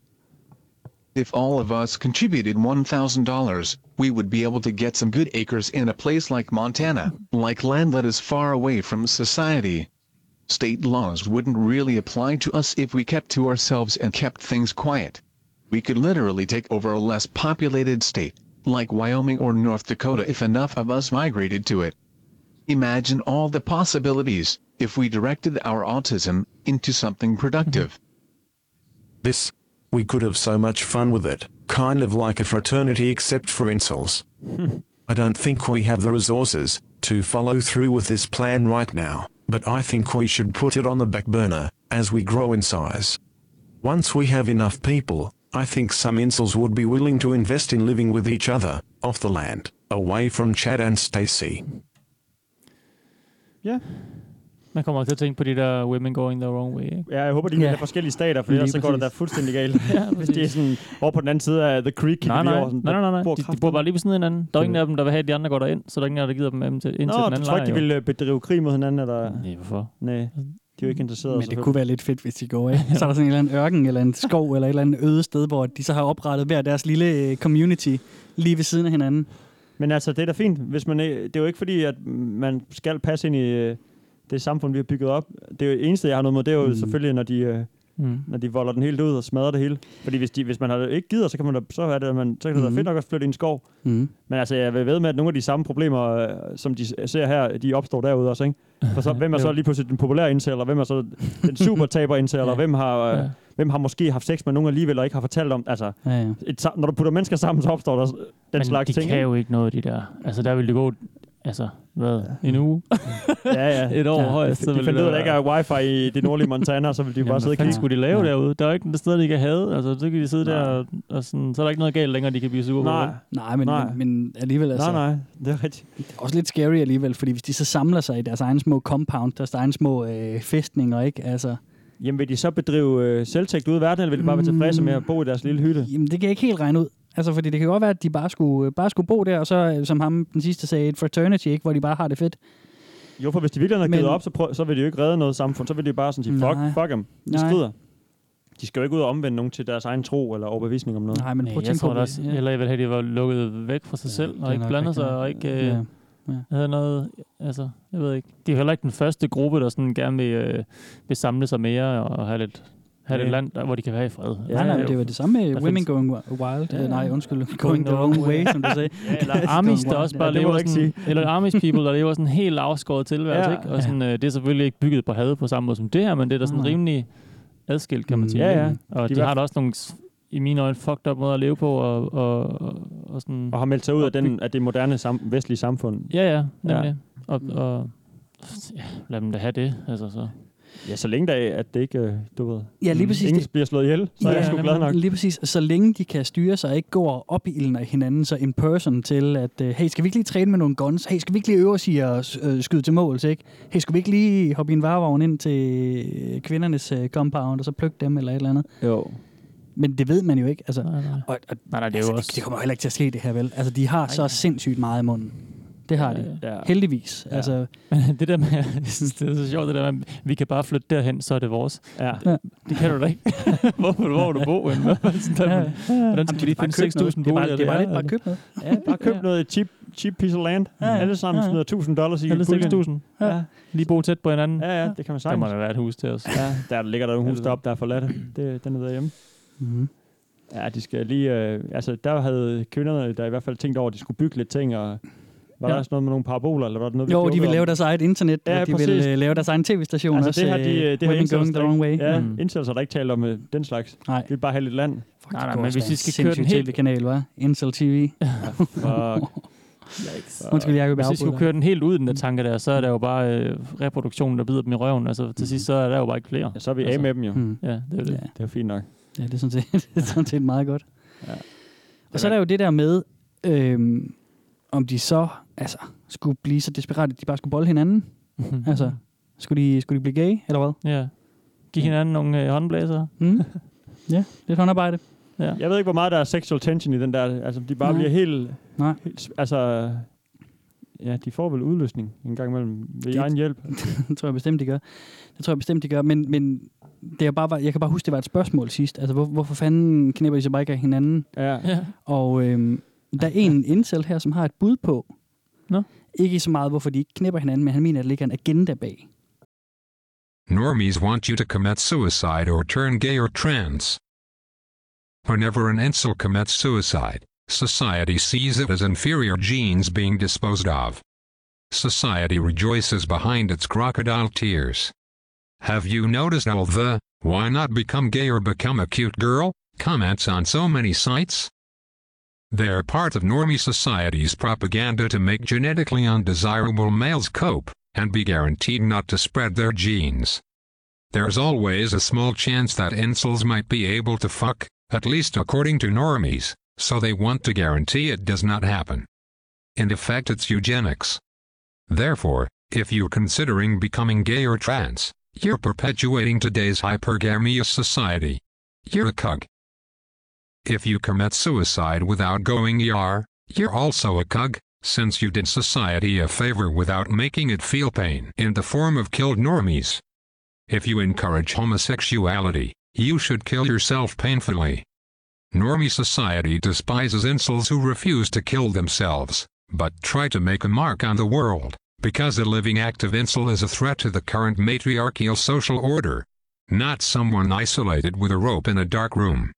[SPEAKER 14] If all of us contributed $1,000, we would be able to get some good acres in a place like Montana, like land that is far away from society. State laws wouldn't really apply to us if we kept to ourselves and kept things quiet. We could literally take over a less populated state, like Wyoming or North Dakota if enough of us migrated to it. Imagine all the possibilities if we directed our autism into something productive.
[SPEAKER 15] This. We could have so much fun with it, kind of like a fraternity except for insults. I don't think we have the resources to follow through with this plan right now, but I think we should put it on the back burner as we grow in size. Once we have enough people, I think some insults would be willing to invest in living with each other, off the land, away from Chad and Stacy.
[SPEAKER 7] Ja. Man kommer til at tænke på de der women going the wrong way. Ikke?
[SPEAKER 6] Ja, jeg håber, de kan
[SPEAKER 7] Ja.
[SPEAKER 6] have forskellige stater, for
[SPEAKER 7] Lige
[SPEAKER 6] ellers så går det der
[SPEAKER 7] præcis.
[SPEAKER 6] fuldstændig galt.
[SPEAKER 7] Ja,
[SPEAKER 6] Hvis de er sådan over på den anden side af The Creek, kigger
[SPEAKER 7] Nej,
[SPEAKER 6] de
[SPEAKER 7] nej,
[SPEAKER 6] over, sådan,
[SPEAKER 7] nej, nej, nej, nej.
[SPEAKER 6] bor
[SPEAKER 7] De, de
[SPEAKER 6] kraft-
[SPEAKER 7] bor bare lige ved siden af hinanden. Der er jo ingen af dem, der vil have, at de andre går derind, så der er ingen af dem, der gider dem ind til, ind til
[SPEAKER 6] Nå,
[SPEAKER 7] den
[SPEAKER 6] du
[SPEAKER 7] anden
[SPEAKER 6] tror ikke, de
[SPEAKER 7] lejr, jo.
[SPEAKER 6] ville øh, bedrive krig mod hinanden? Eller?
[SPEAKER 7] Nej, hvorfor?
[SPEAKER 6] Nej, de er jo ikke interesserede.
[SPEAKER 5] Men det
[SPEAKER 6] selvfølgelig.
[SPEAKER 5] kunne være lidt fedt, hvis de går, ikke? Så er der sådan en eller anden ørken, eller en skov, eller et eller andet øde sted, hvor de så har oprettet hver deres lille øh, community lige ved siden af hinanden.
[SPEAKER 6] Men altså, det er da fint. Hvis man, øh, det er jo ikke fordi, at man skal passe ind i øh, det samfund, vi har bygget op. Det er jo eneste, jeg har noget mod, det er jo
[SPEAKER 7] Mm.
[SPEAKER 6] mm. selvfølgelig, når de, øh,
[SPEAKER 7] Mm.
[SPEAKER 6] mm. når de volder den helt ud og smadrer det hele. Fordi hvis, de, hvis man har, ikke gider, så kan, man da, så er det, at man, så kan det
[SPEAKER 7] Mhm.
[SPEAKER 5] Mm.
[SPEAKER 6] være fedt nok at flytte i en skov.
[SPEAKER 5] Mm.
[SPEAKER 6] Men altså, jeg vil ved med, at nogle af de samme problemer, øh, som de s- ser her, de opstår derude også, ikke? For så, hvem er så
[SPEAKER 7] Jo.
[SPEAKER 6] lige pludselig den populære indtæller, og hvem er så den supertaber indtæller, og hvem har, øh,
[SPEAKER 7] Ja.
[SPEAKER 6] hvem har måske haft sex med nogen alligevel, og ikke har fortalt om, altså,
[SPEAKER 5] Ja, ja.
[SPEAKER 6] et, sam- når du putter mennesker sammen, så opstår der s- den
[SPEAKER 7] Men
[SPEAKER 6] slags
[SPEAKER 7] de
[SPEAKER 6] ting.
[SPEAKER 7] kan
[SPEAKER 6] ikke?
[SPEAKER 7] jo ikke noget, de der. Altså, der ville det gå, altså, hvad, en uge?
[SPEAKER 6] ja, ja.
[SPEAKER 7] Et år
[SPEAKER 6] ja.
[SPEAKER 7] højst,
[SPEAKER 6] De,
[SPEAKER 7] så
[SPEAKER 6] de
[SPEAKER 7] ville
[SPEAKER 6] fandt ud
[SPEAKER 7] det
[SPEAKER 6] af, at der
[SPEAKER 7] være-
[SPEAKER 6] ikke er wifi i det nordlige Montana, så ville de jo bare sidde og
[SPEAKER 7] Hvad
[SPEAKER 6] kigge.
[SPEAKER 7] skulle de lave derude? Der er jo ikke noget sted, de kan have. Altså, så kan de sidde der, og, og sådan, så er der ikke noget galt længere, de kan blive sure
[SPEAKER 6] Nej.
[SPEAKER 7] på. vel?
[SPEAKER 5] Nej, men, nej. Men, men alligevel altså...
[SPEAKER 7] Nej, nej,
[SPEAKER 6] det er rigtigt.
[SPEAKER 5] Det er også lidt scary alligevel, fordi hvis de så samler sig i deres egen små compound, deres egen små øh, fæstninger, ikke? Altså,
[SPEAKER 6] Jamen, vil de så bedrive øh, selvtægt ude i verden, eller vil de bare være tilfredse med at bo i deres lille hytte?
[SPEAKER 5] jamen, det kan jeg ikke helt regne ud. Altså, fordi det kan godt være, at de bare skulle, øh, bare skulle bo der, og så, øh, som ham den sidste sagde, et fraternity, ikke? Hvor de bare har det fedt.
[SPEAKER 6] Jo, for hvis de virkelig har givet
[SPEAKER 5] Men-
[SPEAKER 6] op, så, prøv, så vil de jo ikke redde noget samfund. Så vil de jo bare sådan sige, fuck,
[SPEAKER 5] Nej.
[SPEAKER 6] fuck dem. De
[SPEAKER 5] Nej.
[SPEAKER 6] skrider. De skal jo ikke ud og omvende nogen til deres egen tro eller overbevisning om noget.
[SPEAKER 5] Nej, men prøv at
[SPEAKER 7] jeg
[SPEAKER 5] tænke på,
[SPEAKER 7] tror da
[SPEAKER 5] vi-
[SPEAKER 7] også,
[SPEAKER 5] ja.
[SPEAKER 7] eller jeg ville have, at de var lukket væk fra sig selv,
[SPEAKER 5] det er
[SPEAKER 7] og ikke
[SPEAKER 5] nok
[SPEAKER 7] blandet
[SPEAKER 5] rigtigt
[SPEAKER 7] sig,
[SPEAKER 5] nok.
[SPEAKER 7] og ikke øh,
[SPEAKER 5] Ja, ja.
[SPEAKER 7] havde noget, altså, jeg ved ikke. De er heller ikke den første gruppe, der sådan gerne vil, øh, vil samle sig mere, og have lidt, have
[SPEAKER 5] Ja.
[SPEAKER 7] lidt land, der, hvor de kan være i fred. Altså,
[SPEAKER 5] Ja, nej, nej, men det var det samme med
[SPEAKER 7] Der
[SPEAKER 5] Women
[SPEAKER 7] findes-
[SPEAKER 5] Going Wi- Wild. Ja, nej, undskyld, Going, the
[SPEAKER 7] the
[SPEAKER 5] Wrong
[SPEAKER 7] wrong
[SPEAKER 5] Way,
[SPEAKER 7] way.
[SPEAKER 5] som du sagde.
[SPEAKER 7] Ja, eller Amis, der også bare
[SPEAKER 5] det
[SPEAKER 7] lever sådan, eller Amis people, der lever sådan en helt afskåret tilværelse,
[SPEAKER 5] Ja.
[SPEAKER 7] ja. ikke? Og sådan, øh, det er selvfølgelig ikke bygget på had på samme måde som det her, men det er da sådan
[SPEAKER 5] Nej. Mm,
[SPEAKER 7] rimelig adskilt, kan man sige.
[SPEAKER 6] Ja, ja.
[SPEAKER 7] Og
[SPEAKER 6] De
[SPEAKER 7] de,
[SPEAKER 6] var-
[SPEAKER 7] har da også nogle, s- i mine øjne, fucked up måder at leve på, og, og, og, og sådan...
[SPEAKER 6] Og har meldt sig ud af,
[SPEAKER 7] opbygge-
[SPEAKER 6] den, af det moderne sam, vestlige samfund.
[SPEAKER 7] Ja, ja, nemlig. Ja. Og, og ja, lad dem da have det, altså så.
[SPEAKER 6] Ja, så længe da, at det ikke, øh, du ved,
[SPEAKER 5] Ja, lige
[SPEAKER 6] mm,
[SPEAKER 5] præcis,
[SPEAKER 6] ingen
[SPEAKER 5] det-
[SPEAKER 6] bliver slået ihjel, så ja, er jeg sgu glad nok.
[SPEAKER 5] Lige præcis. Så længe de kan styre sig og ikke går og opildner hinanden så in person til, at øh, hey, skal vi ikke lige træne med nogle guns? Hey, skal vi ikke lige øve os i at øh, skyde til mål, så ikke? Hey, skal vi ikke lige hoppe i en varevogn ind til øh, kvindernes øh, compound og så plukke dem eller et eller andet?
[SPEAKER 6] Jo.
[SPEAKER 5] Men det ved man jo ikke. Altså, nej,
[SPEAKER 7] nej.
[SPEAKER 5] Og, og,
[SPEAKER 7] nej, nej, det,
[SPEAKER 5] altså,
[SPEAKER 7] jo
[SPEAKER 5] det, det kommer jo heller ikke til at ske det her, vel? Altså, de har nej. så sindssygt meget i munden. Det har de.
[SPEAKER 7] Ja.
[SPEAKER 5] Heldigvis. Ja. Altså,
[SPEAKER 7] Men det der med, jeg synes, det er så sjovt, det der med, vi kan bare flytte derhen, så er det vores.
[SPEAKER 6] Ja.
[SPEAKER 7] Det, det kan du da ikke. hvor, hvor vil du bo henne? Hvad- Sådan, ja,
[SPEAKER 5] Ja, ja.
[SPEAKER 7] ja. Hvordan
[SPEAKER 5] Jamen,
[SPEAKER 7] skal
[SPEAKER 5] de
[SPEAKER 7] vi lige
[SPEAKER 5] kan bare
[SPEAKER 7] finde
[SPEAKER 5] købe
[SPEAKER 7] 6.000
[SPEAKER 5] noget. Det er
[SPEAKER 7] boliger?
[SPEAKER 5] bare- det er bare
[SPEAKER 7] der?
[SPEAKER 5] lidt bare køb noget.
[SPEAKER 6] Ja, bare køb noget cheap, cheap piece of land. Ja,
[SPEAKER 7] ja.
[SPEAKER 6] Alle sammen
[SPEAKER 7] Ja, ja.
[SPEAKER 6] smider 1000 dollars i
[SPEAKER 7] Alle
[SPEAKER 6] puljen.
[SPEAKER 7] 6.000. Ja. Lige bo tæt på hinanden.
[SPEAKER 6] Ja, ja, det kan man
[SPEAKER 7] Der
[SPEAKER 6] sagtens.
[SPEAKER 7] må der være et hus til os.
[SPEAKER 6] Ja, der ligger der nogle hus deroppe, der er forladt. Det, den er derhjemme.
[SPEAKER 5] Mm-hmm.
[SPEAKER 6] Ja, de skal lige... Øh, altså, der havde kvinderne der i hvert fald tænkt over, at de skulle bygge lidt ting, og var ja.
[SPEAKER 5] Ja.
[SPEAKER 6] der også noget med nogle paraboler, eller var der noget, vi
[SPEAKER 5] jo, de
[SPEAKER 6] jokede
[SPEAKER 5] vil
[SPEAKER 6] om?
[SPEAKER 5] lave deres eget internet,
[SPEAKER 6] Ja,
[SPEAKER 5] ja, og de
[SPEAKER 6] præcis.
[SPEAKER 5] vil øh, lave deres egen tv-station
[SPEAKER 6] Altså,
[SPEAKER 5] også.
[SPEAKER 6] det har de,
[SPEAKER 5] øh,
[SPEAKER 6] øh, det har
[SPEAKER 5] Women Going
[SPEAKER 6] indsatsen,
[SPEAKER 5] the wrong way.
[SPEAKER 6] Ja, mm. der ikke talt om øh, den slags.
[SPEAKER 5] Nej.
[SPEAKER 6] De vil bare have lidt land.
[SPEAKER 5] Fuck, nej, nej, men hvis vi skal køre den helt... tv-kanal, hva'? Incel TV. Undskyld, Jacob,
[SPEAKER 7] Hvis
[SPEAKER 5] jeg
[SPEAKER 7] vi skulle
[SPEAKER 5] afbryder.
[SPEAKER 7] køre den helt ud, den der tanke der, så er der jo bare øh, reproduktionen, der bider dem i røven. Altså, til sidst, så er der jo bare ikke flere.
[SPEAKER 6] Ja, så er vi af
[SPEAKER 7] altså,
[SPEAKER 6] med dem jo.
[SPEAKER 5] Mm.
[SPEAKER 7] Ja, det er det. Ja.
[SPEAKER 6] Det er fint nok.
[SPEAKER 5] Ja, det er sådan set, det er sådan set meget godt.
[SPEAKER 6] Ja.
[SPEAKER 5] Og så er der jo det der med, øhm, om de så altså, skulle blive så desperate, at de bare skulle bolde hinanden. altså, skulle de, skulle de blive gay, eller hvad?
[SPEAKER 7] Ja. Giv hinanden nogle øh, håndblæser.
[SPEAKER 5] Mm. ja, lidt håndarbejde.
[SPEAKER 7] Ja.
[SPEAKER 6] Jeg ved ikke, hvor meget der er sexual tension i den der. Altså, de bare
[SPEAKER 5] Nej.
[SPEAKER 6] bliver helt...
[SPEAKER 5] Nej.
[SPEAKER 6] helt altså, ja, de får vel udløsning en gang imellem ved
[SPEAKER 5] Det-
[SPEAKER 6] egen hjælp.
[SPEAKER 5] det tror jeg bestemt, de gør. Det tror jeg bestemt, de gør. Men, men det er bare, var- jeg kan bare huske, det var et spørgsmål sidst. Altså, hvor, hvorfor fanden knipper de så bare ikke af hinanden?
[SPEAKER 6] Ja.
[SPEAKER 7] Ja.
[SPEAKER 5] Og øhm, der er en incel her, som har et bud på.
[SPEAKER 7] Nå.
[SPEAKER 5] Ikke så meget, hvorfor de ikke knipper hinanden, men han mener, at der ligger en agenda bag.
[SPEAKER 8] Normies want you to commit suicide or turn gay or trans. Whenever an incel commits suicide, society sees it as inferior genes being disposed of. Society rejoices behind its crocodile tears. Have you noticed all the, why not become gay or become a cute girl, comments on so many sites? They're part of normie society's propaganda to make genetically undesirable males cope and be guaranteed not to spread their genes. There's always a small chance that incels might be able to fuck, at least according to normies, so they want to guarantee it does not happen. In effect, it's eugenics. Therefore, if you're considering becoming gay or trans, you're perpetuating today's hypergamous society. You're a cug. If you commit suicide without going ER, you're also a cug, since you did society a favor without making it feel pain in the form of killed normies. If you encourage homosexuality, you should kill yourself painfully. Normie society despises incels who refuse to kill themselves, but try to make a mark on the world, because a living active incel is a threat to the current matriarchal social order. Not someone isolated with a rope in a dark room.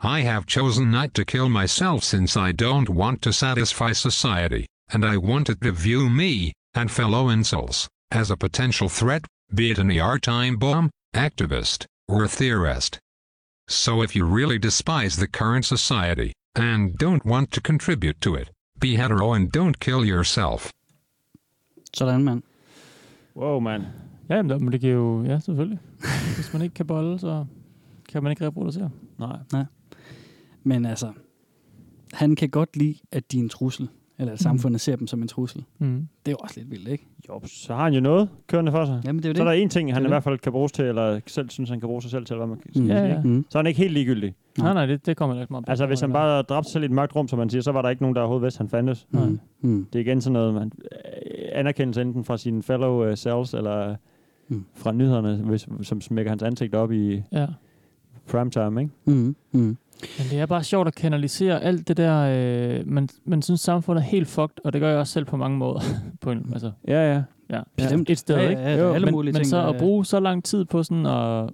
[SPEAKER 8] I have chosen not to kill myself since I don't want to satisfy society, and I want it to view me, and fellow incels, as a potential threat, be it an ER time bomb, activist, or a theorist. So if you really despise the current society, and don't want to contribute to it, be hetero and don't kill yourself.
[SPEAKER 5] Sådan, mand.
[SPEAKER 6] Wow, mand.
[SPEAKER 7] Ja, jamen, men det giver jo... Ja, selvfølgelig. Hvis man ikke kan bolle, så kan man ikke reproducere.
[SPEAKER 6] Nej.
[SPEAKER 5] Nej. Men altså, han kan godt lide, at de er en trussel. Eller at
[SPEAKER 7] Mm.
[SPEAKER 5] samfundet ser dem som en trussel.
[SPEAKER 7] Mm.
[SPEAKER 5] Det er jo også lidt vildt, ikke?
[SPEAKER 6] Jo, så har han jo noget kørende for sig.
[SPEAKER 5] Jamen, det er jo
[SPEAKER 6] så
[SPEAKER 5] det.
[SPEAKER 6] er der én ting,
[SPEAKER 5] Det er
[SPEAKER 6] han i
[SPEAKER 5] det.
[SPEAKER 6] hvert fald kan bruges til, eller selv synes, han kan bruge sig selv til, eller hvad man
[SPEAKER 5] Mm.
[SPEAKER 6] mm.
[SPEAKER 5] Ja,
[SPEAKER 6] ja,
[SPEAKER 5] ja.
[SPEAKER 6] ja.
[SPEAKER 5] Mm.
[SPEAKER 6] Så er han ikke helt ligegyldig.
[SPEAKER 7] Nej, nej, det, det kommer jeg ikke meget på.
[SPEAKER 6] Altså, hvis han bare dræbte sig selv i et mørkt rum, som man siger, så var der ikke nogen, der overhovedet vidste, han fandtes.
[SPEAKER 5] Mm. Mm.
[SPEAKER 6] Det er igen sådan noget, man øh, anerkendelse enten fra sine fellow uh, cells, eller
[SPEAKER 5] mm.
[SPEAKER 6] fra nyhederne, hvis, som smækker hans ansigt op i
[SPEAKER 7] Ja.
[SPEAKER 6] primetime, ikke?
[SPEAKER 5] Mm. Mm.
[SPEAKER 7] Men det er bare sjovt at kanalisere alt det der... Øh, man, man synes, samfundet er helt fucked, og det gør jeg også selv på mange måder. på en, altså,
[SPEAKER 6] Ja, ja.
[SPEAKER 7] ja,
[SPEAKER 5] Bestemt.
[SPEAKER 7] et sted,
[SPEAKER 5] Ja, ja,
[SPEAKER 7] ikke?
[SPEAKER 5] ja, alle
[SPEAKER 7] men,
[SPEAKER 5] mulige
[SPEAKER 7] men
[SPEAKER 5] ting,
[SPEAKER 7] så
[SPEAKER 5] ja,
[SPEAKER 7] at
[SPEAKER 5] ja.
[SPEAKER 7] bruge så lang tid på sådan at,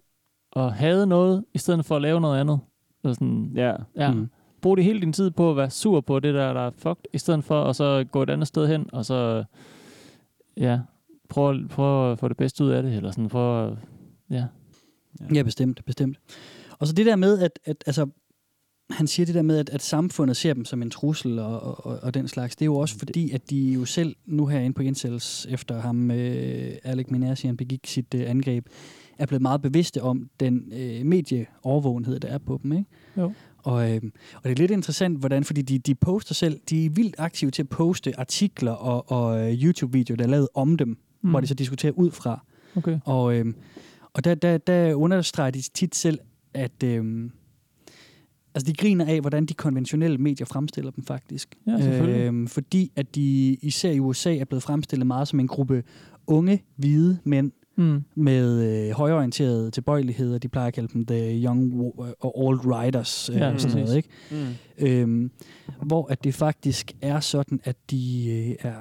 [SPEAKER 7] at have noget, i stedet for at lave noget andet. Eller sådan,
[SPEAKER 6] ja.
[SPEAKER 7] ja.
[SPEAKER 5] Mm.
[SPEAKER 7] Mm. Brug det hele din tid på at være sur på det der, der er fucked, i stedet for at så gå et andet sted hen, og så ja, prøve, prøve at få det bedste ud af det, eller sådan, prøve at, ja.
[SPEAKER 5] Ja, bestemt, bestemt. Og så det der med, at, at altså, han siger det der med, at, at samfundet ser dem som en trussel og, og- og, og den slags. Det er jo også fordi, at de jo selv nu herinde på Incels, efter ham, øh, Alec Minassi, han begik sit øh, angreb, er blevet meget bevidste om den øh, medieovervågenhed, der er på dem. Ikke?
[SPEAKER 7] Jo.
[SPEAKER 5] Og, øh, og det er lidt interessant, hvordan, fordi de, de poster selv, de er vildt aktive til at poste artikler og, og øh, YouTube-videoer, der er lavet om dem,
[SPEAKER 7] Mm.
[SPEAKER 5] mm. hvor de så diskuterer ud fra.
[SPEAKER 7] Okay.
[SPEAKER 5] Og, øhm, og der, der, der understreger de tit selv, at øhm, altså de griner af, hvordan de konventionelle medier fremstiller dem faktisk.
[SPEAKER 7] Ja, selvfølgelig.
[SPEAKER 5] Øhm, fordi at de især i USA er blevet fremstillet meget som en gruppe unge, hvide mænd,
[SPEAKER 7] Mm.
[SPEAKER 5] med øh, højorienterede tilbøjeligheder. De plejer at kalde dem the young wa- og old riders. Øh,
[SPEAKER 7] Ja,
[SPEAKER 5] ja, sådan noget,
[SPEAKER 7] præcis.
[SPEAKER 5] ikke? Mm. Øhm, hvor at det faktisk er sådan, at de øh, er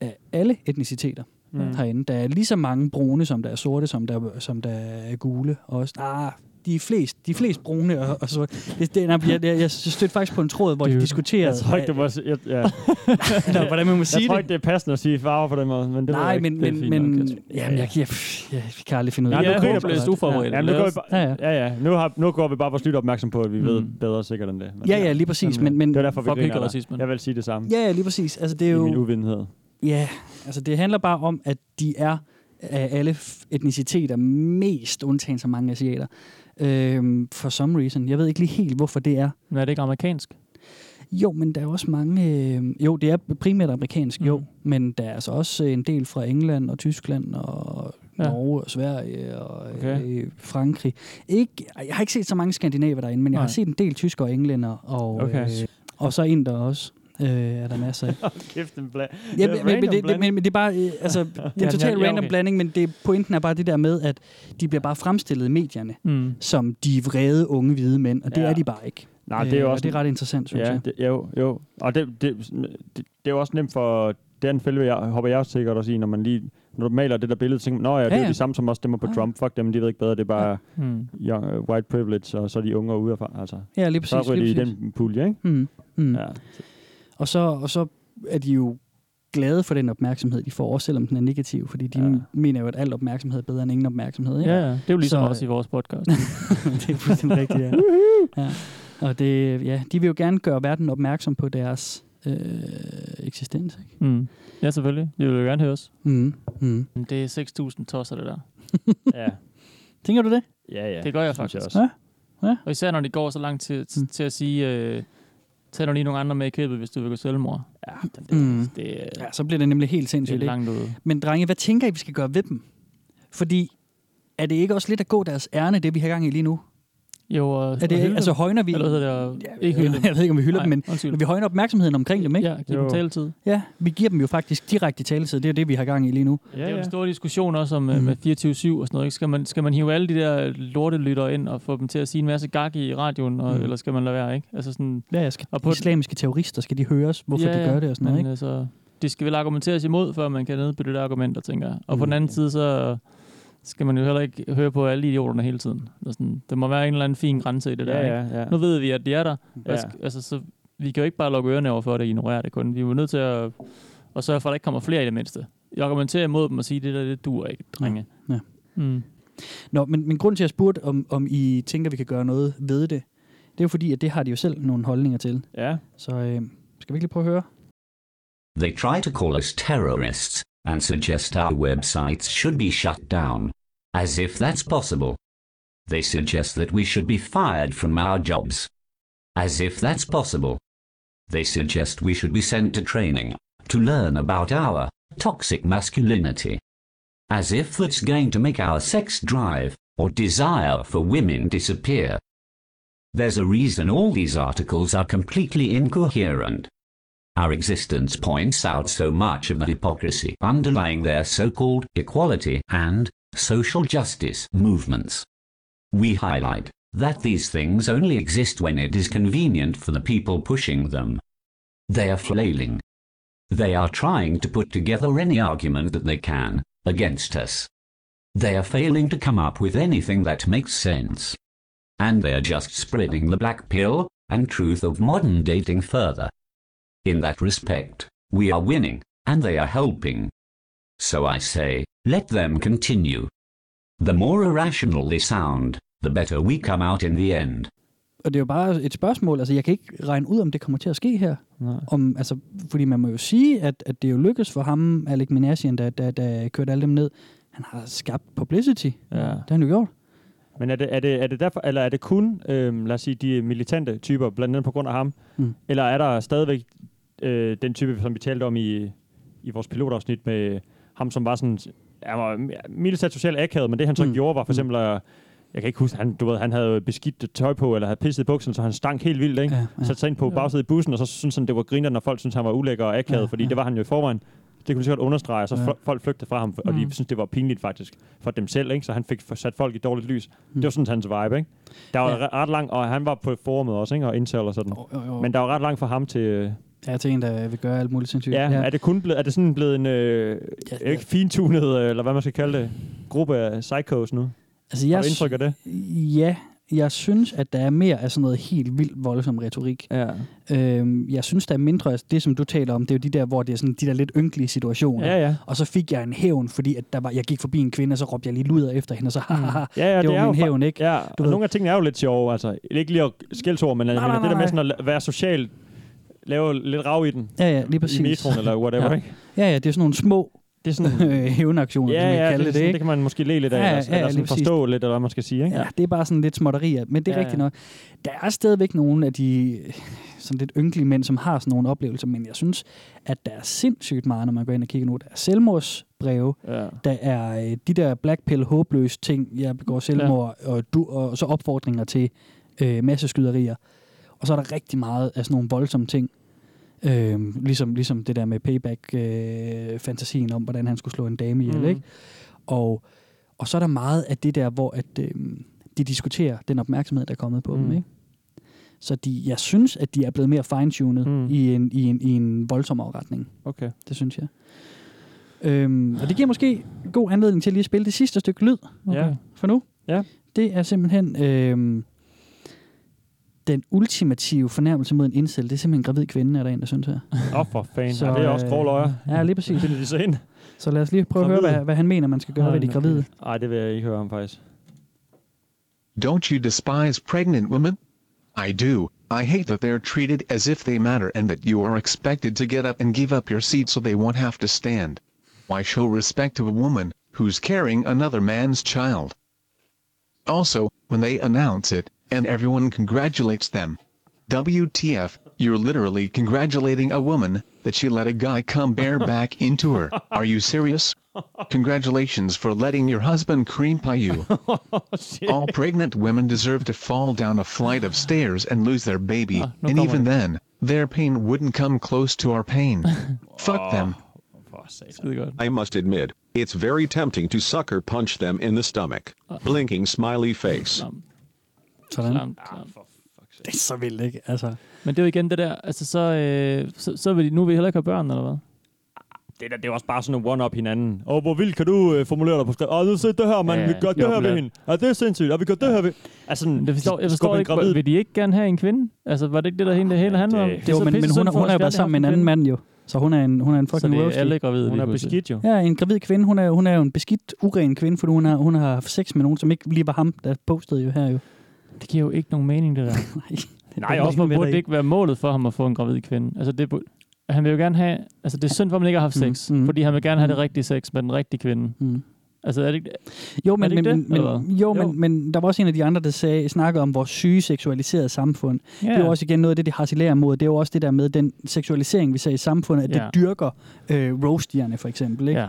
[SPEAKER 5] af alle etniciteter
[SPEAKER 7] Mm.
[SPEAKER 5] mm. herinde. Der er lige så mange brune, som der er sorte, som der, som der er gule. Også. Ah, de er flest, de er flest brune og, og sorte. Det, det, nej, jeg, jeg, jeg stødte faktisk på en tråd, hvor de diskuterede...
[SPEAKER 6] Jeg tror ikke, det
[SPEAKER 5] at-
[SPEAKER 6] var... Jeg, ja.
[SPEAKER 7] Mm.
[SPEAKER 5] Nå, hvordan man må sige
[SPEAKER 6] jeg tror
[SPEAKER 5] det.
[SPEAKER 6] ikke, det er passende at sige farver på den måde, men det ved
[SPEAKER 5] Nej,
[SPEAKER 6] jeg ikke.
[SPEAKER 5] men,
[SPEAKER 6] Det er
[SPEAKER 5] men,
[SPEAKER 6] fint
[SPEAKER 5] men
[SPEAKER 6] nok,
[SPEAKER 5] jamen, jeg, jeg, jeg, jeg, kan aldrig finde ud
[SPEAKER 6] Nej,
[SPEAKER 5] af
[SPEAKER 6] nu
[SPEAKER 5] det. altså.
[SPEAKER 6] griner vi lidt
[SPEAKER 7] uforberedt.
[SPEAKER 6] Ja, nu, går vi
[SPEAKER 7] Ja,
[SPEAKER 6] bare, ja, ja. Nu, har, nu går vi bare på slut opmærksom på, at vi mm. ved bedre sikkert end det. Men,
[SPEAKER 5] Ja, ja, lige præcis, men- men-
[SPEAKER 6] det er derfor, vi
[SPEAKER 5] Fuck
[SPEAKER 6] griner
[SPEAKER 5] ikke
[SPEAKER 6] af dig.
[SPEAKER 5] racismen.
[SPEAKER 6] Jeg vil sige det samme.
[SPEAKER 5] Ja, ja, lige præcis. Altså, det er
[SPEAKER 6] I
[SPEAKER 5] jo...
[SPEAKER 6] min uvidenhed.
[SPEAKER 5] Ja, altså det handler bare om, at de er af alle f- etniciteter mest undtagen så mange asiater. Øhm, for some reason. Jeg ved ikke lige helt, hvorfor det er.
[SPEAKER 7] Men er det ikke amerikansk?
[SPEAKER 5] Jo, men der er også mange... Øh, jo, det er primært amerikansk,
[SPEAKER 7] Mm.
[SPEAKER 5] jo. Men der er altså også øh, en del fra England og Tyskland og
[SPEAKER 7] Ja.
[SPEAKER 5] Norge og Sverige og
[SPEAKER 7] Okay.
[SPEAKER 5] okay. øh, Frankrig. Ikke, jeg har ikke set så mange skandinaver derinde, men jeg Nej.
[SPEAKER 7] Nej.
[SPEAKER 5] har set en del tyskere og englænder og,
[SPEAKER 7] Okay.
[SPEAKER 5] øh, og så inder også. øh, er der masser af.
[SPEAKER 6] Kæft, en bla-
[SPEAKER 5] Ja, men, men, men, det, det, men, men det er bare, øh, altså, det er
[SPEAKER 6] Ja,
[SPEAKER 5] en
[SPEAKER 6] ja,
[SPEAKER 5] total
[SPEAKER 6] ja,
[SPEAKER 5] random
[SPEAKER 6] okay.
[SPEAKER 5] blanding, men det, pointen er bare det der med, at de bliver bare fremstillet i medierne,
[SPEAKER 7] Mm.
[SPEAKER 5] som de vrede unge hvide mænd, og det
[SPEAKER 6] Ja.
[SPEAKER 5] er de bare ikke.
[SPEAKER 6] Nej, det er
[SPEAKER 5] Øh,
[SPEAKER 6] jo
[SPEAKER 5] og
[SPEAKER 6] også...
[SPEAKER 5] det er ret interessant, synes
[SPEAKER 6] ja,
[SPEAKER 5] jeg.
[SPEAKER 6] Det, jo, jo. Og det, det, det, det er jo også nemt for... Den fælde, jeg hopper jeg også sikkert også i, når man lige... Når du maler det der billede, så tænker man, nå ja, det
[SPEAKER 7] Ja,
[SPEAKER 6] er jo
[SPEAKER 7] ja.
[SPEAKER 6] de samme, som også stemmer på
[SPEAKER 7] Ah.
[SPEAKER 6] Trump. Fuck dem, de ved ikke bedre. Det er bare
[SPEAKER 7] Ja. Mm.
[SPEAKER 6] young, uh, white privilege, og så er de unge og ude af altså.
[SPEAKER 5] Ja, lige præcis,
[SPEAKER 6] Så ryger de
[SPEAKER 5] lige
[SPEAKER 6] i
[SPEAKER 5] præcis.
[SPEAKER 6] den pulje, ikke?
[SPEAKER 5] Mm. Mm.
[SPEAKER 6] Ja.
[SPEAKER 5] Og, så, og så er de jo glade for den opmærksomhed, de får, også selvom den er negativ, fordi de ja. mener jo, at al opmærksomhed er bedre end ingen opmærksomhed. Ikke?
[SPEAKER 7] Ja, ja. Det er jo ligesom os i
[SPEAKER 5] øh,
[SPEAKER 7] vores podcast.
[SPEAKER 5] det er fuldstændig rigtigt, ja. ja. Og det, ja, de vil jo gerne gøre verden opmærksom på deres øh, eksistens. Ikke?
[SPEAKER 7] Mm. Ja, selvfølgelig. Det vil jeg gerne høre os.
[SPEAKER 5] Mm. Mm.
[SPEAKER 7] Men Det er 6.000 tosser, det der.
[SPEAKER 6] ja.
[SPEAKER 5] Tænker du det?
[SPEAKER 6] Ja, ja.
[SPEAKER 7] Det gør jeg
[SPEAKER 6] Synes
[SPEAKER 7] faktisk. Mm.
[SPEAKER 6] jeg
[SPEAKER 5] også. Ja. Ja.
[SPEAKER 7] Og især når det går så langt til, til, til at sige, øh, tag nu lige nogle andre med i købet, hvis du vil gå selvmord.
[SPEAKER 6] Ja,
[SPEAKER 7] det,
[SPEAKER 5] Mm.
[SPEAKER 7] det,
[SPEAKER 5] Ja, så bliver det nemlig helt sindssygt.
[SPEAKER 7] Det er
[SPEAKER 5] ikke?
[SPEAKER 7] langt ude.
[SPEAKER 5] Men drenge, hvad tænker I, vi skal gøre ved dem? Fordi er det ikke også lidt at gå deres ærne, det vi har gang i lige nu?
[SPEAKER 7] Jo, og,
[SPEAKER 5] Er
[SPEAKER 7] og
[SPEAKER 5] det,
[SPEAKER 7] hylde
[SPEAKER 5] altså
[SPEAKER 7] dem.
[SPEAKER 5] højner vi...
[SPEAKER 7] Eller hvad hedder det?
[SPEAKER 5] Jeg,
[SPEAKER 7] Ikke hylde
[SPEAKER 5] jeg,
[SPEAKER 7] dem.
[SPEAKER 5] jeg ved ikke, om vi hylder
[SPEAKER 7] Nej,
[SPEAKER 5] dem, men,
[SPEAKER 7] undskyld.
[SPEAKER 5] men vi højner opmærksomheden omkring dem, ikke?
[SPEAKER 7] Ja, giv dem
[SPEAKER 5] Jo.
[SPEAKER 7] taletid.
[SPEAKER 5] Ja, vi giver dem jo faktisk direkte taletid. Det er det, vi har gang i lige nu.
[SPEAKER 7] Ja, det er jo en stor diskussion også om mm.
[SPEAKER 5] Mhm.
[SPEAKER 7] med 24-7 og sådan noget. Ikke? Skal, man, skal man hive alle de der lortelyttere ind og få dem til at sige en masse gag i radioen, og,
[SPEAKER 5] Mhm.
[SPEAKER 7] eller skal man lade være, ikke? Altså sådan,
[SPEAKER 5] Ja, jeg skal,
[SPEAKER 7] og
[SPEAKER 5] på islamiske terrorister, skal de høres, hvorfor
[SPEAKER 7] Ja,
[SPEAKER 5] de
[SPEAKER 7] ja,
[SPEAKER 5] gør det og sådan noget,
[SPEAKER 7] men,
[SPEAKER 5] ikke?
[SPEAKER 7] Altså, det skal vel argumenteres imod, før man kan nedbytte det der argumenter, tænker jeg. Og mm. på den
[SPEAKER 5] Mm.
[SPEAKER 7] anden side, så skal man jo heller ikke høre på alle idioterne hele tiden. Eller sådan, der må være en eller anden fin grænse i det
[SPEAKER 6] Ja,
[SPEAKER 7] der,
[SPEAKER 6] ja,
[SPEAKER 7] ikke?
[SPEAKER 6] ja.
[SPEAKER 7] Nu ved vi, at de er der.
[SPEAKER 6] Ja.
[SPEAKER 7] Ja. Sk- altså, så vi kan jo ikke bare lukke ørerne over for det og ignorere det kun. Vi er jo nødt til at, at sørge for, at der ikke kommer flere i det mindste. Jeg argumenterer imod dem og siger, det der, det duer ikke, drenge.
[SPEAKER 5] Ja.
[SPEAKER 7] Mm.
[SPEAKER 5] Nå, men, men grunden til, at jeg spurgte, om, om I tænker, vi kan gøre noget ved det, det er jo fordi, at det har de jo selv nogle holdninger til.
[SPEAKER 6] Ja.
[SPEAKER 5] Så øh, skal vi ikke lige prøve at høre?
[SPEAKER 16] They try to call us terrorists and suggest our websites should be shut down. As if that's possible. They suggest that we should be fired from our jobs. As if that's possible. They suggest we should be sent to training to learn about our toxic masculinity. As if that's going to make our sex drive or desire for women disappear. There's a reason all these articles are completely incoherent. Our existence points out so much of the hypocrisy underlying their so called equality and social justice movements. We highlight that these things only exist when it is convenient for the people pushing them. They are flailing. They are trying to put together any argument that they can against us. They are failing to come up with anything that makes sense. And they are just spreading the black pill and truth of modern dating further. In that respect, we are winning, and they are helping. So I say, let them continue. The more irrational they sound, the better we come out in the end.
[SPEAKER 5] Og det er jo bare et spørgsmål. Altså, jeg kan ikke regne ud, om det kommer til at ske her.
[SPEAKER 7] Nej.
[SPEAKER 5] Om, altså, fordi man må jo sige, at, at det jo lykkes for ham, Alec Minassian, der, der, der kørte alle dem ned. Han har skabt publicity. Ja. Det har han jo gjort.
[SPEAKER 6] Men er det, er det, er det derfor, eller er det kun, øhm, lad os sige, de militante typer, blandt andet på grund af ham?
[SPEAKER 5] Mm.
[SPEAKER 6] Eller er der stadigvæk øh, den type, som vi talte om i, i vores pilotafsnit med ham, som var sådan, han var mildt sagt socialt akavet, men det han så mm. gjorde var for eksempel, at, jeg kan ikke huske, han, du ved, han havde beskidt tøj på, eller havde pisset i bukserne, så han stank helt vildt, ikke? Ja, ja. Satte sig ind på bagsædet i bussen, og så syntes han, det var griner, når folk syntes, han var ulækker og akavet, ja, fordi ja. det var han jo i forvejen. Det kunne vi godt understrege, og så
[SPEAKER 5] Ja.
[SPEAKER 6] ja. folk flygtede fra ham, og de
[SPEAKER 5] Mm.
[SPEAKER 6] synes det var pinligt faktisk for dem selv, ikke? så han fik sat folk i dårligt lys. Det
[SPEAKER 5] Mm.
[SPEAKER 6] var sådan hans vibe, ikke? Der var ja. ret langt, og han var på forumet også, ikke? og intel og sådan.
[SPEAKER 5] jo, jo.
[SPEAKER 6] Men der var ret langt fra ham til... øh,
[SPEAKER 5] Ja, til en, der vil gøre alt muligt sindssygt.
[SPEAKER 6] Ja, ja. Er, det kun blevet, er det sådan blevet en øh, ja, ikke fintunet, øh, eller hvad man skal kalde det, gruppe af psychos nu?
[SPEAKER 5] Altså,
[SPEAKER 6] Har
[SPEAKER 5] jeg
[SPEAKER 6] du indtryk af det?
[SPEAKER 5] Ja, jeg synes, at der er mere af sådan noget helt vildt voldsom retorik.
[SPEAKER 6] Ja.
[SPEAKER 5] Øhm, jeg synes, der er mindre af det, som du taler om. Det er jo de der, hvor det er sådan de der lidt ynkelige situationer.
[SPEAKER 6] Ja, ja.
[SPEAKER 5] Og så fik jeg en hævn, fordi at der var, jeg gik forbi en kvinde, og så råbte jeg lige luder efter hende, og så haha,
[SPEAKER 6] Ja, ja,
[SPEAKER 5] det,
[SPEAKER 6] det
[SPEAKER 5] var
[SPEAKER 6] er jo
[SPEAKER 5] min
[SPEAKER 6] fa-
[SPEAKER 5] hævn, ikke?
[SPEAKER 6] Ja, Du og nogle af tingene er jo lidt sjove, altså. Ikke lige at skældsord, men jeg
[SPEAKER 5] Nej,
[SPEAKER 6] mener,
[SPEAKER 5] nej,
[SPEAKER 6] det der med
[SPEAKER 5] nej.
[SPEAKER 6] sådan at la- være social, lave lidt rav i den.
[SPEAKER 5] Ja, ja, lige præcis.
[SPEAKER 6] I metroen eller whatever,
[SPEAKER 5] ja.
[SPEAKER 6] ikke?
[SPEAKER 5] Ja, ja, det er sådan nogle små øh,
[SPEAKER 6] det er sådan,
[SPEAKER 5] hævnaktioner,
[SPEAKER 6] Ja,
[SPEAKER 5] som
[SPEAKER 6] ja, det,
[SPEAKER 5] kalde det,
[SPEAKER 6] det, sådan,
[SPEAKER 5] ikke?
[SPEAKER 6] det kan man måske le lidt af,
[SPEAKER 5] Ja,
[SPEAKER 6] ja,
[SPEAKER 5] ja,
[SPEAKER 6] eller, ja,
[SPEAKER 5] ja,
[SPEAKER 6] eller
[SPEAKER 5] lige
[SPEAKER 6] sådan
[SPEAKER 5] præcis.
[SPEAKER 6] forstå lidt, eller hvad man skal sige. Ikke?
[SPEAKER 5] Ja, det er bare sådan lidt småtterier, men det er
[SPEAKER 6] Ja,
[SPEAKER 5] ja,
[SPEAKER 6] ja.
[SPEAKER 5] rigtigt nok. Der er stadigvæk nogle af de øh, sådan lidt ynkelige mænd, som har sådan nogle oplevelser, men jeg synes, at der er sindssygt meget, når man går ind og kigger nu. Der er selvmordsbreve,
[SPEAKER 6] ja.
[SPEAKER 5] der er øh, de der blackpill håbløse ting, jeg begår selvmord, ja. og, du, og så opfordringer til øh, masseskyderier. Og så er der rigtig meget af sådan nogle voldsomme ting. Øh, ligesom, ligesom det der med payback-fantasien om, hvordan han skulle slå en dame ihjel.
[SPEAKER 7] Mhm.
[SPEAKER 5] Mm. Ikke? Og, og så er der meget af det der, hvor at, øh, de diskuterer den opmærksomhed, der er kommet på mm.
[SPEAKER 7] Mhm.
[SPEAKER 5] dem. Ikke? Så de, jeg synes, at de er blevet mere fine-tunet mm. i, en, i, en, i en voldsommere retning.
[SPEAKER 7] Mhm. Okay.
[SPEAKER 5] Det synes jeg. Øhm, og det giver måske god anledning til lige at spille det sidste stykke lyd
[SPEAKER 7] Ja.
[SPEAKER 5] for nu.
[SPEAKER 7] Ja.
[SPEAKER 5] Det er simpelthen øhm, den ultimative fornærmelse mod en incel. Det er simpelthen en gravid kvinde, er der en, der synes her.
[SPEAKER 6] Åh, oh, for fanden. Så, det er
[SPEAKER 5] øh,
[SPEAKER 6] også grå løjer.
[SPEAKER 5] Ja, lige præcis.
[SPEAKER 6] Bilder de sig ind?
[SPEAKER 5] Så lad os lige prøve at høre,
[SPEAKER 6] Gravide.
[SPEAKER 5] hvad, hvad han mener, man skal gøre ved de gravide.
[SPEAKER 6] Nej, det vil jeg ikke høre om, faktisk.
[SPEAKER 14] Don't you despise pregnant women? I do. I hate that they're treated as if they matter and that you are expected to get up and give up your seat so they won't have to stand. Why show respect to a woman who's carrying another man's child? Also, when they announce it, and everyone congratulates them. WTF, you're literally congratulating a woman that she let a guy come bareback into her. Are you serious? Congratulations for letting your husband cream pie you. All pregnant women deserve to fall down a flight of stairs and lose their baby,
[SPEAKER 7] Ah, no
[SPEAKER 14] and even
[SPEAKER 7] comment.
[SPEAKER 14] then, their pain wouldn't come close to our pain. Fuck them.
[SPEAKER 9] I must admit, it's very tempting to sucker punch them in the stomach.
[SPEAKER 13] Uh.
[SPEAKER 9] Blinking smiley face.
[SPEAKER 5] Sådan. Det er så vildt, ikke? Altså.
[SPEAKER 7] Men det er jo igen det der, altså så, øh, så, så vil de, nu vil I heller ikke have børn, eller hvad?
[SPEAKER 6] Det, der, det er også bare sådan en one-up hinanden. Åh, hvor vildt kan du øh, formulere dig på skrift? Åh, du se det her, mand.
[SPEAKER 7] Ja,
[SPEAKER 6] Vi
[SPEAKER 7] ja.
[SPEAKER 6] gør det
[SPEAKER 7] Jo,
[SPEAKER 6] her ved
[SPEAKER 7] blødt.
[SPEAKER 6] hende. Ja, det er sindssygt. Og vi gør det her ved... Altså, sådan,
[SPEAKER 7] Jeg forstår, jeg
[SPEAKER 6] skub
[SPEAKER 7] forstår
[SPEAKER 6] en
[SPEAKER 7] ikke,
[SPEAKER 6] gravid.
[SPEAKER 7] vil de ikke gerne have en kvinde? Altså, var det ikke det, der hele, hele handlede om?
[SPEAKER 5] Det, jo, men, men hun, er- hun har jo været sammen med en anden mand jo. Så hun er en, hun er en fucking
[SPEAKER 7] det er
[SPEAKER 5] roastie.
[SPEAKER 7] alle gravide Hun lige er pludselig. beskidt, jo.
[SPEAKER 5] Ja, en gravid kvinde. Hun er, hun er jo en beskidt, uren kvinde, fordi hun har, hun har haft sex med nogen, som ikke lige var ham, der postede jo her jo.
[SPEAKER 7] Det giver jo ikke nogen mening, det der.
[SPEAKER 5] er
[SPEAKER 7] Nej,
[SPEAKER 5] jeg
[SPEAKER 7] også
[SPEAKER 5] enig med
[SPEAKER 7] hvor burde
[SPEAKER 5] dig
[SPEAKER 7] det
[SPEAKER 5] i.
[SPEAKER 7] ikke være målet for ham at få en gravid kvinde? Altså, det, bu- han vil jo gerne have... Altså, det er synd for, at man ikke har haft
[SPEAKER 5] Mm,
[SPEAKER 7] sex, fordi han vil gerne have det rigtige sex med den rigtige kvinde. Altså, er det ikke
[SPEAKER 5] Jo,
[SPEAKER 7] er
[SPEAKER 5] men,
[SPEAKER 7] det ikke
[SPEAKER 5] men,
[SPEAKER 7] det,
[SPEAKER 5] men,
[SPEAKER 7] eller
[SPEAKER 5] men,
[SPEAKER 7] hvad?
[SPEAKER 5] jo, men, men der var også en af de andre, der sagde, snakkede om vores syge seksualiserede samfund.
[SPEAKER 7] Ja.
[SPEAKER 5] Det er jo også igen noget af det, de harcelerer mod. Det er jo også det der med den seksualisering, vi ser i samfundet, at
[SPEAKER 7] Ja.
[SPEAKER 5] det dyrker øh, roastierne for eksempel. Ikke?
[SPEAKER 7] Ja.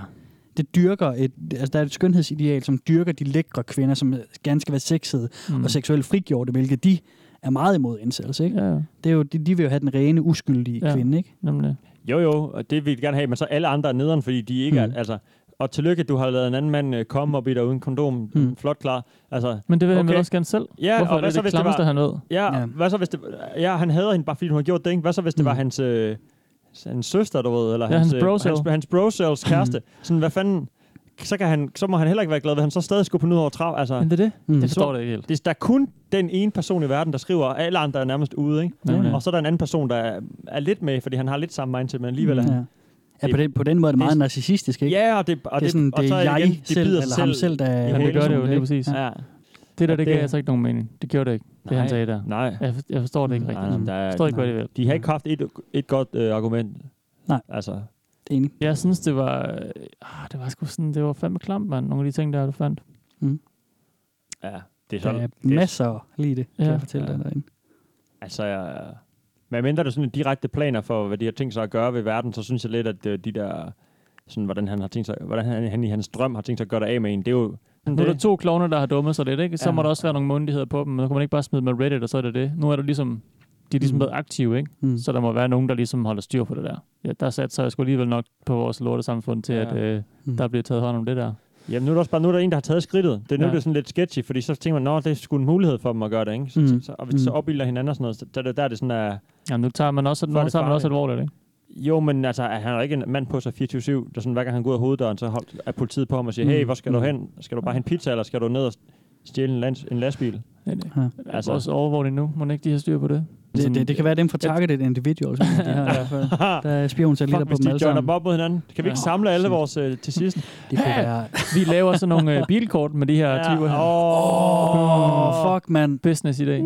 [SPEAKER 5] Det dyrker et, altså der er et skønhedsideal, som dyrker de lækre kvinder, som gerne skal være sexede
[SPEAKER 7] Mm.
[SPEAKER 5] mm. og seksuelt frigjorte, hvilket de er meget imod incels, ikke?
[SPEAKER 7] Ja.
[SPEAKER 5] Det er jo, de, de vil jo have den rene, uskyldige ja. kvinde, ikke?
[SPEAKER 7] Nemlig.
[SPEAKER 6] Jo, jo, og det vil de gerne have, men så alle andre er nederen, fordi de ikke mm. er, altså, og tillykke, du har lavet en anden mand øh, komme og blive dig uden kondom. Mm. Flot klar. Altså,
[SPEAKER 7] Men det vil han vel også gerne selv?
[SPEAKER 6] Ja,
[SPEAKER 7] Hvorfor
[SPEAKER 6] og
[SPEAKER 7] er
[SPEAKER 6] hvad
[SPEAKER 7] det
[SPEAKER 6] så,
[SPEAKER 7] det
[SPEAKER 6] hvis det
[SPEAKER 7] klammeste,
[SPEAKER 6] var,
[SPEAKER 7] han ved?
[SPEAKER 6] Ja, ja, hvad så, hvis det, ja, han hader hende bare, fordi hun har gjort det, ikke? Hvad så, hvis det var hans, øh, hans søster, du ved, eller
[SPEAKER 7] Ja, hans
[SPEAKER 6] øh,
[SPEAKER 7] brocell.
[SPEAKER 6] hans, hans brocels kæreste. Sådan, hvad fanden, så, kan han, så må han heller ikke være glad, ved han så stadig skulle på nyd over trav. Altså,
[SPEAKER 7] Men det er det. Mm. Det forstår
[SPEAKER 6] så-
[SPEAKER 7] jeg ikke helt.
[SPEAKER 6] Det, der er kun den ene person i verden, der skriver, og alle andre er nærmest ude, ikke?
[SPEAKER 7] Nemlig.
[SPEAKER 6] Og så er der en anden person, der er, er lidt med, fordi han har lidt samme mindset, men alligevel er
[SPEAKER 5] Ja.
[SPEAKER 6] han...
[SPEAKER 5] Ja, på den, på den måde er det meget narcissistisk, ikke?
[SPEAKER 6] Ja, og det, og
[SPEAKER 5] Mm. det er sådan,
[SPEAKER 6] og
[SPEAKER 5] det
[SPEAKER 6] så
[SPEAKER 5] er jeg
[SPEAKER 6] igen, de
[SPEAKER 5] selv,
[SPEAKER 6] bider
[SPEAKER 5] eller ham selv, der
[SPEAKER 6] i
[SPEAKER 5] er ligesom
[SPEAKER 7] Jamen, det gør det jo
[SPEAKER 6] halesolen,
[SPEAKER 7] lige
[SPEAKER 6] ikke?
[SPEAKER 7] præcis.
[SPEAKER 6] Ja.
[SPEAKER 7] Det der,
[SPEAKER 6] Og
[SPEAKER 7] det gav altså ikke nogen mening. Det gjorde det ikke, det han
[SPEAKER 6] Nej.
[SPEAKER 7] sagde der.
[SPEAKER 6] Nej.
[SPEAKER 7] Jeg, for- jeg forstår det ikke rigtigt.
[SPEAKER 6] Nej, Mm, nej, der er,
[SPEAKER 7] Jeg forstår ikke, hvad det vil.
[SPEAKER 6] De har ikke haft et, et godt øh, argument.
[SPEAKER 5] Nej.
[SPEAKER 6] Altså,
[SPEAKER 5] Enig.
[SPEAKER 7] Jeg synes, det var... Ah, det var sgu sådan... Det var fandme klamt, mand. Nogle af de ting, der du fandt.
[SPEAKER 6] ja, det er
[SPEAKER 5] Der
[SPEAKER 6] sådan.
[SPEAKER 5] er
[SPEAKER 6] det er-
[SPEAKER 5] masser lige det, kan
[SPEAKER 7] Ja.
[SPEAKER 5] jeg fortælle dig derinde.
[SPEAKER 6] Altså, jeg, men mindre der er sådan direkte planer for, hvad de har tænkt sig at gøre ved verden, så synes jeg lidt, at øh, de der, sådan, hvordan han har tænkt sig, hvordan han, han i hans drøm har tænkt sig at gøre det af med en, det er jo...
[SPEAKER 7] Nu er der to klovner, der har dummet sig lidt, ikke? Så
[SPEAKER 6] Ja.
[SPEAKER 7] må der også være nogle myndigheder på dem. Men nu kan man ikke bare smide med Reddit, og så er det det. Nu er det ligesom... De er ligesom blevet aktive, ikke?
[SPEAKER 5] Mm.
[SPEAKER 7] Så der må være nogen, der ligesom holder styr på det der. Ja, der satte sig sgu alligevel nok på vores lortesamfund til,
[SPEAKER 6] Ja.
[SPEAKER 7] at øh,
[SPEAKER 5] Mm.
[SPEAKER 7] der bliver taget hånd om det der.
[SPEAKER 6] Jamen, nu er der også bare nu er der en, der har taget skridtet. Det er nu,
[SPEAKER 7] Ja.
[SPEAKER 6] ja. det er sådan lidt sketchy, fordi så tænker man, nå, det er sgu en mulighed for dem at gøre det, ikke? Så,
[SPEAKER 5] Mhm.
[SPEAKER 7] Mm.
[SPEAKER 6] mm. så, og hvis de så
[SPEAKER 7] Mm.
[SPEAKER 6] opbilder hinanden og sådan noget, så der, der, der er det sådan, at...
[SPEAKER 7] Ja, nu tager man også,
[SPEAKER 6] Så er
[SPEAKER 7] nu
[SPEAKER 6] det
[SPEAKER 7] tager man også
[SPEAKER 6] farligt.
[SPEAKER 7] alvorligt, ikke?
[SPEAKER 6] Jo, men altså, han er jo ikke en mand på sig 24-7. Der er sådan, hver gang han går ud af hoveddøren, så hold, er politiet på ham og siger,
[SPEAKER 7] Mm.
[SPEAKER 5] Mhm.
[SPEAKER 6] hey, hvor skal du
[SPEAKER 7] Mm.
[SPEAKER 6] hen? Skal du bare hente pizza, eller skal du ned og stjæle en, lands, en lastbil?
[SPEAKER 7] Ja.
[SPEAKER 6] Altså.
[SPEAKER 7] Altså. Vores overvågning nu, må ikke de har styr på det?
[SPEAKER 5] Det, det, det kan være dem fra Targeted Individuals, men de har i hvert fald. Der er spionsatellitter
[SPEAKER 6] Fuck,
[SPEAKER 5] på
[SPEAKER 6] hvis
[SPEAKER 5] dem alle
[SPEAKER 6] de joiner dem
[SPEAKER 5] sammen.
[SPEAKER 6] op mod hinanden. Kan vi ikke
[SPEAKER 5] Ja.
[SPEAKER 6] samle alle vores øh, til sidst?
[SPEAKER 5] Det kunne være...
[SPEAKER 7] Vi laver sådan nogle øh, bilkort med de her ja. typer her.
[SPEAKER 5] Åh, oh, fuck, mand.
[SPEAKER 7] Business i dag.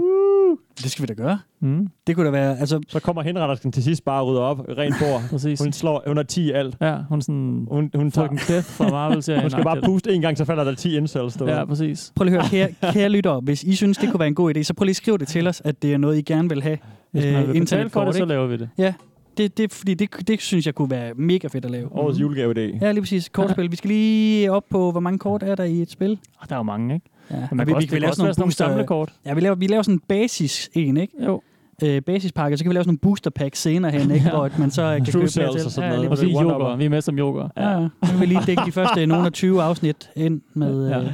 [SPEAKER 5] Det skal vi da gøre.
[SPEAKER 7] Mm.
[SPEAKER 5] Det kunne da være... Altså,
[SPEAKER 6] Så kommer henrettersken til sidst bare og rydder op, rent bord.
[SPEAKER 7] Præcis.
[SPEAKER 6] Hun slår under 10 i alt.
[SPEAKER 7] Ja, hun sådan...
[SPEAKER 6] Hun, hun tager
[SPEAKER 7] en kæft fra Marvel-serien.
[SPEAKER 6] Hun skal bare
[SPEAKER 7] Agtigt.
[SPEAKER 6] puste en gang, så falder der 10 incels. du ved.
[SPEAKER 7] Ja, præcis.
[SPEAKER 5] Prøv lige at høre, kære, kære lyttere, hvis I synes, det kunne være en god idé, så prøv lige at skrive det til os, at det er noget, I gerne vil have. øh,
[SPEAKER 7] Hvis man vil betale
[SPEAKER 5] internetkort,
[SPEAKER 7] for det, så
[SPEAKER 5] ikke?
[SPEAKER 7] laver vi det.
[SPEAKER 5] Ja, det, det, fordi det, det synes jeg kunne være mega fedt at lave. Mhm.
[SPEAKER 6] Årets julegave-idé.
[SPEAKER 5] Ja, lige præcis. Kortspil. Vi skal lige op på, hvor mange kort er der i et spil?
[SPEAKER 7] Og der er jo mange, ikke?
[SPEAKER 5] Ja,
[SPEAKER 7] Men man kan også- det kan også være sådan nogle samlekort.
[SPEAKER 5] Ja, vi laver, vi laver sådan en basis en, ikke?
[SPEAKER 7] Jo.
[SPEAKER 5] øh, basispakke, så kan vi lave sådan nogle booster pack senere hen, ikke? hvor at man så øh, kan købe mere til. Ja, lige
[SPEAKER 7] Og vi
[SPEAKER 5] præcis.
[SPEAKER 7] er yoghurt. Vi er med som yoghurt.
[SPEAKER 5] Ja, ja. Nu kan vi lige dække de første nogen af 20 afsnit ind med,
[SPEAKER 7] Ja.
[SPEAKER 5] øh,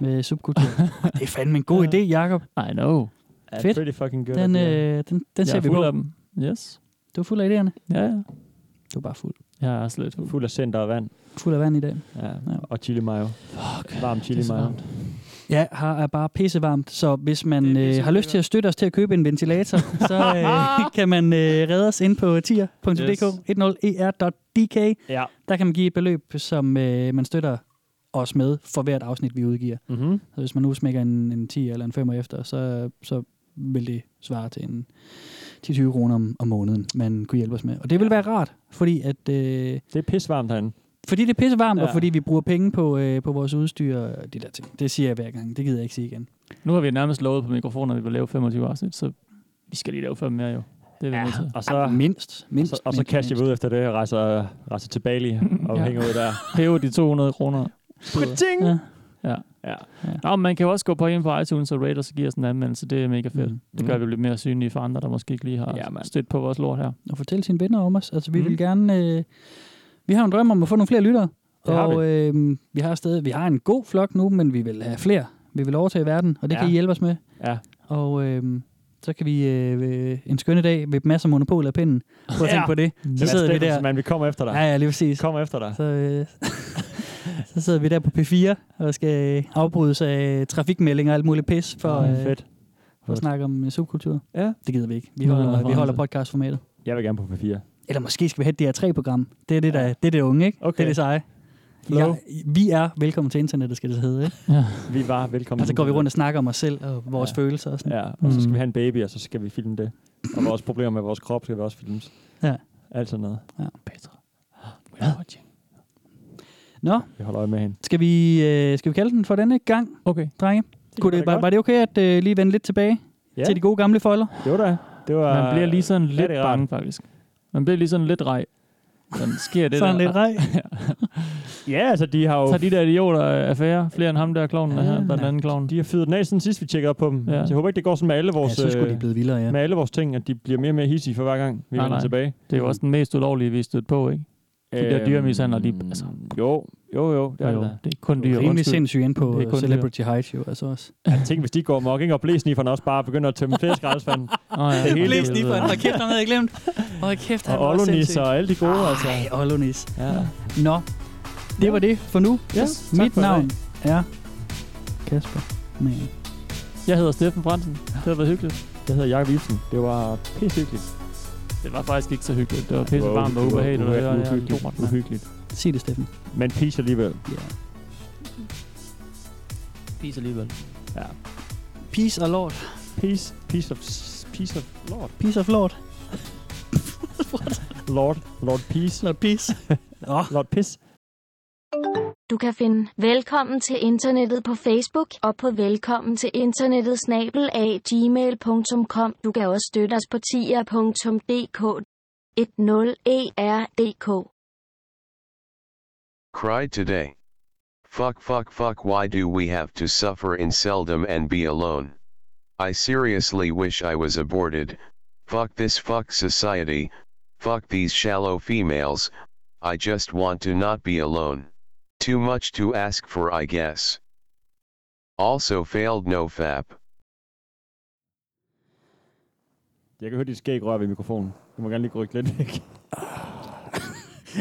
[SPEAKER 5] med subkultur. Det er fandme en god idé, Jacob.
[SPEAKER 7] I know. Ja,
[SPEAKER 5] Fedt.
[SPEAKER 7] pretty fucking good
[SPEAKER 5] Den,
[SPEAKER 7] idea.
[SPEAKER 5] øh, den, den
[SPEAKER 7] Jeg
[SPEAKER 5] ser
[SPEAKER 7] er
[SPEAKER 5] vi
[SPEAKER 7] fuld
[SPEAKER 5] på.
[SPEAKER 7] af dem. Yes.
[SPEAKER 5] Du er fuld af idéerne?
[SPEAKER 7] Ja, ja.
[SPEAKER 5] Du er bare fuld.
[SPEAKER 7] Jeg er også lidt
[SPEAKER 5] øh,
[SPEAKER 7] fuld.
[SPEAKER 6] Fuld af center og vand.
[SPEAKER 5] Fuld af vand i dag.
[SPEAKER 6] Ja. Og chili mayo. Fuck. Varm chili
[SPEAKER 5] det er så
[SPEAKER 6] mayo.
[SPEAKER 5] varmt. Ja, her er bare pissevarmt, så hvis man øh, har lyst til at støtte os til at købe en ventilator, så øh, kan man øh, redde os ind på tier.dk,
[SPEAKER 6] Yes.
[SPEAKER 5] E 10er.dk.
[SPEAKER 6] Ja.
[SPEAKER 5] Der kan man give et beløb, som øh, man støtter os med for hvert afsnit, vi udgiver.
[SPEAKER 6] Mm-hmm.
[SPEAKER 5] Så hvis man nu smækker en, en 10 eller en 5 efter, så, så vil det svare til en 10-20 kroner om, om måneden, man kunne hjælpe os med. Og det vil være rart, fordi at... Øh, det
[SPEAKER 6] er pissevarmt herinde.
[SPEAKER 5] Fordi det er pissevarmt, ja.
[SPEAKER 7] Ja.
[SPEAKER 5] og fordi vi bruger penge på, øh, på vores udstyr og de der ting. Det siger jeg hver gang. Det gider jeg ikke sige igen.
[SPEAKER 7] Nu har vi nærmest lovet på mikrofonen, at vi vil lave 25 afsnit, så vi skal lige lave fem mere jo. Det er vi ja, nødt til.
[SPEAKER 6] Og så,
[SPEAKER 5] mindst, mindst,
[SPEAKER 6] og så, og så
[SPEAKER 7] mindst,
[SPEAKER 6] kaster vi ud efter det, og rejser, rejser til Bali og
[SPEAKER 7] Ja.
[SPEAKER 6] ja. hænger ud der.
[SPEAKER 7] Hæve de 200 kroner.
[SPEAKER 6] Ting!
[SPEAKER 7] Ja. Ja. ja. Nå, men man kan jo også gå på ind på iTunes og rate os og give os en anmeldelse. Det er mega fedt. Mm. Det gør, at vi bliver mere synlige for andre, der måske ikke lige har ja, stødt på vores lort her.
[SPEAKER 5] Og fortælle sine venner om os. Altså, vi mm. vil gerne... Øh, vi har en drøm om at få nogle flere lyttere.
[SPEAKER 7] Det har
[SPEAKER 5] og øh, vi har stadig, vi har en god flok nu, men vi vil have flere. Vi vil overtage verden, og det ja. kan
[SPEAKER 7] Ja.
[SPEAKER 5] I hjælpe os med.
[SPEAKER 6] Ja.
[SPEAKER 5] Og øh, så kan vi øh, ved en skønne dag med masser af monopol af pinden. Prøv at tænke på det. Så sidder vi der.
[SPEAKER 6] Man, vi kommer efter dig.
[SPEAKER 5] Ja, ja, lige præcis.
[SPEAKER 6] Kommer efter dig.
[SPEAKER 5] Så, øh, så sidder vi der på P4 og skal afbrydes af trafikmeldinger og alt muligt pis for,
[SPEAKER 6] Ej,
[SPEAKER 5] øh,
[SPEAKER 6] fedt.
[SPEAKER 5] for at snakke om øh, subkultur.
[SPEAKER 6] Ja.
[SPEAKER 5] Det gider vi ikke. Vi
[SPEAKER 6] Nå,
[SPEAKER 5] holder, vi
[SPEAKER 6] fornøjelse.
[SPEAKER 5] holder podcastformatet.
[SPEAKER 6] Jeg vil gerne på P4.
[SPEAKER 5] Eller måske skal vi have et DR3-program. Det er det, der, det, er det unge, ikke? Okay. Det er det seje.
[SPEAKER 6] Flow.
[SPEAKER 5] Jeg, vi er velkommen til internettet, skal det hedde, ikke?
[SPEAKER 7] Ja.
[SPEAKER 6] Vi var velkommen.
[SPEAKER 5] Og så går vi rundt og Mm. snakker om os selv og vores
[SPEAKER 6] Ja.
[SPEAKER 5] følelser og sådan.
[SPEAKER 6] Ja, og så skal vi have en baby, og så skal vi filme det. Og vores problemer med vores krop skal vi også filmes.
[SPEAKER 5] Ja.
[SPEAKER 6] Alt sådan noget.
[SPEAKER 5] Ja.
[SPEAKER 7] Petra.
[SPEAKER 5] Nå,
[SPEAKER 6] Vi holder øje med hende.
[SPEAKER 5] skal vi, øh, skal vi kalde den for denne gang,
[SPEAKER 7] okay.
[SPEAKER 5] drenge? Kunne det,
[SPEAKER 6] da
[SPEAKER 5] var,
[SPEAKER 6] godt.
[SPEAKER 5] var det okay at øh, lige vende lidt tilbage
[SPEAKER 6] Ja.
[SPEAKER 5] til de gode gamle folder?
[SPEAKER 6] Jo da. Det var,
[SPEAKER 7] Man bliver lige sådan
[SPEAKER 6] Ja,
[SPEAKER 7] lidt
[SPEAKER 6] det er rart.
[SPEAKER 7] bange, faktisk. Man bliver lige sådan lidt rej. Sådan sker det
[SPEAKER 5] Sådan
[SPEAKER 7] der.
[SPEAKER 5] lidt rej.
[SPEAKER 6] Ja, altså de har jo...
[SPEAKER 7] Så de der idioter er affære. Flere end ham der klovnen er her, der er den anden klovn.
[SPEAKER 6] De har fyret den af siden sidst, vi tjekkede op på dem.
[SPEAKER 7] Ja.
[SPEAKER 6] Ja. Så jeg håber ikke, det går sådan med alle vores,
[SPEAKER 5] Ja, så skulle
[SPEAKER 6] øh,
[SPEAKER 5] de blive vildere, ja.
[SPEAKER 6] med alle vores ting, at de bliver mere og mere hissige for hver gang, vi
[SPEAKER 7] Nej,
[SPEAKER 6] vender
[SPEAKER 7] nej.
[SPEAKER 6] tilbage.
[SPEAKER 7] Det er jo også den mest ulovlige, vi er stødt på, ikke? De der
[SPEAKER 6] Øhm,
[SPEAKER 7] dyremishandler, de... Altså,
[SPEAKER 6] jo, jo, jo. Det,
[SPEAKER 7] Jo,
[SPEAKER 6] er
[SPEAKER 7] jo.
[SPEAKER 6] det.
[SPEAKER 7] Det er kun dyr.
[SPEAKER 5] Rimelig
[SPEAKER 7] Undskyld.
[SPEAKER 5] sindssygt inde på
[SPEAKER 7] Det er kun
[SPEAKER 5] Celebrity Heights jo, altså også.
[SPEAKER 6] Jeg tænker, hvis de går mok, ikke? Og blæsnifferne også bare begynder at tømme flæskraldesfanden.
[SPEAKER 7] oh,
[SPEAKER 5] ja. Blæsnifferen. Hold kæft, ham havde jeg glemt. Hold kæft, han
[SPEAKER 6] Og
[SPEAKER 5] var
[SPEAKER 6] Olonis
[SPEAKER 5] sindssyg.
[SPEAKER 6] og alle de gode, altså.
[SPEAKER 5] Ej, Olonis.
[SPEAKER 6] Ja.
[SPEAKER 5] Nå, det var det for nu.
[SPEAKER 7] Yes, tak
[SPEAKER 5] Mit
[SPEAKER 7] for i
[SPEAKER 5] navn er Kasper. Men
[SPEAKER 7] Jeg hedder Steffen Bransen. Det har været hyggeligt.
[SPEAKER 6] Jeg hedder Jakob Ibsen. Det var pisse hyggeligt.
[SPEAKER 7] Det var faktisk ikke så hyggeligt. Det var
[SPEAKER 6] Ja, det
[SPEAKER 7] pisse
[SPEAKER 6] var
[SPEAKER 7] varmt og
[SPEAKER 6] uhyggeligt.
[SPEAKER 7] ubehageligt. og
[SPEAKER 6] Det
[SPEAKER 7] Det
[SPEAKER 6] var
[SPEAKER 7] var jeg er en
[SPEAKER 6] uhyggeligt.
[SPEAKER 7] lort, mand.
[SPEAKER 6] Uhyggeligt.
[SPEAKER 5] sig det, Steffen.
[SPEAKER 6] Men pisse alligevel.
[SPEAKER 5] Ja.
[SPEAKER 7] Peace alligevel.
[SPEAKER 6] Ja.
[SPEAKER 5] Peace og lord.
[SPEAKER 6] Peace. Peace of... Peace of lord.
[SPEAKER 5] Peace of lord.
[SPEAKER 6] Lord. Lord peace.
[SPEAKER 5] Lord peace.
[SPEAKER 6] Lord piss.
[SPEAKER 4] Du kan finde Velkommen til internettet på Facebook og på velkommen til internettet snabel af gmail.com. Du kan også støtte os på tier.dk E 10er.dk
[SPEAKER 10] Cry today. Fuck fuck fuck why do we have to suffer in seldom and be alone? I seriously wish I was aborted, fuck this fuck society, fuck these shallow females, I just want to not be alone. Too much to ask for I guess. Also failed no fap.
[SPEAKER 6] Jeg kan høre, dit skæg rører ved mikrofonen. Du må gerne lige rykke lidt væk.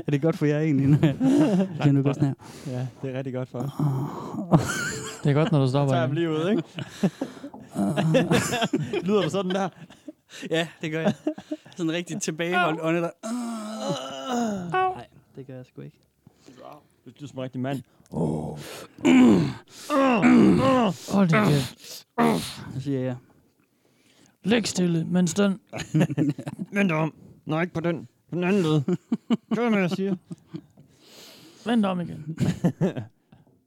[SPEAKER 5] Er det godt for jer egentlig? Nu jeg, jeg nu går sådan her.
[SPEAKER 6] Ja, det er rigtig godt for os.
[SPEAKER 7] Det er godt, når du
[SPEAKER 6] Så
[SPEAKER 7] stopper.
[SPEAKER 6] tager jeg dem lige ud, ikke? Lyder du sådan der?
[SPEAKER 5] Ja, det gør jeg. Sådan rigtig tilbageholdt ånde der. Nej, det gør jeg sgu ikke.
[SPEAKER 6] Du, du er som en rigtig mand.
[SPEAKER 5] Åh.
[SPEAKER 7] Hold da kæft.
[SPEAKER 5] Så siger jeg.
[SPEAKER 7] Læg stille, mens den...
[SPEAKER 6] Vent om. Nå, ikke på den. På den anden led. Gør hvad jeg siger.
[SPEAKER 7] Vend om igen.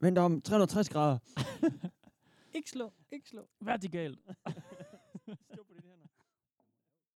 [SPEAKER 6] Vent om 360 grader.
[SPEAKER 5] Ikke slå, ikke slå.
[SPEAKER 7] Vertikalt.
[SPEAKER 6] Stå på dine hænder.